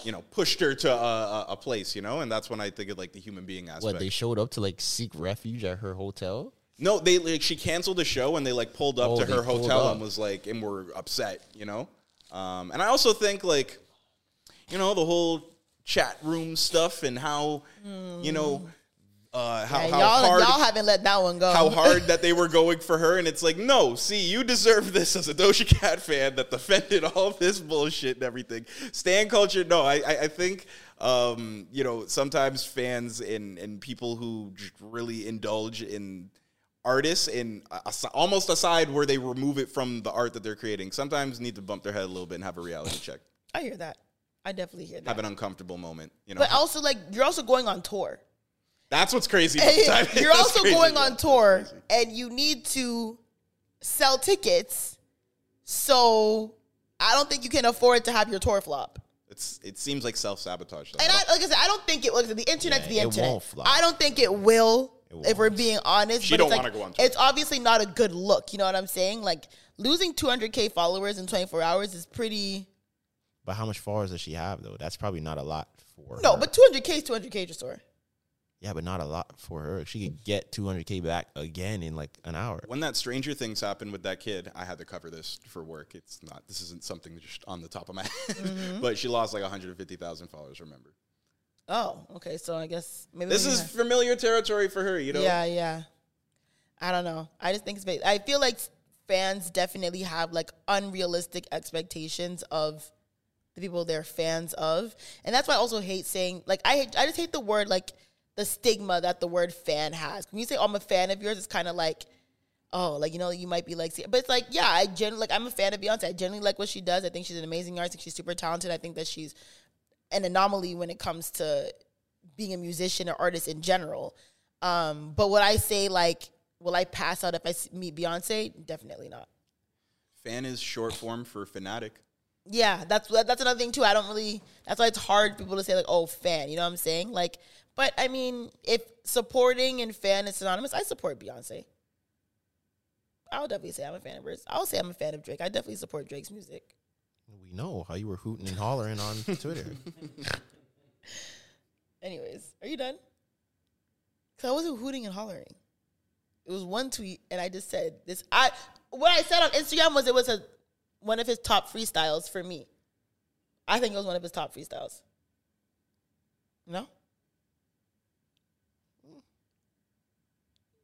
[SPEAKER 3] You know, pushed her to a, a, a place, you know, and that's when I think of like the human being aspect.
[SPEAKER 2] What they showed up to like seek refuge at her hotel.
[SPEAKER 3] No, they like she canceled the show and they like pulled up
[SPEAKER 2] Oh,
[SPEAKER 3] to
[SPEAKER 2] they
[SPEAKER 3] her
[SPEAKER 2] pulled
[SPEAKER 3] hotel
[SPEAKER 2] up.
[SPEAKER 3] and was like and were upset, you know. Um, and I also think like, you know, the whole chat room stuff and how, you know, uh, how,
[SPEAKER 1] And
[SPEAKER 3] how
[SPEAKER 1] y'all,
[SPEAKER 3] hard
[SPEAKER 1] y'all haven't let that one go.
[SPEAKER 3] how hard that they were going for her, and it's like, no, see, you deserve this as a Doja Cat fan that defended all this bullshit and everything. Stan culture, no, I, I, I think, um, you know, sometimes fans and and people who j- really indulge in artists and a- as- almost aside where they remove it from the art that they're creating, sometimes need to bump their head a little bit and have a reality check,
[SPEAKER 1] I hear that. I definitely hear that.
[SPEAKER 3] have an uncomfortable moment. You know,
[SPEAKER 1] But also, like you're also going on tour.
[SPEAKER 3] that's what's crazy. about
[SPEAKER 1] And
[SPEAKER 3] timing.
[SPEAKER 1] you're
[SPEAKER 3] That's
[SPEAKER 1] also
[SPEAKER 3] crazy,
[SPEAKER 1] going
[SPEAKER 3] yeah.
[SPEAKER 1] on tour, and you need to sell tickets. So I don't think you can afford to have your tour flop.
[SPEAKER 3] It's it seems like self sabotage.
[SPEAKER 1] And I, like I said, I don't think it. Like I said, the internet's
[SPEAKER 2] Yeah,
[SPEAKER 1] the
[SPEAKER 2] it
[SPEAKER 1] internet.
[SPEAKER 2] won't flop.
[SPEAKER 1] I don't think it will. If
[SPEAKER 2] won't.
[SPEAKER 1] we're being honest,
[SPEAKER 3] She
[SPEAKER 1] but
[SPEAKER 3] don't
[SPEAKER 1] it's like,
[SPEAKER 3] wanna go on tour.
[SPEAKER 1] It's obviously not a good look. You know what I'm saying? Like losing 200k followers in 24 hours is pretty.
[SPEAKER 2] But how much followers does she have though? That's probably not a lot for.
[SPEAKER 1] No,
[SPEAKER 2] her.
[SPEAKER 1] but 200k is 200k just or
[SPEAKER 2] Yeah, but not a lot for her. She could get 200k back again in like an hour.
[SPEAKER 3] When that Stranger Things happened with that kid, I had to cover this for work. It's not, this isn't something just on the top of my head.
[SPEAKER 1] Mm-hmm.
[SPEAKER 3] But she lost like 150,000 followers, remember?
[SPEAKER 1] Oh, okay. So I guess maybe
[SPEAKER 3] This
[SPEAKER 1] we
[SPEAKER 3] is
[SPEAKER 1] have-
[SPEAKER 3] familiar territory for her, you know?
[SPEAKER 1] Oh, yeah, yeah. I don't know. I just think it's. ba- I feel like fans definitely have like unrealistic expectations of the people they're fans of, and that's why I also hate saying like I I just hate the word like the stigma that the word fan has. When you say oh, I'm a fan of yours, it's kind of like oh, like you know, you might be like, see- but it's like, yeah, I generally like I'm a fan of Beyonce. I generally like what she does. I think she's an amazing artist. I think she's super talented. I think that she's an anomaly when it comes to being a musician or artist in general. Um, but would I say like, will I pass out if I s- meet Beyonce? Definitely not.
[SPEAKER 3] Fan is short form for fanatic.
[SPEAKER 1] Yeah, that's that- that's another thing too. I don't really. That's why it's hard for people to say like, "Oh, fan." You know what I'm saying? Like, but I mean, if supporting and fan is synonymous, I support Beyonce. I'll definitely say I'm a fan of hers. I'll say I'm a fan of Drake. I definitely support Drake's music.
[SPEAKER 2] We know how you were hooting and hollering on Twitter.
[SPEAKER 1] Anyways, are you done? Because I wasn't hooting and hollering. It was one tweet, and I just said this. I what I said on Instagram was it was a one of his top freestyles for me. I think it was one of his top freestyles. No,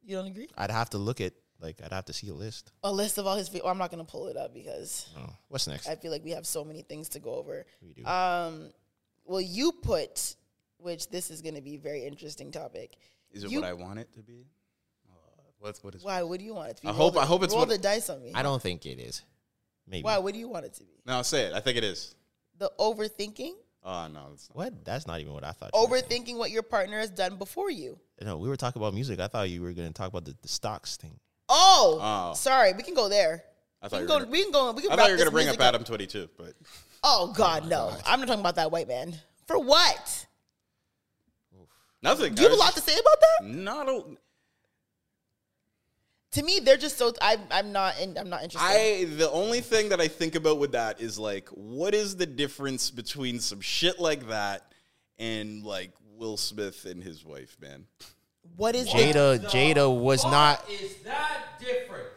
[SPEAKER 1] you don't agree?
[SPEAKER 2] I'd have to look at like I'd have to see a list.
[SPEAKER 1] A list of all his. Free- well, I'm not gonna pull it up because
[SPEAKER 2] Oh, what's next?
[SPEAKER 1] I feel like we have so many things to go over.
[SPEAKER 2] We do.
[SPEAKER 1] Um, well, you put, which this is gonna be a very interesting topic.
[SPEAKER 3] Is it
[SPEAKER 1] You-
[SPEAKER 3] what I want it to be? Uh, what's, what is
[SPEAKER 1] Why? What do you want it to be?
[SPEAKER 3] I
[SPEAKER 1] Roll
[SPEAKER 3] hope-
[SPEAKER 1] the-
[SPEAKER 3] I hope it's
[SPEAKER 1] roll
[SPEAKER 3] what-
[SPEAKER 1] the dice on me.
[SPEAKER 2] I don't think it is. Maybe.
[SPEAKER 1] Why? What do you want it to be?
[SPEAKER 3] No, say it. I think it is.
[SPEAKER 1] The overthinking,
[SPEAKER 3] Oh, no. It's not.
[SPEAKER 2] What? That's not even what I thought. you were saying.
[SPEAKER 1] overthinking what your partner has done before you.
[SPEAKER 2] No, we were talking about music. I thought you were going to talk about the, the stocks thing.
[SPEAKER 1] Oh,
[SPEAKER 3] Oh.
[SPEAKER 1] sorry. We can go there.
[SPEAKER 3] I
[SPEAKER 1] We
[SPEAKER 3] thought
[SPEAKER 1] can
[SPEAKER 3] you
[SPEAKER 1] go.
[SPEAKER 3] were gonna-
[SPEAKER 1] we can go. We can
[SPEAKER 3] I
[SPEAKER 1] wrap
[SPEAKER 3] thought you were
[SPEAKER 1] this
[SPEAKER 3] going to bring up
[SPEAKER 1] music
[SPEAKER 3] Adam 22, but
[SPEAKER 1] Oh God, no! I'm not talking about that white man. For what?
[SPEAKER 3] nothing.
[SPEAKER 1] Do you have
[SPEAKER 3] guys.
[SPEAKER 1] a lot to say about that?
[SPEAKER 3] Not a,
[SPEAKER 1] To me, they're just so. I'm. I'm not. In, I'm not interested.
[SPEAKER 3] I the only thing that I think about with that is like, what is the difference between some shit like that and like Will Smith and his wife, man?
[SPEAKER 1] what is it?
[SPEAKER 2] Jada Jada was not
[SPEAKER 8] Is that difference?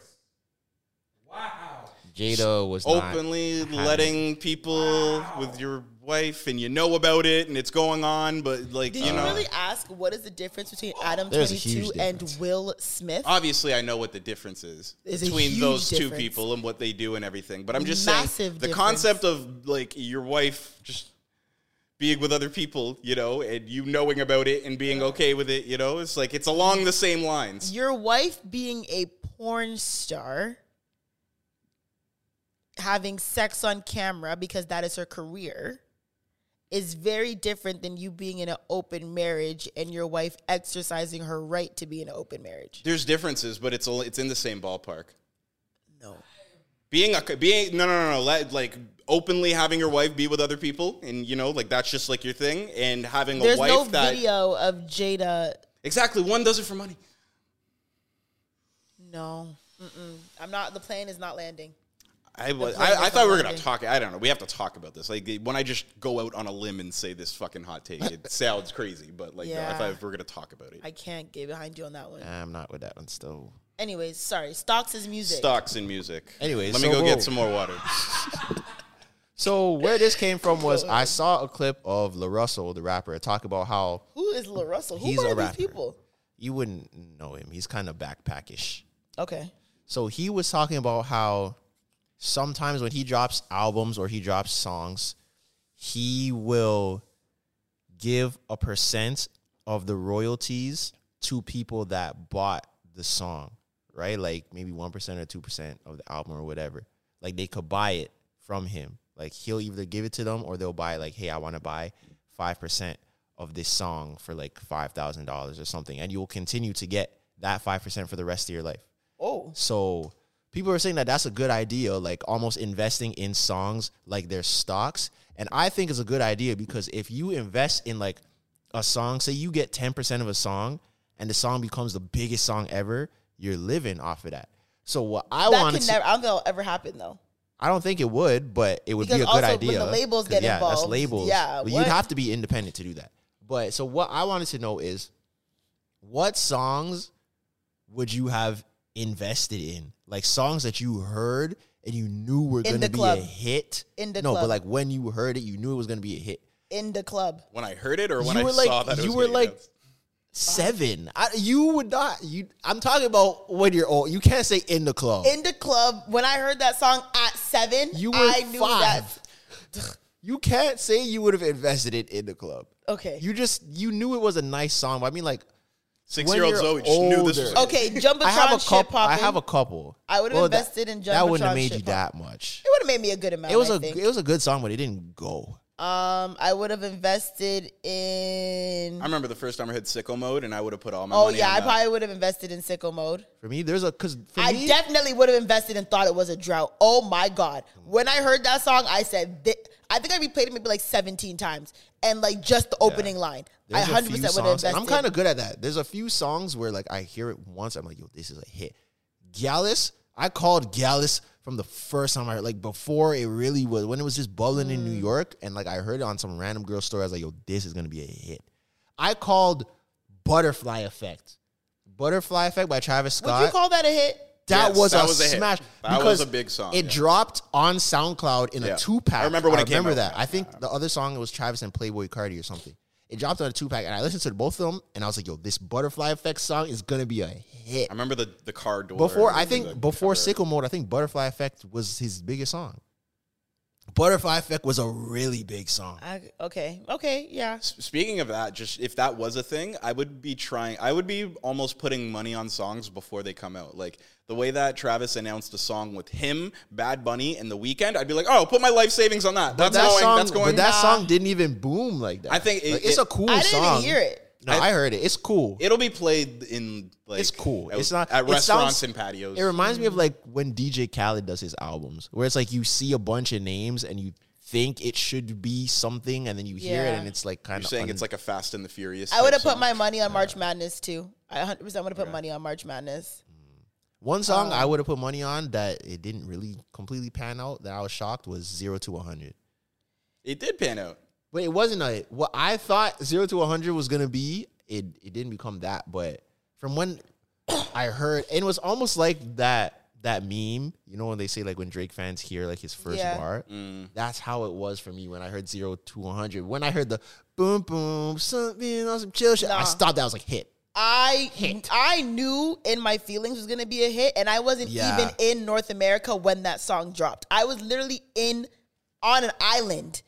[SPEAKER 8] Wow.
[SPEAKER 2] Jada was not
[SPEAKER 3] Openly
[SPEAKER 2] having-
[SPEAKER 3] letting people with your wife and you know about it and it's going on, but like uh,
[SPEAKER 1] Did
[SPEAKER 3] you
[SPEAKER 1] you
[SPEAKER 3] know,
[SPEAKER 1] really ask what is the difference between Adam
[SPEAKER 2] There's a
[SPEAKER 1] 22
[SPEAKER 2] huge
[SPEAKER 1] and
[SPEAKER 2] difference.
[SPEAKER 1] Will Smith?
[SPEAKER 3] obviously I know what the difference is
[SPEAKER 1] There's a
[SPEAKER 3] between
[SPEAKER 1] huge
[SPEAKER 3] those two
[SPEAKER 1] difference.
[SPEAKER 3] people and what they do and everything. But I'm just saying
[SPEAKER 1] Massive
[SPEAKER 3] the
[SPEAKER 1] difference.
[SPEAKER 3] concept of like your wife just being with other people, you know, and you knowing about it and being okay with it, you know, it's like it's along the same lines.
[SPEAKER 1] Your wife being a porn star, having sex on camera because that is her career, is very different than you being in an open marriage and your wife exercising her right to be in an open marriage.
[SPEAKER 3] There's differences, but it's all it's in the same ballpark.
[SPEAKER 1] No.
[SPEAKER 3] Being a being no no no no let- like openly having your wife be with other people and you know like that's just like your thing and having
[SPEAKER 1] There's
[SPEAKER 3] a wife
[SPEAKER 1] no
[SPEAKER 3] that
[SPEAKER 1] video of Jada.
[SPEAKER 3] exactly one does it for money.
[SPEAKER 1] No. Mm-mm. I'm not, the plane is not landing.
[SPEAKER 3] I was.
[SPEAKER 1] The plane
[SPEAKER 3] I, I
[SPEAKER 1] is
[SPEAKER 3] thought we were
[SPEAKER 1] on
[SPEAKER 3] gonna talk. I don't know. We have to talk about this. Like when I just go out on a limb and say this fucking hot take, it sounds crazy. But like, no, I
[SPEAKER 1] Yeah.
[SPEAKER 3] thought we were gonna talk about it.
[SPEAKER 1] I can't get behind you on that one.
[SPEAKER 2] I'm not with that one still.
[SPEAKER 1] Anyways, sorry. Stocks is music.
[SPEAKER 3] Stocks and music.
[SPEAKER 2] Anyways,
[SPEAKER 3] let me
[SPEAKER 2] so
[SPEAKER 3] go
[SPEAKER 2] whoa.
[SPEAKER 3] get some more water.
[SPEAKER 2] So where this came from was I saw a clip of La Russell, the rapper, talk about how
[SPEAKER 1] Who is La Russell? Who
[SPEAKER 2] He's
[SPEAKER 1] are
[SPEAKER 2] a
[SPEAKER 1] these
[SPEAKER 2] rapper.
[SPEAKER 1] people?
[SPEAKER 2] you wouldn't know him. He's kind of backpackish.
[SPEAKER 1] Okay.
[SPEAKER 2] So he was talking about how sometimes when he drops albums or he drops songs, he will give a percent of the royalties to people that bought the song, right? Like maybe 1% or 2% of the album or whatever. Like they could buy it from him. Like he'll either give it to them or they'll buy like, hey, I want to buy 5% of this song for like $5,000 or something. And you will continue to get that 5% for the rest of your life.
[SPEAKER 1] Oh.
[SPEAKER 2] So people are saying that that's a good idea, like almost investing in songs like their stocks. And I think it's a good idea because if you invest in like a song, say you get 10% of a song and the song becomes the biggest song ever, you're living off of that. So what I
[SPEAKER 1] that
[SPEAKER 2] want
[SPEAKER 1] can
[SPEAKER 2] to
[SPEAKER 1] never. I don't think that'll ever happen though.
[SPEAKER 2] I don't think it would, but it would
[SPEAKER 1] Because
[SPEAKER 2] be a good
[SPEAKER 1] also when
[SPEAKER 2] idea.
[SPEAKER 1] the labels
[SPEAKER 2] 'Cause,
[SPEAKER 1] get
[SPEAKER 2] yeah,
[SPEAKER 1] involved,
[SPEAKER 2] That's labels.
[SPEAKER 1] yeah,
[SPEAKER 2] But
[SPEAKER 1] what?
[SPEAKER 2] you'd have to be independent to do that. But so what I wanted to know is what songs would you have invested in? Like songs that you heard and you knew were going
[SPEAKER 1] the
[SPEAKER 2] to be
[SPEAKER 1] club.
[SPEAKER 2] a hit.
[SPEAKER 1] In the
[SPEAKER 2] no, but
[SPEAKER 1] club.
[SPEAKER 2] like when you heard it, you knew it was going to be a hit.
[SPEAKER 1] in the club.
[SPEAKER 3] When I heard it or when
[SPEAKER 2] you
[SPEAKER 3] I
[SPEAKER 2] were
[SPEAKER 3] saw
[SPEAKER 2] like,
[SPEAKER 3] that, it
[SPEAKER 2] you
[SPEAKER 3] was
[SPEAKER 2] were
[SPEAKER 3] getting
[SPEAKER 2] like
[SPEAKER 3] announced?
[SPEAKER 2] seven. I, you would not. You. I'm talking about when you're old. You can't say in the club.
[SPEAKER 1] In the club, when I heard that song at seven,
[SPEAKER 2] you were
[SPEAKER 1] I knew
[SPEAKER 2] five.
[SPEAKER 1] that.
[SPEAKER 2] You can't say you would have invested it in the club.
[SPEAKER 1] Okay.
[SPEAKER 2] You just you knew it was a nice song. But I mean, like
[SPEAKER 3] Six year old
[SPEAKER 2] you're
[SPEAKER 3] Zoe just knew this was
[SPEAKER 2] older-
[SPEAKER 3] a-
[SPEAKER 1] okay, Jumbotron
[SPEAKER 2] I have a
[SPEAKER 1] shit
[SPEAKER 2] couple. I
[SPEAKER 1] popping.
[SPEAKER 2] have a couple.
[SPEAKER 1] I would've
[SPEAKER 2] that-
[SPEAKER 1] invested in
[SPEAKER 2] That wouldn't have
[SPEAKER 1] Jumbotron
[SPEAKER 2] made you
[SPEAKER 1] shit
[SPEAKER 2] that much.
[SPEAKER 1] It would have made me a good amount.
[SPEAKER 2] It was
[SPEAKER 1] I
[SPEAKER 2] a
[SPEAKER 1] think.
[SPEAKER 2] it was a good song, but it didn't go.
[SPEAKER 1] um, I would have invested in.
[SPEAKER 3] I remember the first time I had sicko mode, and I would have put all my
[SPEAKER 1] oh
[SPEAKER 3] money.
[SPEAKER 1] yeah,
[SPEAKER 3] on
[SPEAKER 1] I
[SPEAKER 3] that.
[SPEAKER 1] probably would have invested in sicko mode.
[SPEAKER 2] For me, there's a because for
[SPEAKER 1] I
[SPEAKER 2] me,
[SPEAKER 1] definitely would have invested and thought it was a drought. Oh my god! When I heard that song, I said, thi- I think I replayed it maybe like seventeen times, and like just the opening line, I
[SPEAKER 2] there's a
[SPEAKER 1] hundred
[SPEAKER 2] few
[SPEAKER 1] percent would have
[SPEAKER 2] songs-
[SPEAKER 1] invested.
[SPEAKER 2] and I'm kind of good at that. There's a few songs where like I hear it once, I'm like, yo, this is a hit. Gallus, I called Gallus from the first time I heard, like before it really was when it was just bubbling in
[SPEAKER 1] Mm.
[SPEAKER 2] New York, and like I heard it on some random girl story. I was like, yo, this is gonna be a hit. I called Butterfly Effect. Butterfly Effect by Travis Scott.
[SPEAKER 1] Would you call that a hit?
[SPEAKER 2] That
[SPEAKER 3] Yes,
[SPEAKER 2] was
[SPEAKER 3] that
[SPEAKER 2] a
[SPEAKER 3] was a hit.
[SPEAKER 2] smash.
[SPEAKER 3] That was
[SPEAKER 2] because
[SPEAKER 3] a big song,
[SPEAKER 2] It
[SPEAKER 3] yeah.
[SPEAKER 2] dropped on SoundCloud in
[SPEAKER 3] Yeah.
[SPEAKER 2] a two pack.
[SPEAKER 3] I remember when it came
[SPEAKER 2] remember
[SPEAKER 3] out.
[SPEAKER 2] that. I think the other song was Travis and Playboy Cardi or something. It dropped on a two pack, and I listened to both of them, and I was like, "Yo, this Butterfly Effect song is gonna be a hit."
[SPEAKER 3] I remember the the car door.
[SPEAKER 2] Before I
[SPEAKER 3] and the
[SPEAKER 2] think before
[SPEAKER 3] cover.
[SPEAKER 2] Sickle Mode, I think Butterfly Effect was his biggest song. Butterfly Effect was a really big song.
[SPEAKER 1] I, okay, okay, yeah.
[SPEAKER 3] S- Speaking of that, just if that was a thing, I would be trying. I would be almost putting money on songs before they come out. Like the way that Travis announced a song with him, Bad Bunny, and The Weekend, I'd be like, oh, put my life savings on that.
[SPEAKER 2] But
[SPEAKER 3] That's
[SPEAKER 2] that
[SPEAKER 3] going.
[SPEAKER 2] song,
[SPEAKER 3] that's going.
[SPEAKER 2] but that song didn't even boom like that.
[SPEAKER 3] I think it-
[SPEAKER 2] Like, it's
[SPEAKER 3] it-
[SPEAKER 2] a cool
[SPEAKER 1] I didn't even
[SPEAKER 2] song.
[SPEAKER 1] hear it.
[SPEAKER 2] No, I, heard it. It's cool.
[SPEAKER 3] It'll be played in like
[SPEAKER 2] it's cool.
[SPEAKER 3] at-
[SPEAKER 2] it's not
[SPEAKER 3] at
[SPEAKER 2] it
[SPEAKER 3] restaurants
[SPEAKER 2] sounds-
[SPEAKER 3] and patios.
[SPEAKER 2] It reminds me of like when DJ Khaled does his albums, where it's like you see a bunch of names and you think it should be something, and then you hear it
[SPEAKER 1] Yeah.
[SPEAKER 2] and it's like kind
[SPEAKER 3] You're
[SPEAKER 2] of
[SPEAKER 3] saying it's like a Fast and the Furious.
[SPEAKER 1] I would
[SPEAKER 3] type
[SPEAKER 1] have put
[SPEAKER 3] song.
[SPEAKER 1] my money on March Madness too. I 100 percent would have put money on March Madness.
[SPEAKER 2] one song I would have put money on that it didn't really completely pan out. That I was shocked was zero to one hundred,
[SPEAKER 3] It did pan out.
[SPEAKER 2] but it wasn't a what I thought zero to one hundred was gonna be. It it didn't become that, but from when I heard, and it was almost like that. That meme, you know, when they say like when Drake fans hear like his first
[SPEAKER 1] Yeah.
[SPEAKER 2] bar, That's how it was for me when I heard zero to one hundred. When I heard the boom boom something on some chill shit, I stopped. I was like, hit.
[SPEAKER 1] I I knew in my feelings was gonna be a hit, and I wasn't
[SPEAKER 2] Yeah.
[SPEAKER 1] even in North America when that song dropped. I was literally in on an island,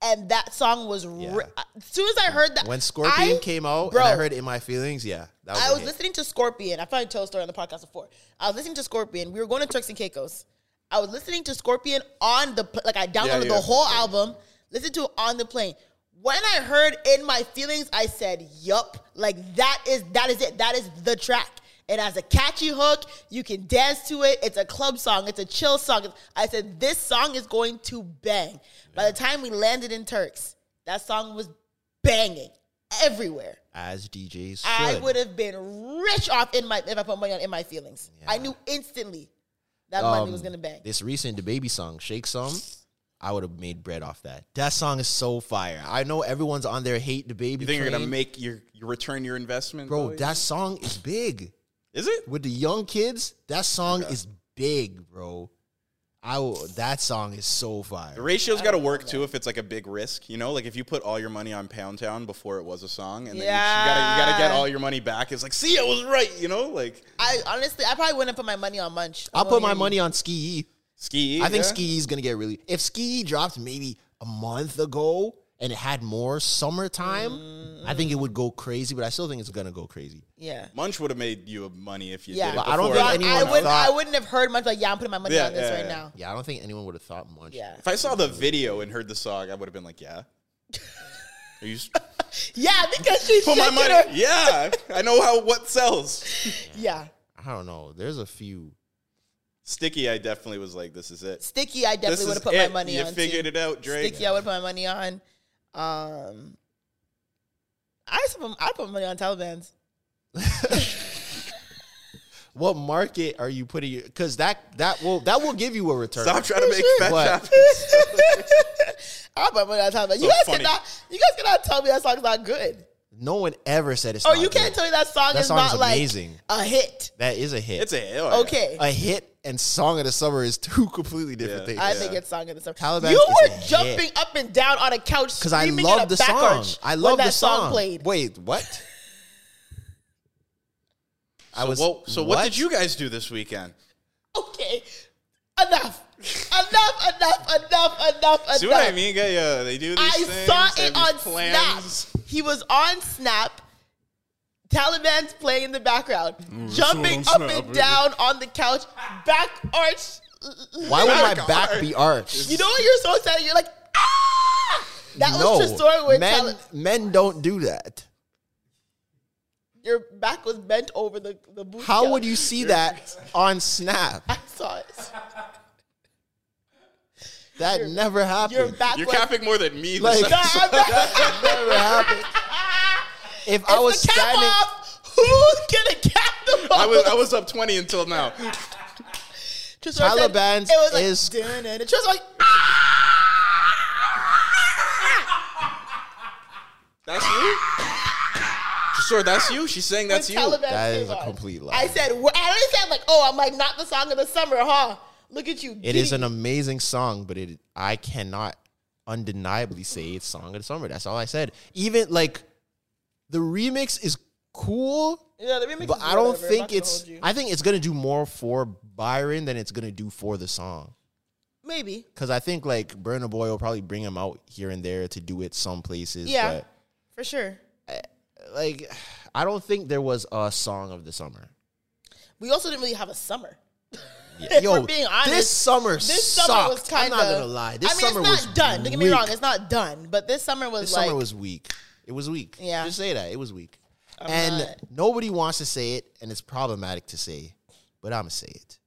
[SPEAKER 1] and that song was. ri- as soon as I heard that,
[SPEAKER 2] When Scorpion
[SPEAKER 1] I-
[SPEAKER 2] came out,
[SPEAKER 1] bro,
[SPEAKER 2] and I heard in my feelings, yeah, that was
[SPEAKER 1] I
[SPEAKER 2] a
[SPEAKER 1] was
[SPEAKER 2] hit.
[SPEAKER 1] listening to Scorpion. I probably told a story on the podcast before. I was listening to Scorpion. We were going to Turks and Caicos. I was listening to Scorpion on the pl- like I downloaded
[SPEAKER 3] yeah.
[SPEAKER 1] the whole album, listened to it on the plane. When I heard in my feelings, I said, "Yup, like that is that is it. That is the track." It has a catchy hook. You can dance to it. It's a club song. It's a chill song. I said this song is going to bang. By the time we landed in Turks, that song was banging everywhere.
[SPEAKER 2] As DJs, should.
[SPEAKER 1] I would have been rich off in my if I put money on in my feelings. I knew instantly that money was
[SPEAKER 2] Um,
[SPEAKER 1] gonna bang.
[SPEAKER 2] This recent the baby song, Shake Some, I would have made bread off that. That song is so fire. I know everyone's on their hate the baby.
[SPEAKER 3] You think you're gonna
[SPEAKER 2] train.
[SPEAKER 3] make your, your return your investment,
[SPEAKER 2] bro?
[SPEAKER 3] Zoe?
[SPEAKER 2] That song is big
[SPEAKER 3] is it.
[SPEAKER 2] with the young kids. That song is big, bro. I will, that song is so fire.
[SPEAKER 3] The ratio's got to work too if it's like a big risk, you know. Like if you put all your money on Pound Town before it was a song, and then you, you gotta you gotta get
[SPEAKER 1] Yeah.
[SPEAKER 3] all your money back. It's like, see, I was right, you know. Like
[SPEAKER 1] I honestly, I probably wouldn't put my money on Munch.
[SPEAKER 2] I'll put my
[SPEAKER 1] money.
[SPEAKER 2] money on Ski.
[SPEAKER 3] ski.
[SPEAKER 2] I think
[SPEAKER 3] yeah?
[SPEAKER 2] Ski is gonna get really. If Ski dropped maybe a month ago and it had more summertime, I think it would go crazy. But I still think it's gonna go crazy.
[SPEAKER 1] Yeah.
[SPEAKER 3] Munch would have made you money if you
[SPEAKER 1] Yeah.
[SPEAKER 3] did.
[SPEAKER 1] But
[SPEAKER 3] It
[SPEAKER 2] I don't
[SPEAKER 3] before
[SPEAKER 2] think
[SPEAKER 3] it-
[SPEAKER 1] I-
[SPEAKER 2] anyone
[SPEAKER 1] I wouldn't
[SPEAKER 2] thought-
[SPEAKER 1] I wouldn't have heard much like, yeah, I'm putting my money
[SPEAKER 3] Yeah,
[SPEAKER 1] on this
[SPEAKER 3] yeah,
[SPEAKER 1] right
[SPEAKER 3] yeah.
[SPEAKER 1] now.
[SPEAKER 2] Yeah, I don't think anyone would have thought much.
[SPEAKER 1] Yeah.
[SPEAKER 3] If I saw the video and heard the song, I would have been like, yeah. Are you s-
[SPEAKER 1] Yeah, because she's
[SPEAKER 3] put my
[SPEAKER 1] shaking
[SPEAKER 3] money?
[SPEAKER 1] her-
[SPEAKER 3] Yeah, I know how what sells.
[SPEAKER 1] Yeah.
[SPEAKER 2] I don't know. There's a few.
[SPEAKER 3] Sticky, I definitely was like, this is it.
[SPEAKER 1] Sticky, I
[SPEAKER 3] This
[SPEAKER 1] definitely would
[SPEAKER 3] is
[SPEAKER 1] have put
[SPEAKER 3] it.
[SPEAKER 1] my money
[SPEAKER 3] You
[SPEAKER 1] on.
[SPEAKER 3] figured
[SPEAKER 1] too.
[SPEAKER 3] it out, Drake.
[SPEAKER 1] Sticky, I would put my money on. Um, I used to put, I put money on Taliban's.
[SPEAKER 2] What market are you putting? Because that that will that will give you a return.
[SPEAKER 3] Stop trying to make fat
[SPEAKER 2] What?
[SPEAKER 3] happen.
[SPEAKER 1] I put money on Taliban. You
[SPEAKER 3] So
[SPEAKER 1] guys
[SPEAKER 3] funny.
[SPEAKER 1] cannot, you guys cannot tell me that song's not good.
[SPEAKER 2] No one ever said it's.
[SPEAKER 1] Oh,
[SPEAKER 2] not
[SPEAKER 1] you can't
[SPEAKER 2] good.
[SPEAKER 1] tell me that song
[SPEAKER 2] That
[SPEAKER 1] is
[SPEAKER 2] song
[SPEAKER 1] not
[SPEAKER 2] is
[SPEAKER 1] like
[SPEAKER 2] amazing.
[SPEAKER 1] a hit.
[SPEAKER 2] That is a hit.
[SPEAKER 3] It's a hit. oh, yeah.
[SPEAKER 1] Okay.
[SPEAKER 2] a hit and song of the summer is two completely different
[SPEAKER 3] Yeah.
[SPEAKER 2] things.
[SPEAKER 1] I think it's song of the summer.
[SPEAKER 2] Caliban
[SPEAKER 1] you
[SPEAKER 2] is
[SPEAKER 1] were
[SPEAKER 2] a
[SPEAKER 1] jumping
[SPEAKER 2] hit.
[SPEAKER 1] up and down on a couch
[SPEAKER 2] because I
[SPEAKER 1] screaming in a
[SPEAKER 2] love the
[SPEAKER 1] back
[SPEAKER 2] song.
[SPEAKER 1] arch
[SPEAKER 2] I
[SPEAKER 1] when
[SPEAKER 2] love
[SPEAKER 1] that
[SPEAKER 2] the song.
[SPEAKER 1] played.
[SPEAKER 2] Wait, what? I was.
[SPEAKER 3] Well, so what? did you guys do this weekend?
[SPEAKER 1] Okay, enough, enough, enough, enough, enough, enough.
[SPEAKER 3] See what I mean? Yeah, yeah, they do these
[SPEAKER 1] I
[SPEAKER 3] things,
[SPEAKER 1] saw
[SPEAKER 3] they have
[SPEAKER 1] it
[SPEAKER 3] these
[SPEAKER 1] on Snap. He was on Snap. Taliban's playing in the background, jumping up and down on the couch, back arch.
[SPEAKER 2] Why would my
[SPEAKER 3] Back
[SPEAKER 2] back
[SPEAKER 3] arch.
[SPEAKER 2] be arched?
[SPEAKER 1] You know what? You're so excited. You're like, ah! That was Tresor when
[SPEAKER 2] men
[SPEAKER 1] Tali-
[SPEAKER 2] men don't do that.
[SPEAKER 1] your back was bent over the the boot.
[SPEAKER 2] How
[SPEAKER 1] couch.
[SPEAKER 2] would you see that on Snap?
[SPEAKER 1] I saw it.
[SPEAKER 2] That never happened.
[SPEAKER 1] Your back
[SPEAKER 3] You're
[SPEAKER 1] was.
[SPEAKER 3] capping more than me.
[SPEAKER 2] Like-
[SPEAKER 1] Nah,
[SPEAKER 3] This episode.
[SPEAKER 1] I'm not-
[SPEAKER 2] never happened. If
[SPEAKER 1] It's
[SPEAKER 2] I was
[SPEAKER 1] the cap
[SPEAKER 2] standing,
[SPEAKER 1] off. Who's gonna cap them off?
[SPEAKER 3] I was I was up twenty until now.
[SPEAKER 1] Tristan said-
[SPEAKER 2] Taliban's
[SPEAKER 1] it was like,
[SPEAKER 2] is-
[SPEAKER 1] dun, dun, dun. Tristan was like, ah!
[SPEAKER 3] That's you. Sure, that's you. She's saying that's
[SPEAKER 1] when
[SPEAKER 3] you.
[SPEAKER 1] Taliban
[SPEAKER 2] That
[SPEAKER 1] came
[SPEAKER 2] is a
[SPEAKER 1] on.
[SPEAKER 2] complete lie.
[SPEAKER 1] I said, wh- I already said like, oh, I'm like not the song of the summer, huh? Look at you.
[SPEAKER 2] it is an amazing song, but it I cannot undeniably say it's song of the summer. That's all I said. Even like the remix is cool,
[SPEAKER 1] Yeah, the remix
[SPEAKER 2] but
[SPEAKER 1] is
[SPEAKER 2] I
[SPEAKER 1] whatever.
[SPEAKER 2] don't
[SPEAKER 1] I'm not
[SPEAKER 2] think
[SPEAKER 1] gonna
[SPEAKER 2] it's.
[SPEAKER 1] hold you.
[SPEAKER 2] I think it's gonna do more for Byron than it's gonna do for the song.
[SPEAKER 1] maybe.
[SPEAKER 2] Because I think like Burna Boy will probably bring him out here and there to do it some places.
[SPEAKER 1] Yeah, for sure.
[SPEAKER 2] But like, I don't think there was a song of the summer.
[SPEAKER 1] We also didn't really have a summer.
[SPEAKER 2] Yeah.
[SPEAKER 1] If we're being honest,
[SPEAKER 2] this summer
[SPEAKER 1] This
[SPEAKER 2] sucked.
[SPEAKER 1] summer was kind of.
[SPEAKER 2] I'm not gonna lie. This
[SPEAKER 1] I mean,
[SPEAKER 2] summer
[SPEAKER 1] it's not
[SPEAKER 2] was
[SPEAKER 1] done. Don't get me wrong.
[SPEAKER 2] weak.
[SPEAKER 1] It's not done, but this summer was
[SPEAKER 2] This
[SPEAKER 1] like
[SPEAKER 2] summer was weak. It was weak.
[SPEAKER 1] Yeah.
[SPEAKER 2] Just say that. It was weak. and nobody wants to say it, and it's problematic to say, but I'm going to say it.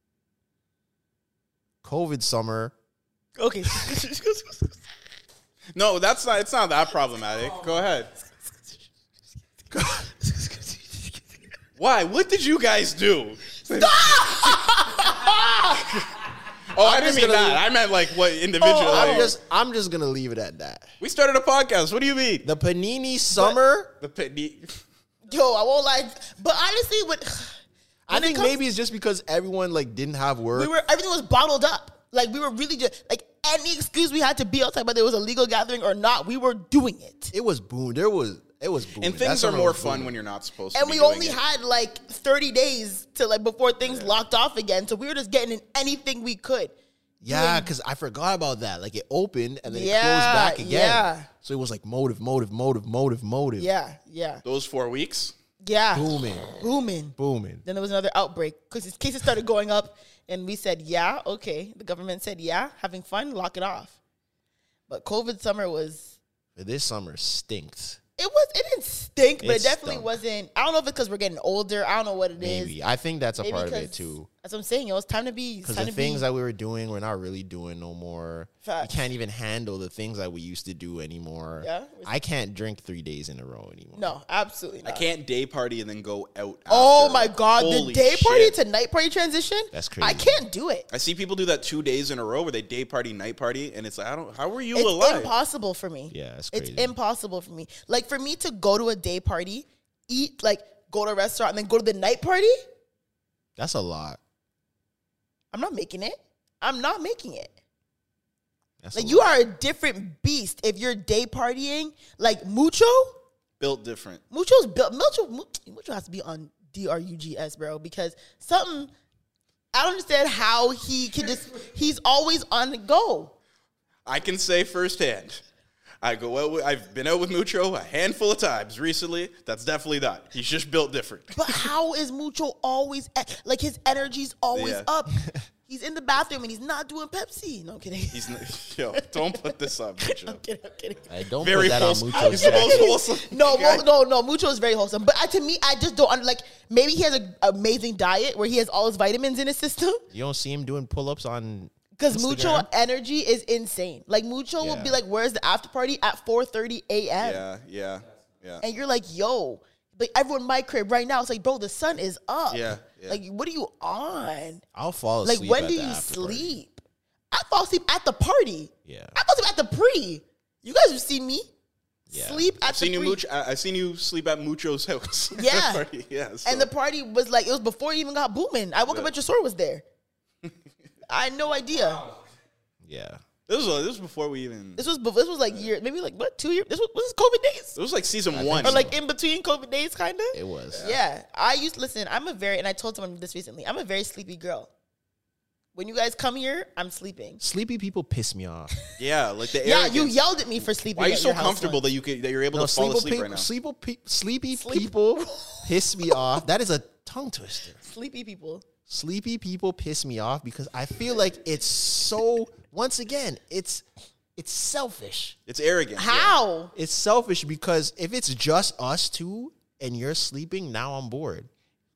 [SPEAKER 2] COVID summer.
[SPEAKER 1] okay.
[SPEAKER 3] No, that's not. It's not that problematic. Go ahead. Why? What did you guys do? oh, I didn't
[SPEAKER 2] just
[SPEAKER 3] mean
[SPEAKER 2] gonna
[SPEAKER 3] that.
[SPEAKER 2] leave-
[SPEAKER 3] I meant like what individual. like-
[SPEAKER 2] I'm just, I'm just going to leave it at that.
[SPEAKER 3] we started a podcast. What do you mean?
[SPEAKER 2] The Panini summer.
[SPEAKER 3] The pit-
[SPEAKER 1] Yo, I won't lie. But honestly, what
[SPEAKER 2] I
[SPEAKER 1] when it
[SPEAKER 2] think
[SPEAKER 1] comes-
[SPEAKER 2] maybe it's just because everyone like didn't have work.
[SPEAKER 1] we were everything was bottled up. Like we were really just like any excuse we had to be outside, whether it was a legal gathering or not, we were doing it.
[SPEAKER 2] it was boom. There was it was boom.
[SPEAKER 3] and things are more fun when you're not supposed to.
[SPEAKER 1] And
[SPEAKER 3] be
[SPEAKER 1] we
[SPEAKER 3] doing
[SPEAKER 1] only
[SPEAKER 3] it.
[SPEAKER 1] had like 30 days to like before things locked off again. So we were just getting in anything we could.
[SPEAKER 2] Yeah, because I forgot about that. Like it opened and then it
[SPEAKER 1] Yeah,
[SPEAKER 2] closed back again.
[SPEAKER 1] yeah.
[SPEAKER 2] So it was like motive, motive, motive, motive, motive.
[SPEAKER 1] Yeah, yeah,
[SPEAKER 3] those four weeks.
[SPEAKER 1] yeah.
[SPEAKER 2] Booming.
[SPEAKER 1] Booming.
[SPEAKER 2] Booming.
[SPEAKER 1] Then there was another outbreak because cases started going up, and we said, "Yeah, okay." The government said, "Yeah, having fun, lock it off." But COVID summer was
[SPEAKER 2] This summer stinks.
[SPEAKER 1] it was it didn't stink, but
[SPEAKER 2] It
[SPEAKER 1] it definitely
[SPEAKER 2] stunk.
[SPEAKER 1] wasn't. I don't know if it's because we're getting older. I don't know what it is.
[SPEAKER 2] Maybe. I think that's a
[SPEAKER 1] Maybe
[SPEAKER 2] part of it
[SPEAKER 1] 'cause-
[SPEAKER 2] too.
[SPEAKER 1] That's what I'm saying, yo. It's time to be. It's
[SPEAKER 2] Because
[SPEAKER 1] time
[SPEAKER 2] the
[SPEAKER 1] to
[SPEAKER 2] things
[SPEAKER 1] be.
[SPEAKER 2] that we were doing, we're not really doing no more.
[SPEAKER 1] Facts.
[SPEAKER 2] We can't even handle the things that we used to do anymore.
[SPEAKER 1] Yeah.
[SPEAKER 2] I can't drink three days in a row anymore.
[SPEAKER 1] no, absolutely
[SPEAKER 3] I
[SPEAKER 1] not.
[SPEAKER 3] can't day party and then go out.
[SPEAKER 1] Oh
[SPEAKER 3] after.
[SPEAKER 1] my god, the
[SPEAKER 3] Holy
[SPEAKER 1] day party
[SPEAKER 3] shit.
[SPEAKER 1] to night party transition.
[SPEAKER 2] That's
[SPEAKER 1] I
[SPEAKER 2] crazy.
[SPEAKER 1] can't do it.
[SPEAKER 3] I see people do that two days in a row where they day party, night party, and it's like, I don't. How were you
[SPEAKER 1] it's
[SPEAKER 3] alive?
[SPEAKER 1] impossible for me.
[SPEAKER 2] Yeah, that's
[SPEAKER 1] It's
[SPEAKER 2] crazy.
[SPEAKER 1] impossible for me. Like for me to go to a day party, eat like go to a restaurant, and then go to the night party.
[SPEAKER 2] That's a lot.
[SPEAKER 1] I'm not making it. I'm not making it.
[SPEAKER 2] That's a
[SPEAKER 1] Like you
[SPEAKER 2] lot.
[SPEAKER 1] are a different beast if you're day partying. Like Mucho,
[SPEAKER 3] Built different.
[SPEAKER 1] Mucho's built. Mucho, Mu- Mucho has to be on D R U G S, bro, because something. I don't understand how he can just. He's always on the go.
[SPEAKER 3] I can say firsthand. I go out. With, I've been out with Mucho a handful of times recently. That's definitely not. He's just built different.
[SPEAKER 1] But how is Mucho always at, like his energy's always
[SPEAKER 3] Yeah.
[SPEAKER 1] up? He's in the bathroom and he's not doing Pepsi. No I'm kidding.
[SPEAKER 3] He's not, yo. Don't put this on Mucho.
[SPEAKER 1] I'm kidding. I'm kidding.
[SPEAKER 2] Hey, don't
[SPEAKER 3] Very
[SPEAKER 2] put that on
[SPEAKER 3] wholesome.
[SPEAKER 2] Mucho's
[SPEAKER 3] He's the most
[SPEAKER 2] jacket.
[SPEAKER 3] wholesome.
[SPEAKER 1] No,
[SPEAKER 3] guy.
[SPEAKER 1] Mo, no, no. Mucho is very wholesome, but I, to me, I just don't under- like. Maybe he has an amazing diet where he has all his vitamins in his system.
[SPEAKER 2] You don't see him doing pull ups on
[SPEAKER 1] Because Mucho
[SPEAKER 2] Instagram?
[SPEAKER 1] energy is insane. Like Mucho will be
[SPEAKER 2] Yeah.
[SPEAKER 1] like, "Where's the after party at 4:30 a.m."
[SPEAKER 3] Yeah, yeah, yeah.
[SPEAKER 1] And you're like, "Yo, like everyone in my crib right now." It's like, bro, the sun is up.
[SPEAKER 3] Yeah, yeah.
[SPEAKER 1] Like, what are you on?
[SPEAKER 2] I'll fall
[SPEAKER 1] Like,
[SPEAKER 2] asleep.
[SPEAKER 1] when
[SPEAKER 2] at
[SPEAKER 1] do
[SPEAKER 2] the
[SPEAKER 1] you
[SPEAKER 2] after party.
[SPEAKER 1] sleep? I fall asleep at the party.
[SPEAKER 2] Yeah.
[SPEAKER 1] I fall asleep at the pre. You guys have seen me. Sleep at
[SPEAKER 3] I've seen
[SPEAKER 1] the
[SPEAKER 3] you
[SPEAKER 1] free-
[SPEAKER 3] much. I, I've seen you sleep at Mucho's house.
[SPEAKER 1] Yeah.
[SPEAKER 3] Party, yeah. so-
[SPEAKER 1] And the party was like it was before it even got booming. I woke up at your store was there. I had no idea.
[SPEAKER 2] Yeah.
[SPEAKER 3] this was this was before we even.
[SPEAKER 1] This was bef- this was like year maybe like what two years. This was, was this COVID days
[SPEAKER 3] It was like season one.
[SPEAKER 1] or like in between COVID days kind of.
[SPEAKER 2] It was.
[SPEAKER 1] Yeah, I used listen. I'm a very and I told someone this recently. I'm a very sleepy girl. When you guys come here, I'm sleeping.
[SPEAKER 2] Sleepy people piss me off.
[SPEAKER 3] yeah, like the
[SPEAKER 1] Yeah,
[SPEAKER 3] arrogance.
[SPEAKER 1] you yelled at me for sleeping.
[SPEAKER 3] Why are you
[SPEAKER 1] at
[SPEAKER 3] so
[SPEAKER 1] your house
[SPEAKER 3] comfortable
[SPEAKER 1] once.
[SPEAKER 3] that you could, that you're able
[SPEAKER 2] No,
[SPEAKER 3] to fall
[SPEAKER 2] sleepo
[SPEAKER 3] asleep
[SPEAKER 2] peop-
[SPEAKER 3] right now?
[SPEAKER 2] sleepo pe- sleepy
[SPEAKER 1] Sleep-
[SPEAKER 2] people piss me off. That is a tongue twister.
[SPEAKER 1] sleepy people?
[SPEAKER 2] Sleepy people piss me off because I feel like it's so. Once again, it's it's selfish.
[SPEAKER 3] It's arrogant. yeah.
[SPEAKER 1] How?
[SPEAKER 2] It's selfish because if it's just us two and you're sleeping, now I'm bored.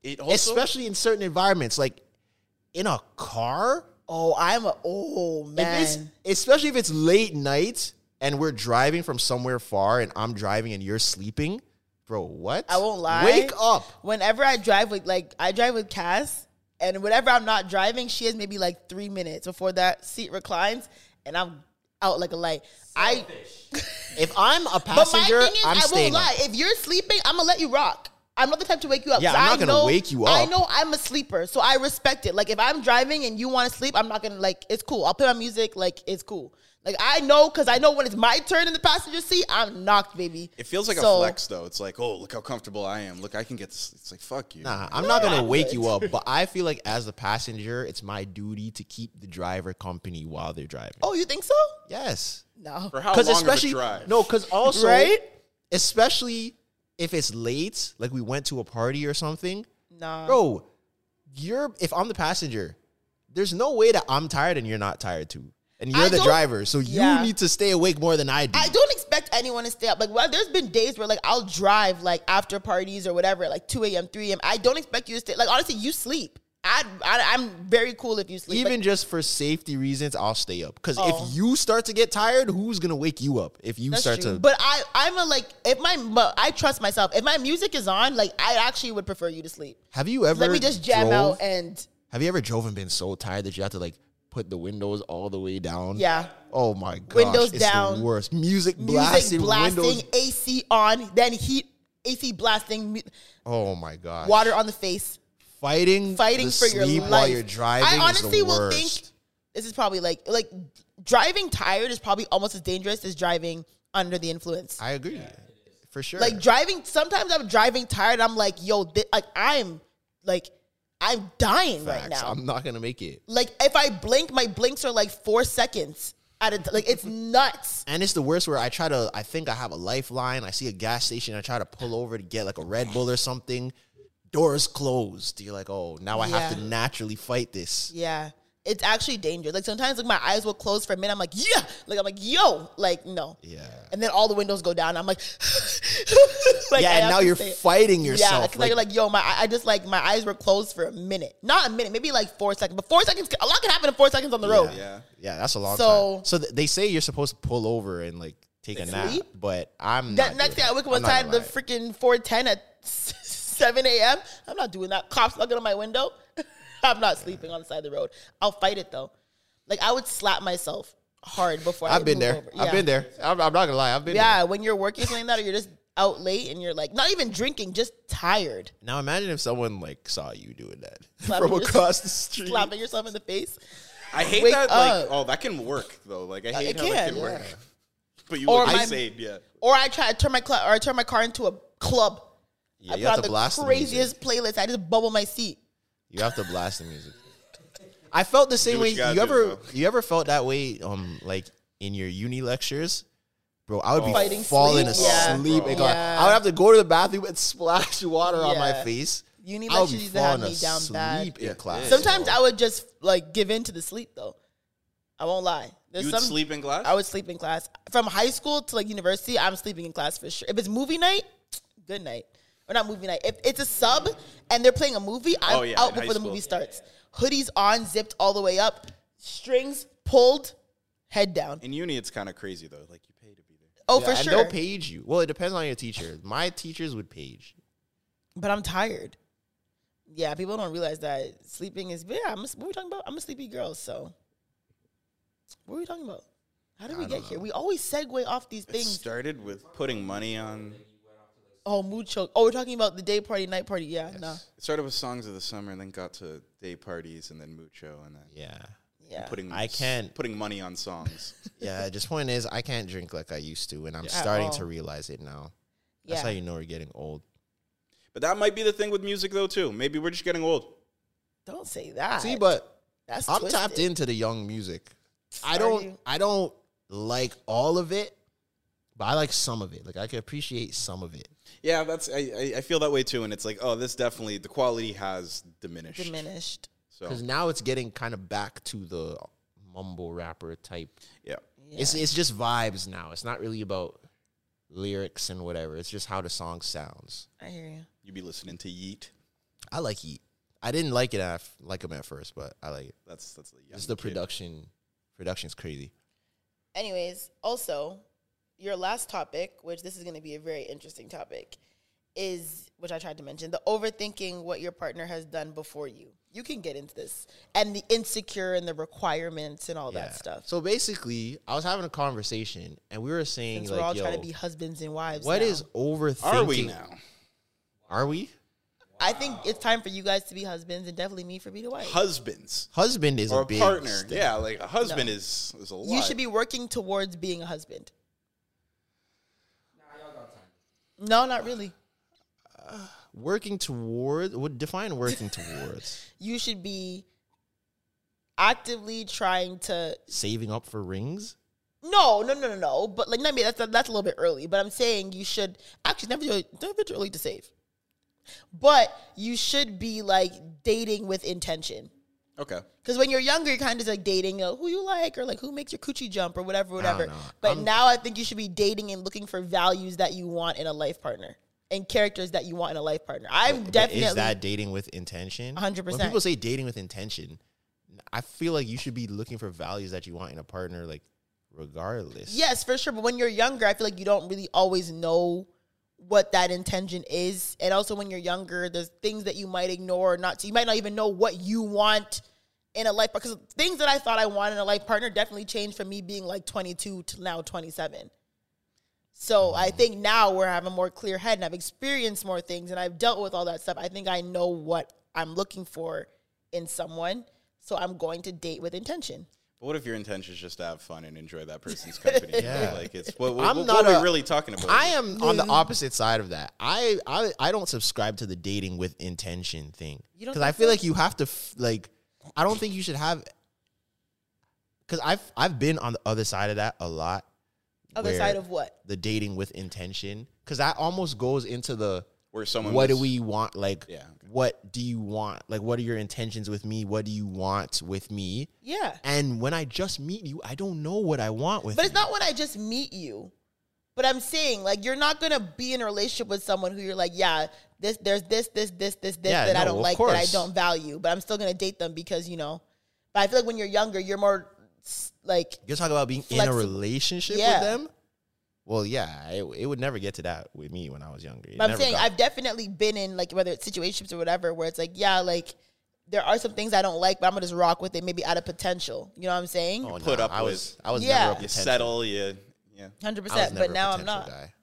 [SPEAKER 3] It also,
[SPEAKER 2] Especially in certain environments, like in a car.
[SPEAKER 1] Oh, I'm a oh
[SPEAKER 2] If it's-
[SPEAKER 1] man.
[SPEAKER 2] especially if it's late night and we're driving from somewhere far and I'm driving and you're sleeping, bro. What?
[SPEAKER 1] I won't lie.
[SPEAKER 2] Wake up.
[SPEAKER 1] Whenever I drive with like I drive with Cass, and whenever I'm not driving, she has maybe like three minutes before that seat reclines, and I'm out like a light. I
[SPEAKER 2] If I'm a
[SPEAKER 1] but my
[SPEAKER 2] passenger,
[SPEAKER 1] thing is,
[SPEAKER 2] I'm
[SPEAKER 1] I won't
[SPEAKER 2] staying. up.
[SPEAKER 1] lie. If you're sleeping, I'm gonna let you rock. I'm not the type to wake you up.
[SPEAKER 2] Yeah,
[SPEAKER 1] 'cause
[SPEAKER 2] I'm not
[SPEAKER 1] I
[SPEAKER 2] gonna
[SPEAKER 1] know-
[SPEAKER 2] wake you
[SPEAKER 1] I
[SPEAKER 2] up.
[SPEAKER 1] know I'm a sleeper, so I respect it. Like if I'm driving and you want to sleep, I'm not gonna like. It's cool. I'll play my music. Like it's cool. Like I know because I know when it's my turn in the passenger seat, I'm knocked, baby.
[SPEAKER 3] it feels like
[SPEAKER 1] So-
[SPEAKER 3] a flex, though. It's like, oh, look how comfortable I am. Look, I can get. This. It's like, fuck you.
[SPEAKER 2] Nah, I'm not gonna wake you up, but I feel like as the passenger, it's my duty to keep the driver company while they're driving.
[SPEAKER 1] Oh, you think so?
[SPEAKER 2] yes,
[SPEAKER 1] No.
[SPEAKER 3] For how long
[SPEAKER 2] especially
[SPEAKER 3] of a drive?
[SPEAKER 2] no, because also
[SPEAKER 1] Right?
[SPEAKER 2] especially if it's late, like we went to a party or something,
[SPEAKER 1] Nah.
[SPEAKER 2] bro. You're if I'm the passenger, there's no way that I'm tired and you're not tired too, and you're
[SPEAKER 1] I
[SPEAKER 2] the
[SPEAKER 1] don't-
[SPEAKER 2] driver, so
[SPEAKER 1] Yeah.
[SPEAKER 2] you need to stay awake more than I do.
[SPEAKER 1] I don't expect anyone to stay up. Like, well, there's been days where like I'll drive like after parties or whatever, like two a.m., three a.m. I don't expect you to stay. Like, honestly, you sleep. I, I I'm very cool if you sleep.
[SPEAKER 2] even
[SPEAKER 1] Like,
[SPEAKER 2] just for safety reasons, I'll stay up. Because
[SPEAKER 1] Oh.
[SPEAKER 2] if you start to get tired, who's gonna wake you up? If you
[SPEAKER 1] that's
[SPEAKER 2] start
[SPEAKER 1] true.
[SPEAKER 2] to,
[SPEAKER 1] But I I'm a like if my mu- I trust myself. If my music is on, like I actually would prefer you to sleep.
[SPEAKER 2] have you ever
[SPEAKER 1] Let me just jam
[SPEAKER 2] drove-
[SPEAKER 1] out and
[SPEAKER 2] have you ever drove and been so tired that you have to like put the windows all the way down?
[SPEAKER 1] yeah.
[SPEAKER 2] Oh my gosh,
[SPEAKER 1] Windows
[SPEAKER 2] it's
[SPEAKER 1] down.
[SPEAKER 2] The worst music,
[SPEAKER 1] Music
[SPEAKER 2] blasting,
[SPEAKER 1] blasting,
[SPEAKER 2] windows.
[SPEAKER 1] AC on, then heat, AC blasting, mu-
[SPEAKER 2] Oh my god,
[SPEAKER 1] water on the face.
[SPEAKER 2] fighting,
[SPEAKER 1] fighting
[SPEAKER 2] the
[SPEAKER 1] for your
[SPEAKER 2] sleep
[SPEAKER 1] life
[SPEAKER 2] while you're driving.
[SPEAKER 1] I honestly
[SPEAKER 2] is the
[SPEAKER 1] will
[SPEAKER 2] worst.
[SPEAKER 1] think this is probably like like driving tired is probably almost as dangerous as driving under the influence.
[SPEAKER 2] I agree, for sure.
[SPEAKER 1] Like driving, sometimes I'm driving tired. I'm like, yo, thi- like I'm like I'm dying right
[SPEAKER 2] Facts.
[SPEAKER 1] now.
[SPEAKER 2] I'm not gonna make it.
[SPEAKER 1] like if I blink, my blinks are like four seconds at a like it's nuts.
[SPEAKER 2] And it's the worst where I try to, I think I have a lifeline. I see a gas station. I try to pull over to get like a Red Bull or something. Doors closed. You're like, oh, now I have to
[SPEAKER 1] Yeah.
[SPEAKER 2] naturally fight this.
[SPEAKER 1] Yeah. It's actually dangerous. Like sometimes like my eyes will close for a minute. I'm like, yeah. Like I'm like, yo. Like, no.
[SPEAKER 2] Yeah.
[SPEAKER 1] And then all the windows go down. I'm like, like, I
[SPEAKER 2] yeah, and
[SPEAKER 1] have
[SPEAKER 2] now
[SPEAKER 1] to
[SPEAKER 2] you're
[SPEAKER 1] stay-
[SPEAKER 2] fighting
[SPEAKER 1] Yeah,
[SPEAKER 2] yourself.
[SPEAKER 1] because now you're like, yo, my I I just like my eyes were closed for a minute, not a minute, maybe like four seconds. But four seconds, a lot can happen in four seconds on the road.
[SPEAKER 3] Yeah.
[SPEAKER 2] yeah, that's a long
[SPEAKER 1] So-
[SPEAKER 2] time. So th- they say you're supposed to pull over and like take a nap,
[SPEAKER 1] Sleep?
[SPEAKER 2] but I'm
[SPEAKER 1] That
[SPEAKER 2] not
[SPEAKER 1] next day,
[SPEAKER 2] doing
[SPEAKER 1] I
[SPEAKER 2] that.
[SPEAKER 1] wake up
[SPEAKER 2] I'm
[SPEAKER 1] one
[SPEAKER 2] not
[SPEAKER 1] time, the
[SPEAKER 2] gonna lie.
[SPEAKER 1] freaking four ten at seven a.m. I'm not doing that. Cops knocking on my window. I'm not sleeping on the side of the road. I'll fight it though. Like I would slap myself hard before I
[SPEAKER 2] I've been
[SPEAKER 1] move
[SPEAKER 2] there.
[SPEAKER 1] over.
[SPEAKER 2] I've
[SPEAKER 1] Yeah.
[SPEAKER 2] been there. I'm, I'm not gonna lie. I've been there.
[SPEAKER 1] Yeah, when you're working something like that, or you're just out late and you're like not even drinking, just tired,
[SPEAKER 2] Now imagine if someone like saw you doing that
[SPEAKER 1] Slapping
[SPEAKER 2] from
[SPEAKER 1] your-
[SPEAKER 2] across the street.
[SPEAKER 1] slapping yourself in the face.
[SPEAKER 3] I hate
[SPEAKER 1] Wake up.
[SPEAKER 3] that.
[SPEAKER 1] Uh,
[SPEAKER 3] Like, oh, that can work though. Like, I hate
[SPEAKER 1] it
[SPEAKER 3] how that
[SPEAKER 1] can,
[SPEAKER 3] can work.
[SPEAKER 1] yeah.
[SPEAKER 3] But you
[SPEAKER 1] Or
[SPEAKER 3] look
[SPEAKER 1] my-
[SPEAKER 3] insane. Yeah.
[SPEAKER 1] Or I try to turn my club or I turn my car into a club.
[SPEAKER 2] Yeah,
[SPEAKER 1] I
[SPEAKER 2] you
[SPEAKER 1] put
[SPEAKER 2] have
[SPEAKER 1] on
[SPEAKER 2] to blast
[SPEAKER 1] the
[SPEAKER 2] the music.
[SPEAKER 1] craziest playlist. I just bubble my seat.
[SPEAKER 2] You have to blast the music. I felt the same
[SPEAKER 3] what
[SPEAKER 2] way.
[SPEAKER 3] you
[SPEAKER 2] You,
[SPEAKER 3] gotta do,
[SPEAKER 2] ever
[SPEAKER 3] bro.
[SPEAKER 2] you ever felt that way? Um, like in your uni lectures, bro. I would be
[SPEAKER 1] Fighting
[SPEAKER 2] falling
[SPEAKER 1] sleep? Yeah.
[SPEAKER 2] asleep. and going-
[SPEAKER 1] Yeah.
[SPEAKER 2] I would have to go to the bathroom and splash water on my
[SPEAKER 1] Yeah.
[SPEAKER 2] face.
[SPEAKER 1] Uni
[SPEAKER 2] I would be
[SPEAKER 1] lectures used to have
[SPEAKER 2] falling
[SPEAKER 1] me down bad.
[SPEAKER 2] asleep in
[SPEAKER 3] Yeah.
[SPEAKER 2] class.
[SPEAKER 1] Sometimes I would just like give in to the sleep though. I won't lie. There's
[SPEAKER 3] You would sleep in class.
[SPEAKER 1] I would sleep in class. From high school to like university, I'm sleeping in class for sure. If it's movie night, good night. Or not movie night. If it's a sub and they're playing a movie, I'm
[SPEAKER 3] Oh, yeah,
[SPEAKER 1] out
[SPEAKER 3] in high
[SPEAKER 1] before the
[SPEAKER 3] school.
[SPEAKER 1] movie starts. Hoodies on, zipped all the way up, strings pulled, head down.
[SPEAKER 3] in uni, it's kind of crazy though. Like, you pay to be there.
[SPEAKER 1] Oh,
[SPEAKER 2] Yeah,
[SPEAKER 1] for
[SPEAKER 2] and
[SPEAKER 1] sure.
[SPEAKER 2] they'll page you. Well, it depends on your teacher. My teachers would page.
[SPEAKER 1] but I'm tired. Yeah, people don't realize that sleeping is. But yeah, I'm a, what were we talking about? I'm a sleepy girl. So, what were we talking about? How did we get here? We always segue off these
[SPEAKER 3] It
[SPEAKER 1] things.
[SPEAKER 3] started with putting money on.
[SPEAKER 1] Oh, mood choke. Oh, we're talking about the day party, night party. Yeah, no.
[SPEAKER 3] It started with songs of the summer, and then got to day parties, and then mucho, and then
[SPEAKER 2] Yeah.
[SPEAKER 1] Yeah.
[SPEAKER 3] putting
[SPEAKER 2] I can't-
[SPEAKER 3] putting money on songs.
[SPEAKER 2] Yeah. Just point is, I can't drink like I used to, and I'm
[SPEAKER 1] At
[SPEAKER 2] starting
[SPEAKER 1] all.
[SPEAKER 2] to realize it now.
[SPEAKER 1] yeah.
[SPEAKER 2] That's how you know we're getting old.
[SPEAKER 3] but that might be the thing with music, though, too. Maybe we're just getting old.
[SPEAKER 1] Don't say that.
[SPEAKER 2] See, but
[SPEAKER 1] That's
[SPEAKER 2] I'm tapped
[SPEAKER 1] twisted.
[SPEAKER 2] into the young music.
[SPEAKER 1] Are
[SPEAKER 2] I don't.
[SPEAKER 1] you?
[SPEAKER 2] I don't like all of it, but I like some of it. Like I can appreciate some of it.
[SPEAKER 3] Yeah, that's I, I, I feel that way too, and it's like, oh, this definitely the quality has diminished.
[SPEAKER 1] Diminished.
[SPEAKER 3] So
[SPEAKER 2] Because now it's getting kind of back to the mumble rapper type.
[SPEAKER 3] yeah,
[SPEAKER 2] It's it's just vibes now. It's not really about lyrics and whatever. It's just how the song sounds.
[SPEAKER 1] I hear you.
[SPEAKER 3] you be listening to Yeet.
[SPEAKER 2] I like Yeet. I didn't like it at like him at first, but I like it.
[SPEAKER 3] That's that's the young
[SPEAKER 2] Just the
[SPEAKER 3] kid.
[SPEAKER 2] production. Production's crazy.
[SPEAKER 1] Anyways, also, your last topic, which this is going to be a very interesting topic, is which I tried to mention the overthinking what your partner has done before you. You can get into this and the insecure and the requirements and all
[SPEAKER 2] Yeah.
[SPEAKER 1] that stuff.
[SPEAKER 2] So basically, I was having a conversation and we were saying
[SPEAKER 1] Since
[SPEAKER 2] like,
[SPEAKER 1] we're all
[SPEAKER 2] yo,
[SPEAKER 1] trying to be husbands and wives.
[SPEAKER 2] what
[SPEAKER 1] now.
[SPEAKER 2] is overthinking?
[SPEAKER 3] Are we now?
[SPEAKER 2] Are we?
[SPEAKER 1] I think it's time for you guys to be husbands and definitely me for be the wife.
[SPEAKER 3] Husbands
[SPEAKER 2] Husband is
[SPEAKER 3] or
[SPEAKER 2] a
[SPEAKER 3] a
[SPEAKER 2] big
[SPEAKER 3] partner?
[SPEAKER 2] step.
[SPEAKER 3] Yeah, like a husband is is a lot.
[SPEAKER 1] you should be working towards being a husband. No, not really.
[SPEAKER 2] Working towards would define working towards.
[SPEAKER 1] You should be actively trying to
[SPEAKER 2] Saving up for rings?
[SPEAKER 1] No, no, no, no, no. But like, I mean, that's that's a little bit early. But I'm saying you should actually never too- never too early to save. But you should be like dating with intention.
[SPEAKER 3] okay.
[SPEAKER 1] Because when you're younger, you're kind of just like dating you know, who you like or like who makes your coochie jump or whatever, whatever.
[SPEAKER 2] know.
[SPEAKER 1] But
[SPEAKER 2] I'm-
[SPEAKER 1] now I think you should be dating and looking for values that you want in a life partner and characters that you want in a life partner. I'm
[SPEAKER 2] But
[SPEAKER 1] definitely
[SPEAKER 2] is that dating with intention?
[SPEAKER 1] 100%.
[SPEAKER 2] When people say dating with intention, I feel like you should be looking for values that you want in a partner, like regardless.
[SPEAKER 1] Yes, for sure. But when you're younger, I feel like you don't really always know what that intention is. And also when you're younger, there's things that you might ignore or not. So you might not even know what you want in a life because things that I thought I wanted in a life partner definitely changed from me being like 22 to now 27. So I think now where I have a more clear head and I've experienced more things and I've dealt with all that stuff, I think I know what I'm looking for in someone. So I'm going to date with intention.
[SPEAKER 3] But what if your intention is just to have fun and enjoy that person's company?
[SPEAKER 2] Yeah.
[SPEAKER 3] like it's what, what,
[SPEAKER 2] I'm
[SPEAKER 3] what
[SPEAKER 2] not
[SPEAKER 3] are
[SPEAKER 2] a-
[SPEAKER 3] we really talking about?
[SPEAKER 2] I am on the opposite side of that. I I, I don't subscribe to the dating with intention thing
[SPEAKER 1] You don't
[SPEAKER 2] because I
[SPEAKER 1] think
[SPEAKER 2] feel
[SPEAKER 1] so?
[SPEAKER 2] like you have to f- like. I don't think you should have because I've I've been on the other side of that a lot.
[SPEAKER 1] Other
[SPEAKER 2] where
[SPEAKER 1] side of what?
[SPEAKER 2] the dating with intention because that almost goes into the
[SPEAKER 3] Where someone
[SPEAKER 2] what do
[SPEAKER 3] was-
[SPEAKER 2] we want like
[SPEAKER 3] Yeah, okay.
[SPEAKER 2] what do you want like what are your intentions with me what do you want with me
[SPEAKER 1] Yeah.
[SPEAKER 2] and when I just meet you I don't know what I want with
[SPEAKER 1] But it's
[SPEAKER 2] you.
[SPEAKER 1] not when I just meet you. But I'm saying, like, you're not gonna be in a relationship with someone who you're like, yeah, this, there's this, this, this, this, this
[SPEAKER 2] Yeah,
[SPEAKER 1] that I
[SPEAKER 2] no,
[SPEAKER 1] don't
[SPEAKER 2] of
[SPEAKER 1] like, that I
[SPEAKER 2] course.
[SPEAKER 1] don't value. But I'm still gonna date them because you know. But I feel like when you're younger, you're more s- like,
[SPEAKER 2] You're talking about being in a
[SPEAKER 1] Flexible.
[SPEAKER 2] relationship
[SPEAKER 1] Yeah.
[SPEAKER 2] with them? Well, yeah, it, it would never get to that with me when I was younger. It
[SPEAKER 1] but I'm
[SPEAKER 2] never
[SPEAKER 1] saying
[SPEAKER 2] got-
[SPEAKER 1] I've definitely been in like whether it's situationships or whatever, where it's like, yeah, like there are some things I don't like, but I'm gonna just rock with it, maybe out of potential. You know what I'm saying?
[SPEAKER 2] Oh,
[SPEAKER 3] put
[SPEAKER 2] nah,
[SPEAKER 3] up
[SPEAKER 2] I was
[SPEAKER 3] with-
[SPEAKER 2] I was
[SPEAKER 1] Yeah.
[SPEAKER 2] never a
[SPEAKER 1] You
[SPEAKER 3] you
[SPEAKER 2] potential-
[SPEAKER 3] settle, you yeah.
[SPEAKER 1] Hundred
[SPEAKER 2] I was
[SPEAKER 1] percent.
[SPEAKER 2] never
[SPEAKER 1] But
[SPEAKER 2] a
[SPEAKER 1] now I'm
[SPEAKER 2] potential
[SPEAKER 1] not.
[SPEAKER 2] guy.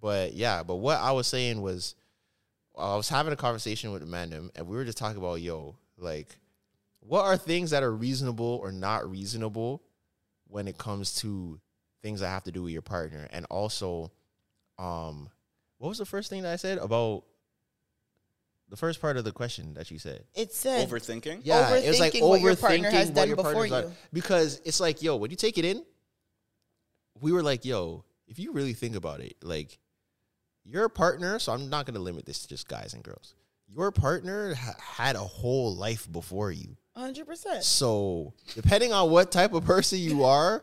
[SPEAKER 2] But yeah, but what I was saying was, I was having a conversation with Amanda, and we were just talking about yo, like, what are things that are reasonable or not reasonable when it comes to things that have to do with your partner, and also, um, what was the first thing that I said about the first part of the question that you said?
[SPEAKER 1] It said
[SPEAKER 3] Overthinking.
[SPEAKER 2] Yeah, it was like
[SPEAKER 1] Overthinking what your partner
[SPEAKER 2] overthinking
[SPEAKER 1] has
[SPEAKER 2] what
[SPEAKER 1] done
[SPEAKER 2] your
[SPEAKER 1] before
[SPEAKER 2] partner's done.
[SPEAKER 1] you.
[SPEAKER 2] Because it's like, yo, when you take it in, we were like, yo, if you really think about it, like your partner, so I'm not going to limit this to just guys and girls. Your partner ha- had a whole life before you.
[SPEAKER 1] hundred percent.
[SPEAKER 2] So, depending on what type of person you are,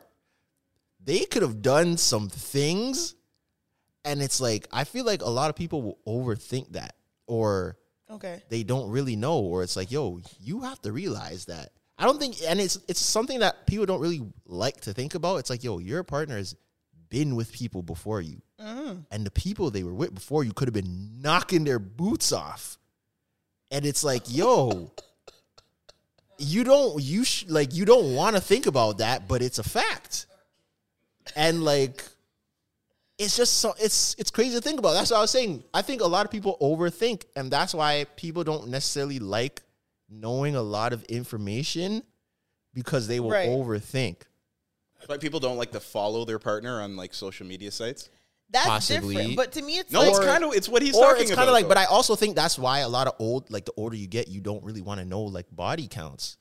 [SPEAKER 2] they could have done some things. And it's like, I feel like a lot of people will overthink that or
[SPEAKER 1] Okay.
[SPEAKER 2] they don't really know or it's like yo you have to realize that i don't think and it's it's something that people don't really like to think about it's like yo your partner has been with people before you and the people they were with before you could have been knocking their boots off and it's like yo you don't you sh- like you don't want to think about that but it's a fact and like it's just so it's it's crazy to think about. That's what I was saying. I think a lot of people overthink, and that's why people don't necessarily like knowing a lot of information because they will
[SPEAKER 1] Right.
[SPEAKER 2] overthink.
[SPEAKER 3] That's why people don't like to follow their partner on like social media sites.
[SPEAKER 1] That's
[SPEAKER 2] Possibly.
[SPEAKER 1] different. But to me, it's
[SPEAKER 3] No,
[SPEAKER 1] like,
[SPEAKER 3] it's kind of it's what he's
[SPEAKER 2] or
[SPEAKER 3] talking
[SPEAKER 2] it's
[SPEAKER 3] about.
[SPEAKER 2] kind of like,
[SPEAKER 3] though.
[SPEAKER 2] but I also think that's why a lot of old, like the older you get, you don't really want to know like body counts.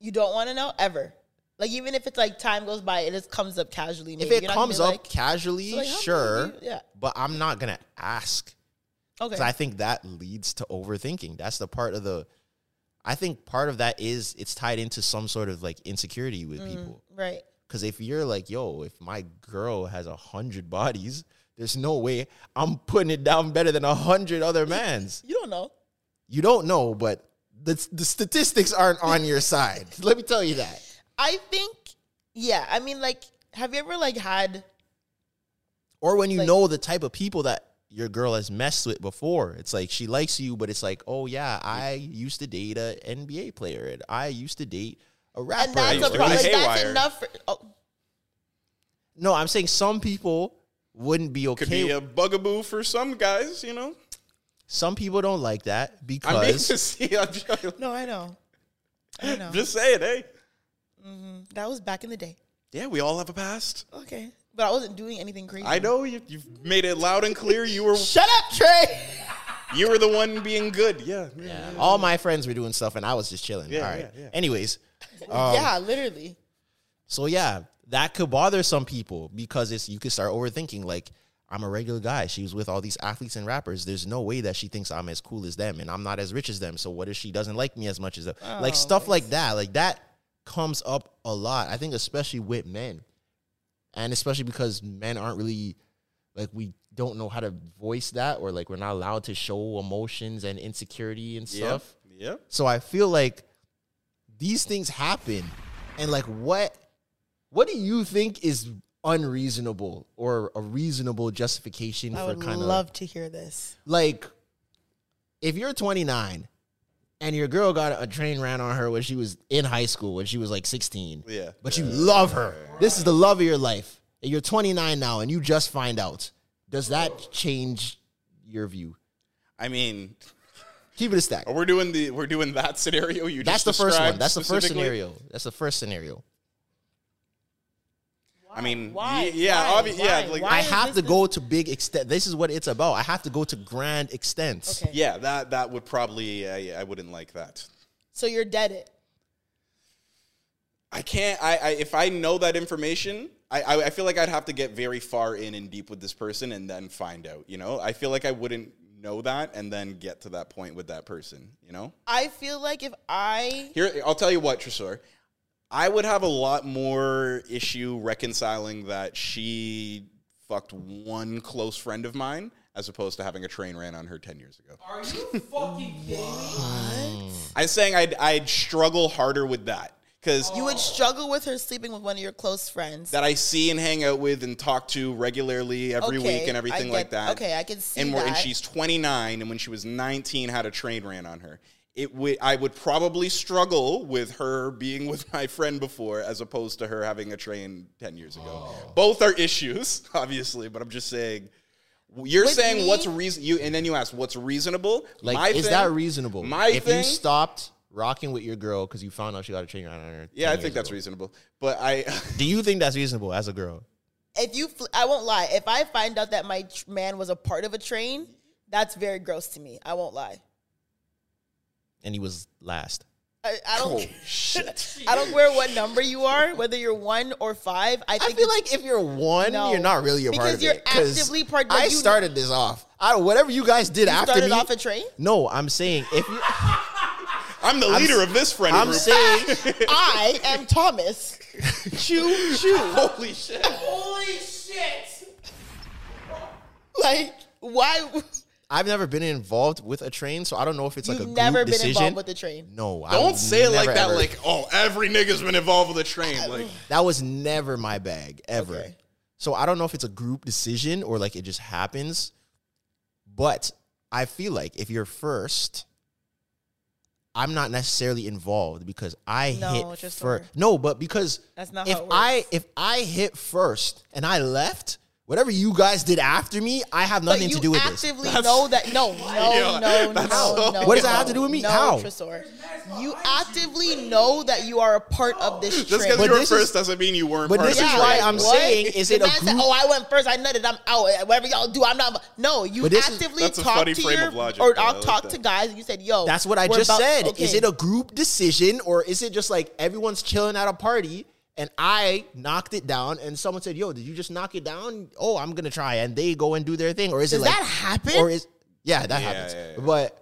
[SPEAKER 1] you don't want to know ever. Like even if it's like time goes by, it just comes up casually. Maybe.
[SPEAKER 2] if it
[SPEAKER 1] You're not gonna
[SPEAKER 2] comes
[SPEAKER 1] be
[SPEAKER 2] up
[SPEAKER 1] like-
[SPEAKER 2] casually,
[SPEAKER 1] "So, like, how many
[SPEAKER 2] sure,
[SPEAKER 1] of you-" Yeah.
[SPEAKER 2] but I'm not gonna ask
[SPEAKER 1] okay.
[SPEAKER 2] because I think that leads to overthinking. That's the part of the. I think part of that is it's tied into some sort of like insecurity
[SPEAKER 1] Mm.
[SPEAKER 2] with people.
[SPEAKER 1] right.
[SPEAKER 2] Because if you're like, yo, if my girl has a hundred bodies, there's no way I'm putting it down better than a hundred other man's.
[SPEAKER 1] You don't know.
[SPEAKER 2] You don't know, but the, the statistics aren't on your side. Let me tell you that.
[SPEAKER 1] I think. Yeah. I mean, like, have you ever like had?
[SPEAKER 2] Or when you
[SPEAKER 1] Like-
[SPEAKER 2] know the type of people that your girl has messed with before, it's like she likes you, but it's like, oh yeah, I used to date a NBA player, and I used to date a rapper.
[SPEAKER 1] And that's
[SPEAKER 3] used to
[SPEAKER 1] a
[SPEAKER 3] be
[SPEAKER 1] problem. Like, that's
[SPEAKER 3] haywire.
[SPEAKER 1] enough. For, oh,
[SPEAKER 2] no, I'm saying some people wouldn't be okay.
[SPEAKER 3] could be a bugaboo for some guys. You know,
[SPEAKER 2] some people don't like that
[SPEAKER 3] I'm being
[SPEAKER 2] because
[SPEAKER 3] sincere. I'm just,
[SPEAKER 1] no, I know. I know.
[SPEAKER 3] just saying, hey.
[SPEAKER 1] that was back in the day.
[SPEAKER 3] Yeah, we all have a past.
[SPEAKER 1] Okay. But I wasn't doing anything crazy.
[SPEAKER 3] I know you, you've made it loud and clear. You were
[SPEAKER 1] Shut up, Trey.
[SPEAKER 3] you were the one being good. Yeah, yeah.
[SPEAKER 2] all my friends were doing stuff, and I was just chilling.
[SPEAKER 3] Yeah,
[SPEAKER 2] all right.
[SPEAKER 3] yeah, yeah.
[SPEAKER 2] Anyways, Um,
[SPEAKER 1] yeah, literally.
[SPEAKER 2] So yeah, that could bother some people because it's you could start overthinking. Like I'm a regular guy. She was with all these athletes and rappers. There's no way that she thinks I'm as cool as them and I'm not as rich as them. So what if she doesn't like me as much as them? like stuff like that. Like that comes up a lot. I think especially with men, and especially because men aren't really like we don't know how to voice that or like we're not allowed to show emotions and insecurity and
[SPEAKER 3] Yep.
[SPEAKER 2] stuff.
[SPEAKER 3] Yep.
[SPEAKER 2] So I feel like these things happen, and like what what do you think is unreasonable or a reasonable justification
[SPEAKER 1] I
[SPEAKER 2] for
[SPEAKER 1] would
[SPEAKER 2] kind of
[SPEAKER 1] love to hear this.
[SPEAKER 2] like if you're 29 and your girl got a train ran on her when she was in high school when she was like 16
[SPEAKER 3] Yeah.
[SPEAKER 2] but you love her this is the love of your life and you're 29 now and you just find out does that change your view
[SPEAKER 3] I mean, oh,
[SPEAKER 2] keep it a stack
[SPEAKER 3] we're doing the we're doing that scenario. You
[SPEAKER 2] that's
[SPEAKER 3] just
[SPEAKER 2] the first one
[SPEAKER 3] described
[SPEAKER 2] that's the first
[SPEAKER 3] specifically.
[SPEAKER 2] scenario that's the first scenario
[SPEAKER 3] I mean,
[SPEAKER 1] Why?
[SPEAKER 3] y- yeah,
[SPEAKER 1] Why?
[SPEAKER 3] obvi-
[SPEAKER 1] Why?
[SPEAKER 3] yeah, like-
[SPEAKER 1] Why
[SPEAKER 2] I
[SPEAKER 1] is
[SPEAKER 2] have
[SPEAKER 1] this
[SPEAKER 2] to
[SPEAKER 1] the-
[SPEAKER 2] go to big extent. This is what it's about. I have to go to grand extents.
[SPEAKER 1] Okay.
[SPEAKER 3] Yeah, that that would probably I, I wouldn't like that.
[SPEAKER 1] So you're dead it.
[SPEAKER 3] I can't. I, I if I know that information, I, I I feel like I'd have to get very far in and deep with this person and then find out. You know, I feel like I wouldn't know that and then get to that point with that person. You know,
[SPEAKER 1] I feel like if I
[SPEAKER 3] here I'll tell you what, Tresor. I would have a lot more issue reconciling that she fucked one close friend of mine as opposed to having a train ran on her ten years ago.
[SPEAKER 8] Are you fucking kidding me?
[SPEAKER 3] I'm saying I'd I'd struggle harder with that because
[SPEAKER 8] Oh,
[SPEAKER 1] you would struggle with her sleeping with one of your close friends.
[SPEAKER 3] that I see and hang out with and talk to regularly every
[SPEAKER 1] Okay,
[SPEAKER 3] week and
[SPEAKER 1] I
[SPEAKER 3] everything
[SPEAKER 1] get-
[SPEAKER 3] like that.
[SPEAKER 1] okay, I can see
[SPEAKER 3] and And
[SPEAKER 1] that.
[SPEAKER 3] she's 29, and when she was 19, had a train ran on her. It would I would probably struggle with her being with my friend before, as opposed to her having a train 10 years ago.
[SPEAKER 2] Oh.
[SPEAKER 3] Both are issues, obviously, but I'm just saying. You're
[SPEAKER 1] With
[SPEAKER 3] saying
[SPEAKER 1] me-
[SPEAKER 3] what's reason you, and then you ask what's reasonable.
[SPEAKER 2] Like,
[SPEAKER 3] My
[SPEAKER 2] is
[SPEAKER 3] thing-
[SPEAKER 2] that reasonable?
[SPEAKER 3] My
[SPEAKER 2] if
[SPEAKER 3] thing,
[SPEAKER 2] you stopped rocking with your girl because you found out she got a train on her.
[SPEAKER 3] yeah,
[SPEAKER 2] 10
[SPEAKER 3] I
[SPEAKER 2] years
[SPEAKER 3] think that's
[SPEAKER 2] ago,
[SPEAKER 3] reasonable. But I,
[SPEAKER 2] Do you think that's reasonable as a girl?
[SPEAKER 1] if you, fl- I won't lie. If I find out that my tr- man was a part of a train, that's very gross to me. I won't lie.
[SPEAKER 2] And he was last.
[SPEAKER 1] I, I don't.
[SPEAKER 3] oh shit.
[SPEAKER 1] I don't care what number you are, whether you're one or five. I
[SPEAKER 2] I
[SPEAKER 1] think
[SPEAKER 2] feel
[SPEAKER 1] it's-
[SPEAKER 2] like if you're one,
[SPEAKER 1] No.
[SPEAKER 2] you're not really a part
[SPEAKER 1] Because
[SPEAKER 2] of
[SPEAKER 1] you're
[SPEAKER 2] it. 'cause
[SPEAKER 1] actively part- like,
[SPEAKER 2] I
[SPEAKER 1] you-
[SPEAKER 2] started this off. I whatever you guys did after
[SPEAKER 1] started
[SPEAKER 2] me.
[SPEAKER 1] off a train?
[SPEAKER 2] No, I'm saying if you,
[SPEAKER 3] I'm the leader of this friend
[SPEAKER 2] I'm
[SPEAKER 3] group.
[SPEAKER 2] saying
[SPEAKER 1] I am Thomas. Choo choo.
[SPEAKER 3] Holy shit.
[SPEAKER 8] Holy shit!
[SPEAKER 1] Like why?
[SPEAKER 2] I've never been involved with a train, so I don't know if it's like a
[SPEAKER 1] You've
[SPEAKER 2] group
[SPEAKER 1] never been
[SPEAKER 2] decision.
[SPEAKER 1] involved with the train.
[SPEAKER 2] no, I
[SPEAKER 3] Don't
[SPEAKER 2] would
[SPEAKER 3] say it like
[SPEAKER 2] never,
[SPEAKER 3] that.
[SPEAKER 2] ever-
[SPEAKER 3] Like, oh, every nigga's been involved with a train. Like,
[SPEAKER 2] That was never my bag ever.
[SPEAKER 1] Okay.
[SPEAKER 2] So I don't know if it's a group decision or like it just happens. But I feel like if you're first, I'm not necessarily involved because I
[SPEAKER 1] No,
[SPEAKER 2] hit
[SPEAKER 1] just
[SPEAKER 2] first.
[SPEAKER 1] over.
[SPEAKER 2] No, but because
[SPEAKER 1] That's not
[SPEAKER 2] if
[SPEAKER 1] how it
[SPEAKER 2] I
[SPEAKER 1] works.
[SPEAKER 2] if I hit first and I left, whatever you guys did after me, I have nothing
[SPEAKER 1] but
[SPEAKER 2] to do with
[SPEAKER 1] you
[SPEAKER 2] this.
[SPEAKER 1] actively know that no, no, no, no, no.
[SPEAKER 2] What does that
[SPEAKER 1] no,
[SPEAKER 2] have to do with me?
[SPEAKER 1] No,
[SPEAKER 2] How?
[SPEAKER 1] Tresor. You actively know that you are a part of this
[SPEAKER 3] Just
[SPEAKER 1] trend.
[SPEAKER 3] because you were
[SPEAKER 2] this
[SPEAKER 3] first
[SPEAKER 2] is-
[SPEAKER 3] doesn't mean you weren't.
[SPEAKER 2] but
[SPEAKER 3] part
[SPEAKER 2] this
[SPEAKER 3] of
[SPEAKER 2] is
[SPEAKER 3] the
[SPEAKER 2] why
[SPEAKER 3] trend.
[SPEAKER 2] I'm saying, is
[SPEAKER 1] The
[SPEAKER 2] it a
[SPEAKER 1] man said,
[SPEAKER 2] group-
[SPEAKER 1] "Oh, I went first. I nutted. I'm out. Whatever y'all do, I'm not." No, you
[SPEAKER 2] But this is-
[SPEAKER 1] actively
[SPEAKER 3] That's a
[SPEAKER 1] talk
[SPEAKER 3] funny
[SPEAKER 1] to
[SPEAKER 3] frame
[SPEAKER 1] your
[SPEAKER 3] of logic,
[SPEAKER 1] or
[SPEAKER 3] though. I
[SPEAKER 1] I'll
[SPEAKER 3] like
[SPEAKER 1] talk
[SPEAKER 3] that.
[SPEAKER 1] to guys. and You said, "Yo,
[SPEAKER 2] That's what I
[SPEAKER 1] we're
[SPEAKER 2] just
[SPEAKER 1] about-
[SPEAKER 2] said.
[SPEAKER 1] okay.
[SPEAKER 2] Is it a group decision or is it just like everyone's chilling at a party and I knocked it down and someone said, "Yo, did you just knock it down?" Oh, I'm gonna try, and they go and do their thing, or is
[SPEAKER 1] Does
[SPEAKER 2] it like
[SPEAKER 1] that happen?
[SPEAKER 2] Or is yeah, that happens. But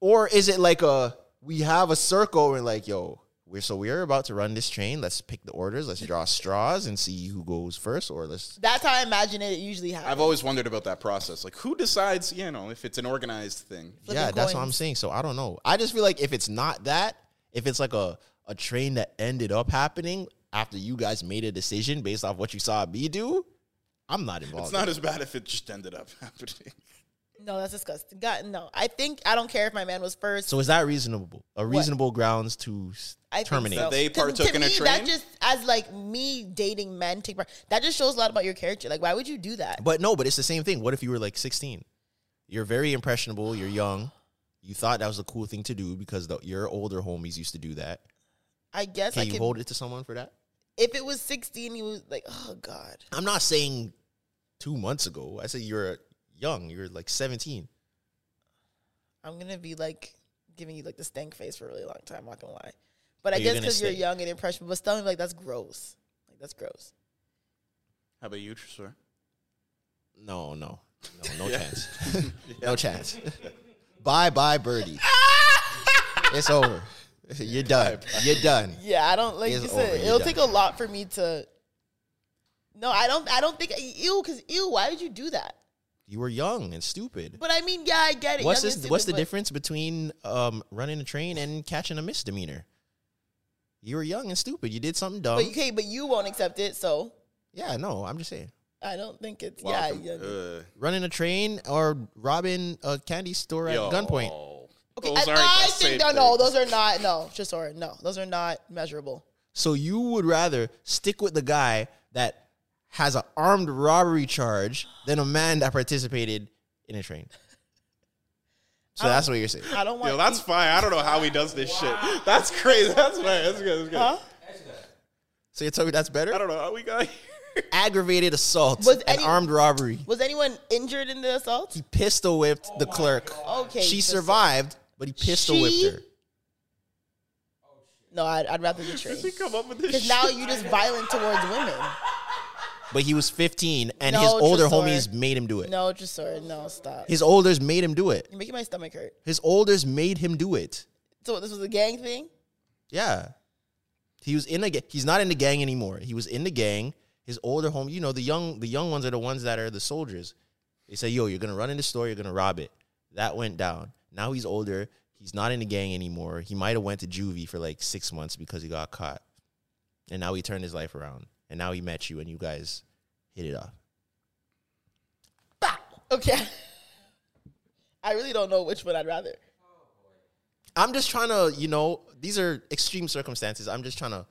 [SPEAKER 2] or is it like a we have a circle and like yo. We're, so we're about to run this train. Let's pick the orders. Let's draw straws and see who goes first, or let's
[SPEAKER 1] That's how I imagine it. It usually happens.
[SPEAKER 3] I've always wondered about that process. Like, who decides? You know, if it's an organized thing.
[SPEAKER 1] flipping
[SPEAKER 2] yeah, that's what I'm
[SPEAKER 1] coins.
[SPEAKER 2] saying. So I don't know. I just feel like if it's not that, if it's like a a train that ended up happening after you guys made a decision based off what you saw me do, I'm not involved.
[SPEAKER 3] It's not as bad if it just ended up happening.
[SPEAKER 1] No, that's disgusting. God, no. I think I don't care if my man was first.
[SPEAKER 2] so is that reasonable? A reasonable grounds to s-
[SPEAKER 1] I
[SPEAKER 2] terminate?
[SPEAKER 1] Think so.
[SPEAKER 3] They
[SPEAKER 1] 'Cause
[SPEAKER 3] partook
[SPEAKER 1] to
[SPEAKER 3] in a
[SPEAKER 1] me,
[SPEAKER 3] train?
[SPEAKER 1] That just as like me dating men take part. That just shows a lot about your character. Like, why would you do that?
[SPEAKER 2] But no, but it's the same thing. What if you were like 16? You're very impressionable. You're young. You thought that was a cool thing to do because the, your older homies used to do that.
[SPEAKER 1] I guess
[SPEAKER 2] Can
[SPEAKER 1] I
[SPEAKER 2] you
[SPEAKER 1] could.
[SPEAKER 2] hold it to someone for that?
[SPEAKER 1] If it was sixteen, you was like, oh god.
[SPEAKER 2] I'm not saying two months ago. I said you're young. You're like 17.
[SPEAKER 1] I'm gonna be like giving you like the stank face for a really long time. I'm not gonna lie, but I
[SPEAKER 2] You're
[SPEAKER 1] guess
[SPEAKER 2] gonna
[SPEAKER 1] because you're
[SPEAKER 2] stink.
[SPEAKER 1] young and impressionable, but still, I'm like that's gross. Like that's gross.
[SPEAKER 3] How about you, Tresor?
[SPEAKER 2] No, no, no, no chance. no chance. bye, bye, birdie. it's over. You're done. You're done.
[SPEAKER 1] Yeah, I don't like.
[SPEAKER 2] It's
[SPEAKER 1] You
[SPEAKER 2] over,
[SPEAKER 1] said,
[SPEAKER 2] you're
[SPEAKER 1] it'll
[SPEAKER 2] done.
[SPEAKER 1] take a lot for me to. No, I don't. I don't think ew because ew. Why did you do that?
[SPEAKER 2] You were young and stupid.
[SPEAKER 1] But I mean, yeah, I get it.
[SPEAKER 2] what's
[SPEAKER 1] Young
[SPEAKER 2] this,
[SPEAKER 1] and
[SPEAKER 2] What's the
[SPEAKER 1] stupid, but-
[SPEAKER 2] difference between um, running a train and catching a misdemeanor? You were young and stupid. You did something dumb.
[SPEAKER 1] But you can't. But you won't accept it. So
[SPEAKER 2] yeah, no, I'm just saying.
[SPEAKER 1] I don't think it's
[SPEAKER 3] Wow,
[SPEAKER 1] yeah.
[SPEAKER 3] com-
[SPEAKER 1] young-
[SPEAKER 3] uh,
[SPEAKER 2] Running a train or robbing a candy store at
[SPEAKER 3] yo.
[SPEAKER 2] gunpoint.
[SPEAKER 1] okay,
[SPEAKER 3] Those
[SPEAKER 1] I,
[SPEAKER 3] aren't
[SPEAKER 1] I think
[SPEAKER 3] the same
[SPEAKER 1] no, no,
[SPEAKER 3] things.
[SPEAKER 1] those are not. No, Tresor, no, those are not measurable.
[SPEAKER 2] So you would rather stick with the guy that has an armed robbery charge than a man that participated in a train. So that's what you're saying.
[SPEAKER 1] I don't want.
[SPEAKER 3] Yo, that's fine. I don't know how he does this shit. That's crazy. That's fine. That's good. That's good.
[SPEAKER 1] huh?
[SPEAKER 2] So you're telling me that's
[SPEAKER 3] I
[SPEAKER 2] better?
[SPEAKER 3] don't know how we got here.
[SPEAKER 2] Aggravated assault
[SPEAKER 1] Was
[SPEAKER 2] and
[SPEAKER 1] any-
[SPEAKER 2] armed robbery.
[SPEAKER 1] Was anyone injured in the assault?
[SPEAKER 2] He pistol whipped the clerk.
[SPEAKER 1] Okay,
[SPEAKER 2] she
[SPEAKER 1] just-
[SPEAKER 2] survived, but he pistol
[SPEAKER 1] She-
[SPEAKER 2] whipped her.
[SPEAKER 1] No, I'd, I'd rather the train.
[SPEAKER 3] He come up with this
[SPEAKER 1] Because
[SPEAKER 3] shit.
[SPEAKER 1] now you're just violent towards women.
[SPEAKER 2] But he was 15, and
[SPEAKER 1] No,
[SPEAKER 2] his older
[SPEAKER 1] Tresor.
[SPEAKER 2] homies made him do it.
[SPEAKER 1] No, Tresor, no, stop.
[SPEAKER 2] His olders made him do it.
[SPEAKER 1] You're making my stomach hurt.
[SPEAKER 2] His olders made him do it.
[SPEAKER 1] So this was a gang thing.
[SPEAKER 2] Yeah. He was in the ga- he's not in the gang anymore. He was in the gang. His older home, you know, the young the young ones are the ones that are the soldiers. They say, "Yo, you're going to run in the store, you're going to rob it." That went down. Now he's older. He's not in the gang anymore. He might have went to juvie for like 6 months because he got caught. And now he turned his life around. And now he met you and you guys hit it off.
[SPEAKER 1] Bah! Okay. I really don't know which one I'd rather.
[SPEAKER 2] I'm just trying to, you know, these are extreme circumstances. I'm just trying to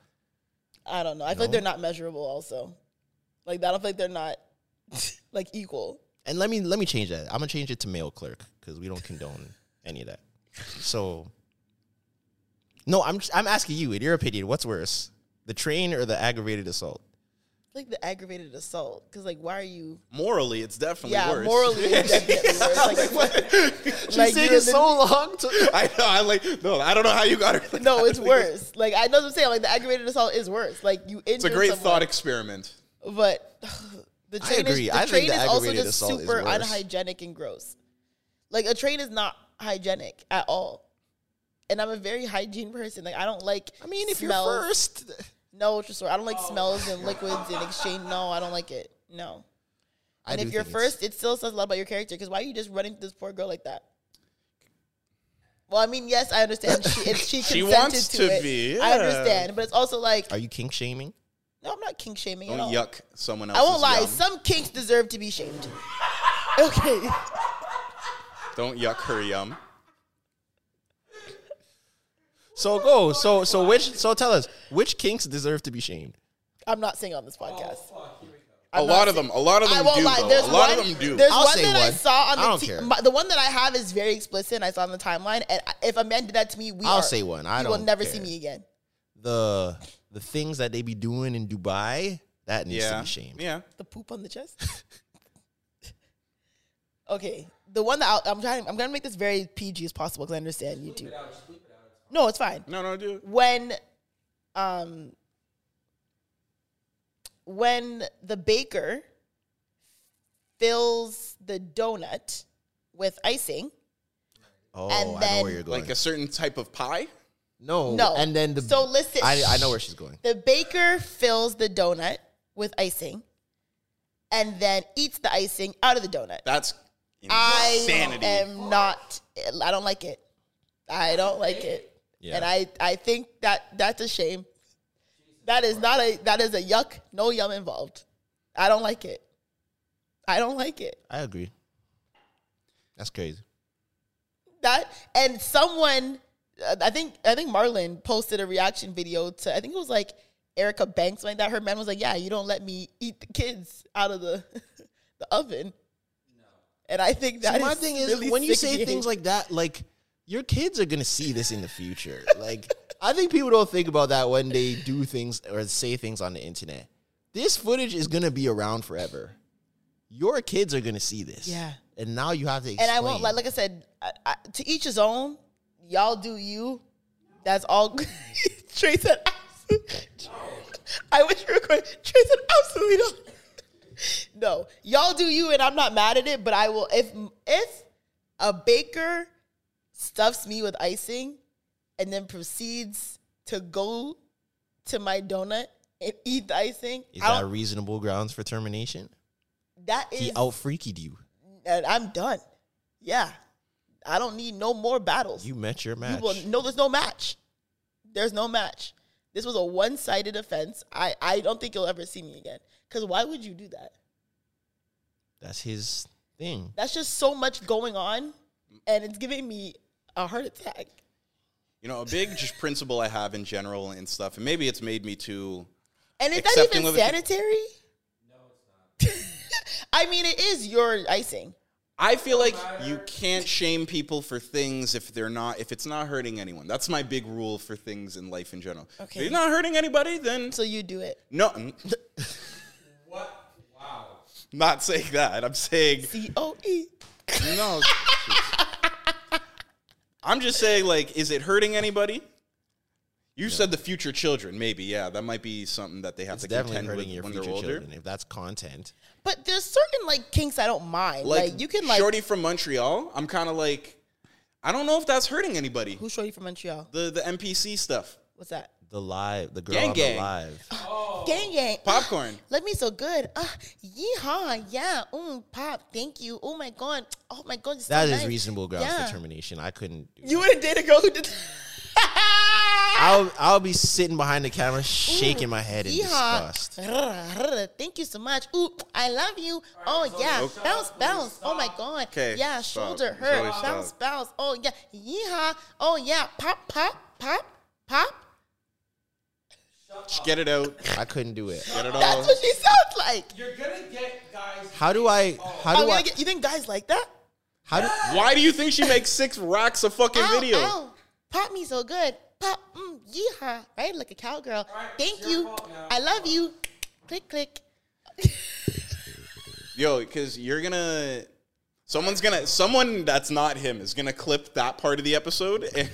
[SPEAKER 1] I don't know. I feel like they're not measurable. Also, like I don't feel like they're not like equal.
[SPEAKER 2] And let me let me change that. I'm gonna change it to mail clerk because we don't condone any of that. So, no, I'm I'm asking you in your opinion, what's worse, the train or the aggravated assault?
[SPEAKER 1] Like the aggravated assault. Because like, why are you?
[SPEAKER 3] Morally, it's definitely
[SPEAKER 1] yeah,
[SPEAKER 3] worse.
[SPEAKER 1] morally, it's definitely worse. Like,
[SPEAKER 3] She
[SPEAKER 1] Like,
[SPEAKER 3] said
[SPEAKER 1] you
[SPEAKER 3] it so
[SPEAKER 1] literally-
[SPEAKER 3] long. To, I know. I like. No, I don't know how you got her.
[SPEAKER 1] no, it's worse. Like I know what I'm saying. Like the aggravated assault is worse. Like you injure
[SPEAKER 3] It's a great
[SPEAKER 1] someone,
[SPEAKER 3] thought experiment.
[SPEAKER 1] but the
[SPEAKER 2] I
[SPEAKER 1] train
[SPEAKER 2] agree.
[SPEAKER 1] is the
[SPEAKER 2] I think
[SPEAKER 1] train
[SPEAKER 2] the
[SPEAKER 1] is also
[SPEAKER 2] aggravated
[SPEAKER 1] just
[SPEAKER 2] assault is
[SPEAKER 1] super
[SPEAKER 2] worse.
[SPEAKER 1] unhygienic and gross. Like a train is not hygienic at all. And I'm a very hygiene person. Like I don't like.
[SPEAKER 2] I mean, if
[SPEAKER 1] smells.
[SPEAKER 2] you're first,
[SPEAKER 1] no, it's just I don't like smells and liquids and exchange. No, I don't like it. No.
[SPEAKER 2] I
[SPEAKER 1] and
[SPEAKER 2] do
[SPEAKER 1] if you're
[SPEAKER 2] think it's-
[SPEAKER 1] first, it still says a lot about your character. Because why are you just running to this poor girl like that? Well, I mean, yes, I understand. She, it's, she,
[SPEAKER 3] She
[SPEAKER 1] consented
[SPEAKER 3] wants
[SPEAKER 1] to,
[SPEAKER 3] to
[SPEAKER 1] it.
[SPEAKER 3] be,
[SPEAKER 1] I
[SPEAKER 3] yeah.
[SPEAKER 1] understand, but it's also like,
[SPEAKER 2] are Oh, you kink shaming?
[SPEAKER 1] no, I'm not kink shaming at
[SPEAKER 3] Don't
[SPEAKER 1] all.
[SPEAKER 3] yuck someone else.
[SPEAKER 1] I won't lie. Some kinks deserve to be shamed. Okay,
[SPEAKER 3] Don't yuck her yum.
[SPEAKER 2] So go. So so which so tell us which kinks deserve to be shamed.
[SPEAKER 1] I'm not saying on this podcast.
[SPEAKER 3] a lot of them. A lot of them
[SPEAKER 1] I won't
[SPEAKER 3] do.
[SPEAKER 1] lie.
[SPEAKER 3] though.
[SPEAKER 1] There's
[SPEAKER 3] a lot
[SPEAKER 1] one,
[SPEAKER 3] of them do.
[SPEAKER 1] There's
[SPEAKER 2] I'll
[SPEAKER 1] one
[SPEAKER 2] say
[SPEAKER 1] that I
[SPEAKER 2] one.
[SPEAKER 1] saw on the
[SPEAKER 2] I don't
[SPEAKER 1] t-
[SPEAKER 2] care.
[SPEAKER 1] my- the one that I have is very explicit. and I saw on the timeline, and I- if a man did that to me, we
[SPEAKER 2] I'll
[SPEAKER 1] are-
[SPEAKER 2] say one. I
[SPEAKER 1] you will
[SPEAKER 2] don't
[SPEAKER 1] never see
[SPEAKER 2] care.
[SPEAKER 1] me again.
[SPEAKER 2] The the things that they be doing in Dubai that needs to
[SPEAKER 3] yeah.
[SPEAKER 2] be shamed.
[SPEAKER 3] Yeah.
[SPEAKER 1] The poop on the chest. okay, the one that I'll, I'm trying. I'm gonna make this very PG as possible because I understand you too. No, it's fine.
[SPEAKER 3] No, no, do it.
[SPEAKER 1] when um when the baker fills the donut with icing
[SPEAKER 2] Oh,
[SPEAKER 1] And
[SPEAKER 2] I know
[SPEAKER 1] then-
[SPEAKER 2] where you're going.
[SPEAKER 3] Like a certain type of pie.
[SPEAKER 2] no,
[SPEAKER 1] no
[SPEAKER 2] Oh, and then the
[SPEAKER 1] so listen
[SPEAKER 2] I, I know where she's going.
[SPEAKER 1] the baker fills the donut with icing and then eats the icing out of the donut
[SPEAKER 3] That's
[SPEAKER 1] i
[SPEAKER 3] insanity.
[SPEAKER 1] am not i don't like it i don't like it
[SPEAKER 2] Yeah.
[SPEAKER 1] and i i think that that's a shame that is not a that is a yuck no yum involved i don't like it i don't like it
[SPEAKER 2] I agree. That's crazy.
[SPEAKER 1] that and someone uh, i think i think marlon posted a reaction video to i think it was like erica banks like that her man was like yeah you don't let me eat the kids out of the the oven and i think
[SPEAKER 2] See,
[SPEAKER 1] that
[SPEAKER 2] my thing is
[SPEAKER 1] really
[SPEAKER 2] when you say
[SPEAKER 1] sickening.
[SPEAKER 2] things like that, like your kids are gonna see this in the future. like I think people don't think about that when they do things or say things on the internet. This footage is gonna be around forever. Your kids are gonna see this.
[SPEAKER 1] Yeah.
[SPEAKER 2] And now you have to
[SPEAKER 1] and
[SPEAKER 2] explain.
[SPEAKER 1] I won't like like I said, I, I, to each his own. Y'all do you. That's all. good. Trey said, absolutely. I wish we were going. Trey said, absolutely not. no, y'all do you, and I'm not mad at it. But I will if if a baker stuffs me with icing and then proceeds to go to my donut and eat the icing.
[SPEAKER 2] is
[SPEAKER 1] I
[SPEAKER 2] that
[SPEAKER 1] don't-
[SPEAKER 2] reasonable grounds for termination?
[SPEAKER 1] that is
[SPEAKER 2] He out freakied you.
[SPEAKER 1] and I'm done. Yeah. I don't need no more battles.
[SPEAKER 2] You met your match.
[SPEAKER 1] You will, no, there's no match. There's no match. This was a one sided offense. I, I don't think you'll ever see me again. Because why would you do that?
[SPEAKER 2] That's his thing.
[SPEAKER 1] That's just so much going on, and it's giving me a heart attack.
[SPEAKER 3] You know, a big just principle I have in general and stuff, and maybe it's made me too.
[SPEAKER 1] And is that
[SPEAKER 3] Accepting
[SPEAKER 1] even
[SPEAKER 3] of it-
[SPEAKER 1] sanitary? No, it's not. I mean, it is your icing.
[SPEAKER 3] I feel like you can't shame people for things if they're not if it's not hurting anyone. That's my big rule for things in life in general.
[SPEAKER 1] Okay.
[SPEAKER 3] If you're not hurting anybody, then
[SPEAKER 1] So you do it.
[SPEAKER 3] no. what? Wow. Not saying that. I'm saying
[SPEAKER 1] C O E.
[SPEAKER 3] no. I'm just saying, like, is it hurting anybody? You said the future children, maybe. Yeah, that might be something that they have
[SPEAKER 2] It's
[SPEAKER 3] to
[SPEAKER 2] definitely
[SPEAKER 3] contend with
[SPEAKER 2] hurting your
[SPEAKER 3] when they're
[SPEAKER 2] future
[SPEAKER 3] older.
[SPEAKER 2] children if that's content.
[SPEAKER 1] But there's certain like kinks I don't mind. Like,
[SPEAKER 3] Like,
[SPEAKER 1] you can like
[SPEAKER 3] Shorty from Montreal. I'm kind of like, I don't know if that's hurting anybody.
[SPEAKER 1] who's shorty from Montreal?
[SPEAKER 3] The the NPC stuff,
[SPEAKER 1] What's that?
[SPEAKER 2] The live, the girl
[SPEAKER 3] Gang
[SPEAKER 2] on
[SPEAKER 3] gang.
[SPEAKER 2] the live.
[SPEAKER 1] Oh, Gang gang.
[SPEAKER 3] popcorn.
[SPEAKER 1] Let me so good. Uh, yeehaw, yeah. Mm, pop, thank you. Oh my god. Oh my god. it's so
[SPEAKER 2] That is
[SPEAKER 1] nice.
[SPEAKER 2] reasonable grounds
[SPEAKER 1] Yeah.
[SPEAKER 2] for termination. I couldn't. Do
[SPEAKER 1] You wouldn't date a girl who did
[SPEAKER 2] I'll I'll be sitting behind the camera, shaking my head in
[SPEAKER 1] Yeehaw.
[SPEAKER 2] disgust.
[SPEAKER 1] Rrr, rrr, Thank you so much. Ooh, I love you. oh yeah. Bounce, bounce. Oh my god.
[SPEAKER 3] Okay,
[SPEAKER 1] Yeah,
[SPEAKER 3] stop.
[SPEAKER 1] shoulder hurt.
[SPEAKER 3] Zoe,
[SPEAKER 1] Bounce,
[SPEAKER 3] stop.
[SPEAKER 1] bounce. Oh yeah. Yeehaw. Oh yeah. Pop, pop, pop, pop.
[SPEAKER 3] Just get it out.
[SPEAKER 2] I couldn't do it.
[SPEAKER 3] Get it
[SPEAKER 1] That's
[SPEAKER 3] all.
[SPEAKER 1] what she sounds like.
[SPEAKER 8] You're gonna get guys.
[SPEAKER 2] How do I? How
[SPEAKER 1] I'm
[SPEAKER 2] do
[SPEAKER 1] gonna
[SPEAKER 2] I?
[SPEAKER 1] Oh, get- you think guys like that?
[SPEAKER 2] How do?
[SPEAKER 3] Why do you think she makes six racks a fucking
[SPEAKER 1] Ow,
[SPEAKER 3] video?
[SPEAKER 1] ow. Pop me so good. Pop, mm, yeehaw, right? Like a cowgirl. Thank you. I love you. Click, click.
[SPEAKER 3] Yo, because you're gonna. Someone's gonna. Someone that's not him is gonna clip that part of the episode and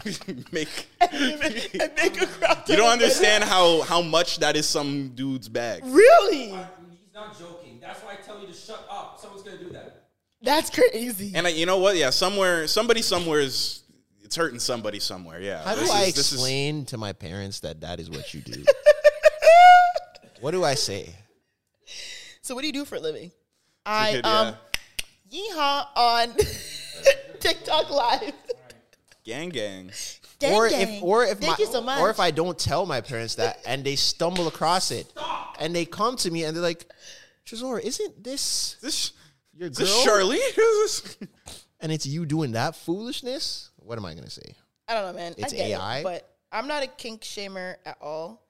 [SPEAKER 3] make.
[SPEAKER 1] and make a crowd.
[SPEAKER 3] You don't understand how how much that is some dude's bag.
[SPEAKER 1] Really?
[SPEAKER 8] He's not joking. That's why I tell you to shut up. Someone's gonna do that.
[SPEAKER 1] That's crazy.
[SPEAKER 3] And I, you know what? Yeah, somewhere, somebody somewhere is. It's hurting somebody somewhere. Yeah.
[SPEAKER 2] How do
[SPEAKER 3] This
[SPEAKER 2] I
[SPEAKER 3] is- this is-
[SPEAKER 2] explain to my parents that that is what you do? what do I say?
[SPEAKER 1] so, what do you do for a living? I
[SPEAKER 3] Dude, yeah.
[SPEAKER 1] um, yeehaw on TikTok Live.
[SPEAKER 3] gang gang.
[SPEAKER 1] Gang,
[SPEAKER 2] or
[SPEAKER 1] gang.
[SPEAKER 2] if or if
[SPEAKER 1] thank
[SPEAKER 2] my,
[SPEAKER 1] you so much.
[SPEAKER 2] or if I don't tell my parents that and they stumble across it and they come to me and they're like, Trezor, isn't this
[SPEAKER 3] This
[SPEAKER 2] your
[SPEAKER 3] is
[SPEAKER 2] girl?
[SPEAKER 3] this Charlene? Who's this?
[SPEAKER 2] And it's you doing that foolishness. What am I gonna say?
[SPEAKER 1] I don't know, man.
[SPEAKER 2] It's
[SPEAKER 1] I get
[SPEAKER 2] AI?
[SPEAKER 1] it, but I'm not a kink shamer at all.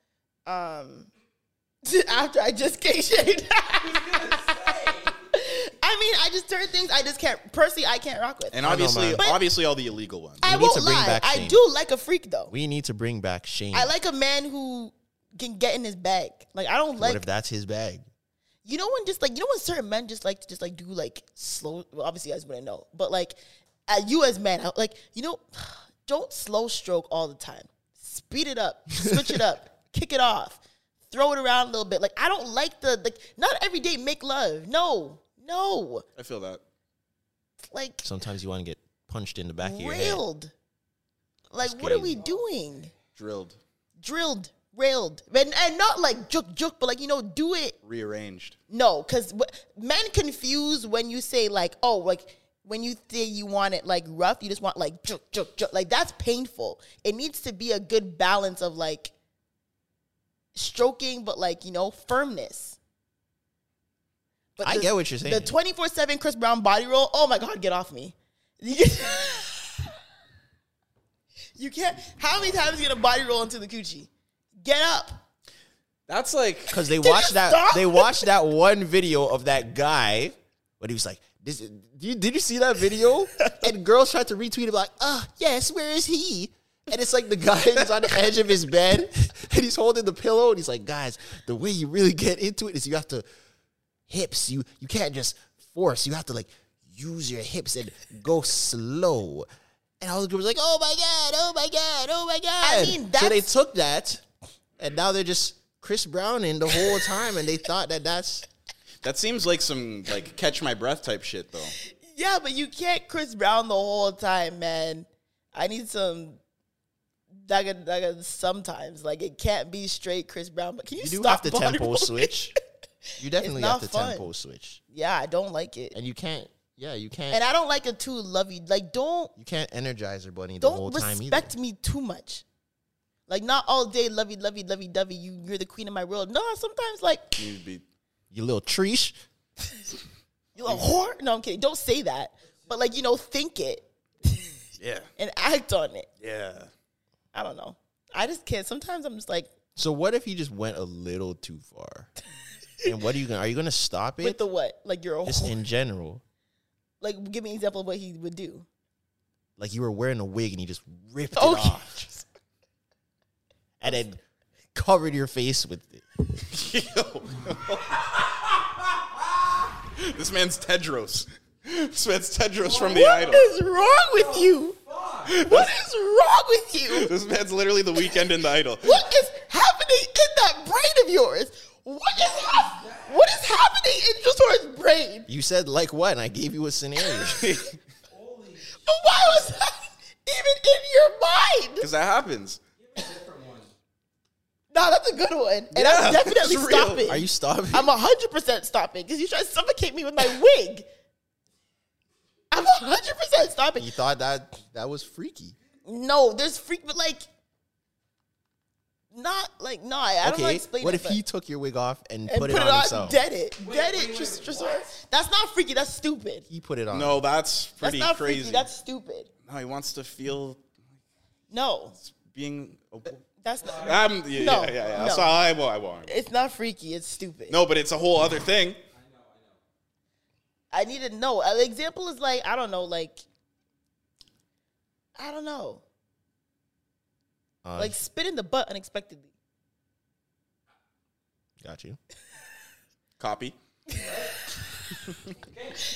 [SPEAKER 1] Um, after I just kink shamed. I mean, I just turn things I just can't personally I can't rock with.
[SPEAKER 3] And obviously,
[SPEAKER 2] man.
[SPEAKER 1] But-
[SPEAKER 3] obviously, all the illegal ones.
[SPEAKER 1] I
[SPEAKER 2] need
[SPEAKER 1] won't
[SPEAKER 2] to bring
[SPEAKER 1] lie.
[SPEAKER 2] back
[SPEAKER 1] I
[SPEAKER 2] shame.
[SPEAKER 1] do like a freak though.
[SPEAKER 2] We need to bring back Shane.
[SPEAKER 1] I like a man who can get in his bag. Like I don't
[SPEAKER 2] what
[SPEAKER 1] like
[SPEAKER 2] if that's his bag?
[SPEAKER 1] you know when just like you know when certain men just like to just like do like slow. Well, obviously, you guys wouldn't know, but like uh, you as men, I- like you know, don't slow stroke all the time. Speed it up, switch it up, kick it off, throw it around a little bit. Like I don't like the like not every day make love. No, no,
[SPEAKER 3] I feel that.
[SPEAKER 1] like
[SPEAKER 2] Sometimes you want to get punched in the back of your head.
[SPEAKER 1] railed. Like what are we doing?
[SPEAKER 3] Drilled,
[SPEAKER 1] Drilled, railed, and, and not like joke joke, but like you know, do it
[SPEAKER 3] rearranged.
[SPEAKER 1] No, because w- men confuse when you say like, oh, like when you say you want it like rough, you just want like juk, juk, juk. like that's painful. It needs to be a good balance of like stroking, but like you know firmness. But
[SPEAKER 2] I
[SPEAKER 1] the-
[SPEAKER 2] get what you're
[SPEAKER 1] The
[SPEAKER 2] saying.
[SPEAKER 1] twenty four seven Chris Brown body roll. Oh my god, get off me! you can't. How many times you gonna body roll into the coochie? Get up.
[SPEAKER 3] That's like
[SPEAKER 2] Because they
[SPEAKER 1] Did
[SPEAKER 2] watched
[SPEAKER 1] you
[SPEAKER 2] that
[SPEAKER 1] stop?
[SPEAKER 2] they watched that one video of that guy, but he was like, this, did, you, did you see that video? and girls tried to retweet it like, ah, yes, where is he? And it's like the guy is on the edge of his bed and he's holding the pillow and he's like, guys, the way you really get into it is you have to hips. You you can't just force. You have to like use your hips and go slow. And all the group was like, oh my god, oh my god, oh my god.
[SPEAKER 1] I mean,
[SPEAKER 2] so they
[SPEAKER 1] that's-
[SPEAKER 2] took that, and now they're just Chris Browning the whole time, and they thought that that's
[SPEAKER 3] that seems like some like catch my breath type shit though.
[SPEAKER 1] Yeah, but you can't Chris Brown the whole time, man. I need some daga daga sometimes. Like it can't be straight Chris Brown. But can you,
[SPEAKER 2] you do
[SPEAKER 1] stop
[SPEAKER 2] have to
[SPEAKER 1] body
[SPEAKER 2] tempo
[SPEAKER 1] rolling?
[SPEAKER 2] switch. You definitely
[SPEAKER 1] not
[SPEAKER 2] have to
[SPEAKER 1] fun.
[SPEAKER 2] tempo switch,
[SPEAKER 1] Yeah, I don't like it,
[SPEAKER 2] and you can't. Yeah, you can't.
[SPEAKER 1] and I don't like it too lovey. Like don't
[SPEAKER 2] you can't energize her bunny the whole
[SPEAKER 1] don't
[SPEAKER 2] time
[SPEAKER 1] respect me too much. Like not all day lovey lovey lovey dovey. You you're the queen of my world. No, sometimes like
[SPEAKER 3] You'd be
[SPEAKER 2] either. You little treesh.
[SPEAKER 1] you a whore. No, I'm kidding. Don't say that. But like you know, think it
[SPEAKER 3] yeah
[SPEAKER 1] and act on it.
[SPEAKER 3] yeah.
[SPEAKER 1] I don't know. I just can't. Sometimes I'm just like
[SPEAKER 2] So what if you just went a little too far? and what are you gonna? Are you gonna stop
[SPEAKER 1] with
[SPEAKER 2] it?
[SPEAKER 1] the what? Like you're a
[SPEAKER 2] just
[SPEAKER 1] whore.
[SPEAKER 2] in general.
[SPEAKER 1] Like, give me an example of what he would do.
[SPEAKER 2] like you were wearing a wig and you just ripped it
[SPEAKER 1] Okay.
[SPEAKER 2] off and then covered your face with it.
[SPEAKER 3] This man's Tedros. This man's Tedros from the
[SPEAKER 1] What
[SPEAKER 3] Idol.
[SPEAKER 1] is wrong with you? What is wrong with you?
[SPEAKER 3] This man's literally the weekend in the Idol.
[SPEAKER 1] What is happening in that brain of yours? What is hap- what is happening in Josor's brain?
[SPEAKER 2] You said like what? And I gave you a scenario.
[SPEAKER 1] But why was that even in your mind?
[SPEAKER 3] Because that happens.
[SPEAKER 1] Nah, that's a good one, and
[SPEAKER 3] Yeah,
[SPEAKER 1] I'm definitely
[SPEAKER 3] it's real.
[SPEAKER 1] stopping.
[SPEAKER 2] Are you stopping?
[SPEAKER 1] I'm hundred percent stopping because you tried to suffocate me with my wig. I'm hundred percent stopping.
[SPEAKER 2] you thought that that was freaky.
[SPEAKER 1] No, there's freak, but like, not like no. I, I don't know how to
[SPEAKER 2] Okay,
[SPEAKER 1] explain
[SPEAKER 2] what
[SPEAKER 1] it,
[SPEAKER 2] if
[SPEAKER 1] but-
[SPEAKER 2] he took your wig off and,
[SPEAKER 1] and
[SPEAKER 2] put, it on, himself?
[SPEAKER 1] Dead it, dead it. Tris- Tris- that's not freaky. That's stupid.
[SPEAKER 2] He put it on.
[SPEAKER 3] No, that's
[SPEAKER 1] That's
[SPEAKER 3] pretty
[SPEAKER 1] not
[SPEAKER 3] crazy.
[SPEAKER 1] freaky. That's stupid.
[SPEAKER 3] no, he wants to feel
[SPEAKER 1] No,
[SPEAKER 3] being. A,
[SPEAKER 1] that's not.
[SPEAKER 3] I'm, yeah,
[SPEAKER 1] Uh, No,
[SPEAKER 3] yeah, yeah, yeah.
[SPEAKER 1] no.
[SPEAKER 3] That's all I, well, I want.
[SPEAKER 1] It's not freaky. It's stupid.
[SPEAKER 3] No, but it's a whole other thing.
[SPEAKER 1] I need to know. An example is like I don't know, like I don't know,
[SPEAKER 2] Uh,
[SPEAKER 1] like spit in the butt unexpectedly.
[SPEAKER 2] got you.
[SPEAKER 3] Copy.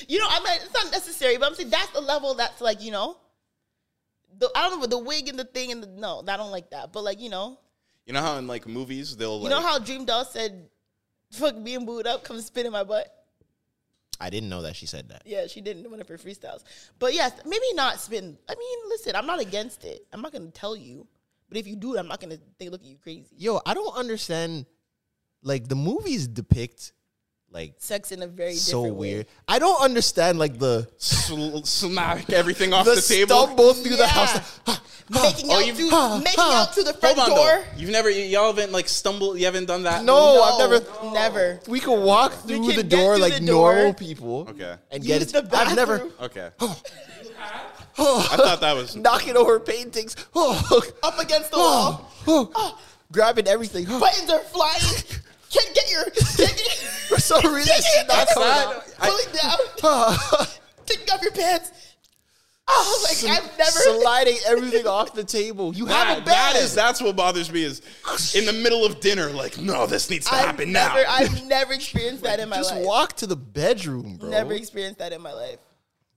[SPEAKER 1] You know, I'm not, it's not necessary, but I'm saying that's the level that's like you know. The, I don't know, but the wig and the thing and the no, I don't like that. But like you know,
[SPEAKER 3] You know how in like movies they'll
[SPEAKER 1] You
[SPEAKER 3] like.
[SPEAKER 1] know how Dream Doll said, "Fuck being booed up, come spit in my butt."
[SPEAKER 2] I didn't know that she said that.
[SPEAKER 1] Yeah, she didn't in one of her freestyles, but yes, maybe not spitting. I mean, listen, I'm not against it. I'm not gonna tell you, but if you do it, I'm not gonna they look at you crazy.
[SPEAKER 2] Yo, I don't understand. Like the movies depict like
[SPEAKER 1] Sex in a very
[SPEAKER 2] so
[SPEAKER 1] different
[SPEAKER 2] weird.
[SPEAKER 1] Way.
[SPEAKER 2] I don't understand like the
[SPEAKER 3] sl- smack everything off
[SPEAKER 2] the,
[SPEAKER 3] the, table.
[SPEAKER 2] stumble through the
[SPEAKER 1] Yeah.
[SPEAKER 2] house. like,
[SPEAKER 1] Making
[SPEAKER 2] oh,
[SPEAKER 1] out
[SPEAKER 2] you've-
[SPEAKER 1] to
[SPEAKER 2] huh,
[SPEAKER 1] making
[SPEAKER 2] huh.
[SPEAKER 1] out to the
[SPEAKER 3] Hold
[SPEAKER 1] front
[SPEAKER 3] on,
[SPEAKER 1] door.
[SPEAKER 3] though. You've never, y- y'all haven't like stumbled. You haven't done that.
[SPEAKER 2] No, I've
[SPEAKER 1] No,
[SPEAKER 2] never.
[SPEAKER 1] never.
[SPEAKER 2] We could walk
[SPEAKER 1] We
[SPEAKER 2] through
[SPEAKER 1] can
[SPEAKER 2] the
[SPEAKER 1] get
[SPEAKER 2] door
[SPEAKER 1] through
[SPEAKER 2] like
[SPEAKER 1] the door.
[SPEAKER 2] normal people.
[SPEAKER 3] Okay.
[SPEAKER 2] And get
[SPEAKER 1] Use
[SPEAKER 2] it.
[SPEAKER 1] the
[SPEAKER 2] I've never.
[SPEAKER 1] bathroom.
[SPEAKER 3] Okay. I thought that was
[SPEAKER 2] knocking over paintings, Oh,
[SPEAKER 1] Up against the wall. oh.
[SPEAKER 2] grabbing everything.
[SPEAKER 1] Buttons are flying. Get, get your. Get your
[SPEAKER 2] For some reason, she's not Oh,
[SPEAKER 1] That's
[SPEAKER 2] coming
[SPEAKER 3] not-
[SPEAKER 2] out.
[SPEAKER 1] pull it down. Taking off your pants. Oh, like I've never.
[SPEAKER 2] sliding everything off the table. You have a
[SPEAKER 3] that,
[SPEAKER 2] bed.
[SPEAKER 3] that is that's what bothers me is in the middle of dinner. Like, no, this needs to
[SPEAKER 1] I've
[SPEAKER 3] happen
[SPEAKER 1] never,
[SPEAKER 3] now.
[SPEAKER 1] I've never experienced that in my
[SPEAKER 2] Just
[SPEAKER 1] life.
[SPEAKER 2] walk to the bedroom, bro.
[SPEAKER 1] Never experienced that in my life.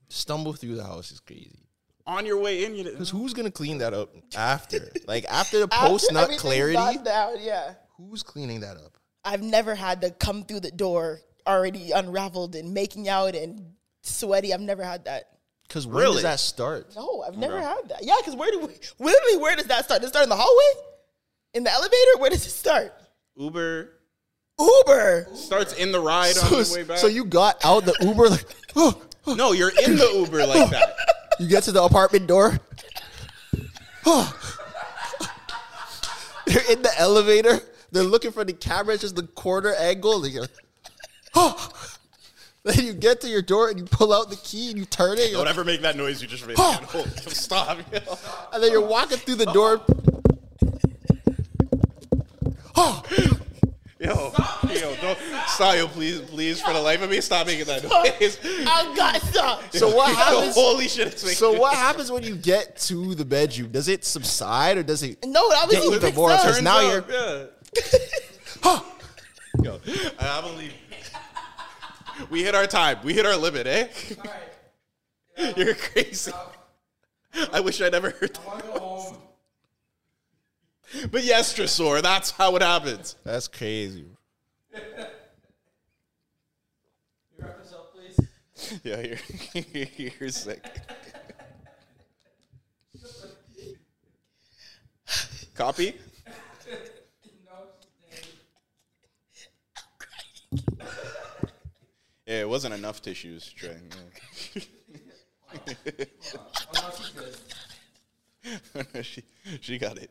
[SPEAKER 2] Stumble through the house is crazy.
[SPEAKER 3] On your way in, you
[SPEAKER 2] Because who's gonna clean that up after? like after the
[SPEAKER 1] After
[SPEAKER 2] post nut
[SPEAKER 1] everything's
[SPEAKER 2] clarity,
[SPEAKER 1] gone down, yeah.
[SPEAKER 2] who's cleaning that up?
[SPEAKER 1] I've never had to come through the door already unraveled and making out and sweaty. I've never had that.
[SPEAKER 2] Because when
[SPEAKER 3] Really?
[SPEAKER 2] does that start?
[SPEAKER 1] No, I've never had that. Yeah, because where do we, literally where does that start? Does it start in the hallway? In the elevator? Where does it start?
[SPEAKER 3] Uber
[SPEAKER 1] Uber.
[SPEAKER 3] starts in the ride on the way
[SPEAKER 2] So,
[SPEAKER 3] back.
[SPEAKER 2] so you got out the Uber, like, oh,
[SPEAKER 3] no, you're in the Uber like that.
[SPEAKER 2] you get to the apartment door. They're in the elevator. They're looking for the camera, it's just the corner angle. They go, oh. Then you get to your door and you pull out the key and you turn it. you're
[SPEAKER 3] Don't
[SPEAKER 2] like-
[SPEAKER 3] ever make that noise you just made. Stop.
[SPEAKER 2] and then you're walking through the door.
[SPEAKER 3] Yo, yo, don't stop, yo, please, please, for the life of me, stop making that noise.
[SPEAKER 1] I got some.
[SPEAKER 2] So what
[SPEAKER 3] Yo,
[SPEAKER 2] happens?
[SPEAKER 3] holy shit, it's making
[SPEAKER 2] So what happens when you get to the bedroom? Does it subside or does it?
[SPEAKER 1] No, that was
[SPEAKER 2] Get even
[SPEAKER 1] even
[SPEAKER 2] more
[SPEAKER 1] more.
[SPEAKER 2] turns now
[SPEAKER 3] you're. Yeah. Yo, I, I'm gonna leave. We hit our time. We hit our limit, eh? You're crazy. I wish I never heard that. But yes, Tresor, that's how it happens.
[SPEAKER 2] That's crazy.
[SPEAKER 3] Yeah, you're, you're sick. Copy? Yeah, it wasn't enough tissues, Trey. Yeah. Oh, she, she got it.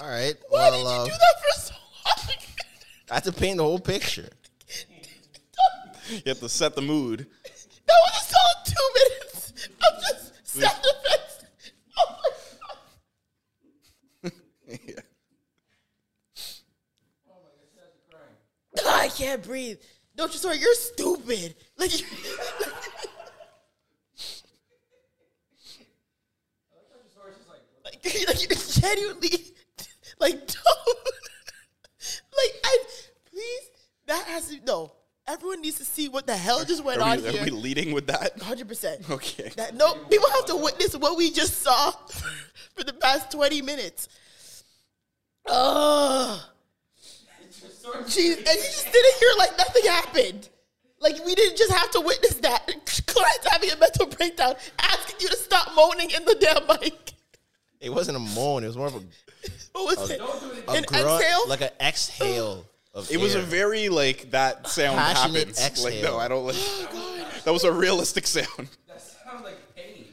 [SPEAKER 2] All right.
[SPEAKER 1] Why
[SPEAKER 2] well, uh,
[SPEAKER 1] did you do that for so long?
[SPEAKER 2] I have to paint the whole picture.
[SPEAKER 3] You have to set the mood.
[SPEAKER 1] that was a solid two minutes. I'm just self defense. Oh my god.
[SPEAKER 3] Yeah.
[SPEAKER 1] I can't breathe. Don't you sorry, you're stupid. Like you like, like you're genuinely like don't like I please that has to no. Everyone needs to see what the hell just went
[SPEAKER 3] Are
[SPEAKER 1] on
[SPEAKER 3] we, are
[SPEAKER 1] here.
[SPEAKER 3] we leading with that?
[SPEAKER 1] Hundred percent.
[SPEAKER 3] Okay.
[SPEAKER 1] That no people have to witness what we just saw for the past twenty minutes. Ugh. Jeez, and you just did it here like nothing happened. Like we didn't just have to witness that. Clients having a mental breakdown, asking you to stop moaning in the damn mic.
[SPEAKER 2] It wasn't a moan. It was more of a,
[SPEAKER 1] What
[SPEAKER 3] Oh,
[SPEAKER 1] was it?
[SPEAKER 2] a
[SPEAKER 1] An
[SPEAKER 2] grunt,
[SPEAKER 1] exhale?
[SPEAKER 2] like an exhale. Of
[SPEAKER 3] It was a
[SPEAKER 2] air.
[SPEAKER 3] very like that sound
[SPEAKER 2] Passionate
[SPEAKER 3] happens. Like no,
[SPEAKER 2] exhale.
[SPEAKER 3] I don't like.
[SPEAKER 1] Oh,
[SPEAKER 3] That was a realistic sound. That sounded like pain.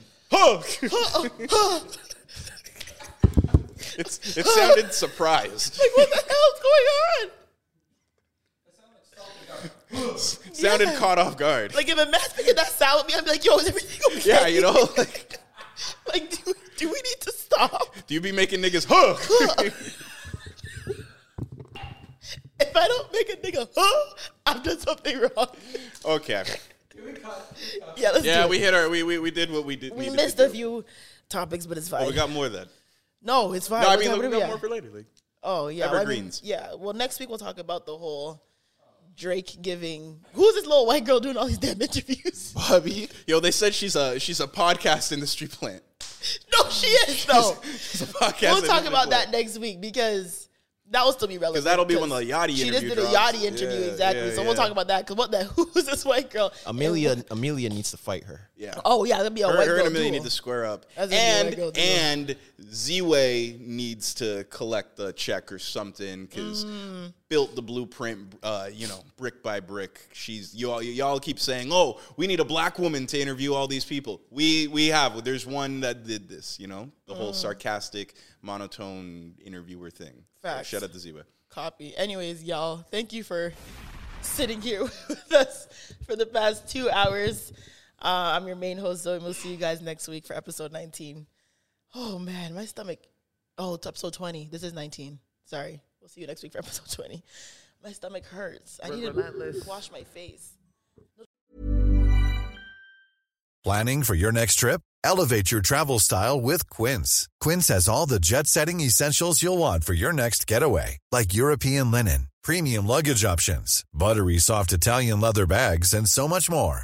[SPEAKER 3] it's it sounded surprised.
[SPEAKER 1] like what the hell's going on?
[SPEAKER 3] sounded caught off guard.
[SPEAKER 1] Like if a man's making that sound with me, I'd be like, yo, is everything okay?
[SPEAKER 3] yeah, you know. Like,
[SPEAKER 1] Like do, do we need to stop?
[SPEAKER 3] do you be making niggas huh?
[SPEAKER 1] If I don't make a nigga, huh, I've done something wrong.
[SPEAKER 3] okay.
[SPEAKER 1] Yeah, let's
[SPEAKER 3] Yeah,
[SPEAKER 1] do
[SPEAKER 3] we
[SPEAKER 1] it.
[SPEAKER 3] hit our. We we, we did what we did.
[SPEAKER 1] We,
[SPEAKER 3] needed to
[SPEAKER 1] missed a
[SPEAKER 3] do.
[SPEAKER 1] few topics, but it's fine.
[SPEAKER 3] Oh, we got more then.
[SPEAKER 1] no, it's fine.
[SPEAKER 3] No, I
[SPEAKER 1] What
[SPEAKER 3] mean
[SPEAKER 1] time
[SPEAKER 3] look, we
[SPEAKER 1] do we
[SPEAKER 3] got
[SPEAKER 1] at?
[SPEAKER 3] more for later. Like,
[SPEAKER 1] oh, yeah. well, I mean,
[SPEAKER 3] evergreens.
[SPEAKER 1] yeah. Well, next week we'll talk about the whole Drake giving. Who's this little white girl doing all these damn interviews?
[SPEAKER 2] Bobby.
[SPEAKER 3] yo, they said she's a she's a podcast industry plant.
[SPEAKER 1] no, she is, though.
[SPEAKER 3] She's a podcast.
[SPEAKER 1] we'll
[SPEAKER 3] industry
[SPEAKER 1] talk about that
[SPEAKER 3] plant.
[SPEAKER 1] next week because that will still be relevant.
[SPEAKER 3] 'Cause that'll be when the Yachty
[SPEAKER 1] She
[SPEAKER 3] interview
[SPEAKER 1] just did
[SPEAKER 3] drops.
[SPEAKER 1] a Yachty interview,
[SPEAKER 3] Yeah,
[SPEAKER 1] exactly.
[SPEAKER 3] yeah,
[SPEAKER 1] so we'll
[SPEAKER 3] yeah.
[SPEAKER 1] talk about that because what the who's this white girl?
[SPEAKER 2] Amelia. Amelia needs to fight her.
[SPEAKER 3] Yeah.
[SPEAKER 1] Oh, yeah, that'd be a
[SPEAKER 3] her,
[SPEAKER 1] white
[SPEAKER 3] her
[SPEAKER 1] girl.
[SPEAKER 3] and Amelia
[SPEAKER 1] duel.
[SPEAKER 3] need to square up.
[SPEAKER 1] That's a good
[SPEAKER 3] and
[SPEAKER 1] white girl duo.
[SPEAKER 3] and Z-Way needs to collect the check or something because
[SPEAKER 1] Mm.
[SPEAKER 3] built the blueprint, uh, you know, brick by brick. She's y'all y'all keep saying, oh, we need a black woman to interview all these people. We we have. There's one that did this. You know, the
[SPEAKER 1] Mm.
[SPEAKER 3] whole sarcastic, monotone interviewer thing. So
[SPEAKER 1] Facts.
[SPEAKER 3] Shout out to Z-Way.
[SPEAKER 1] copy. Anyways, y'all, thank you for sitting here with us for the past two hours. Uh, I'm your main host, Zoe. and We'll see you guys next week for episode 19. Oh, man, my stomach. Oh, it's episode 20. This is 19. Sorry. We'll see you next week for episode 20. My stomach hurts. I need to wash my face.
[SPEAKER 9] Planning for your next trip? Elevate your travel style with Quince. Quince has all the jet setting essentials you'll want for your next getaway, like European linen, premium luggage options, buttery soft Italian leather bags, and so much more.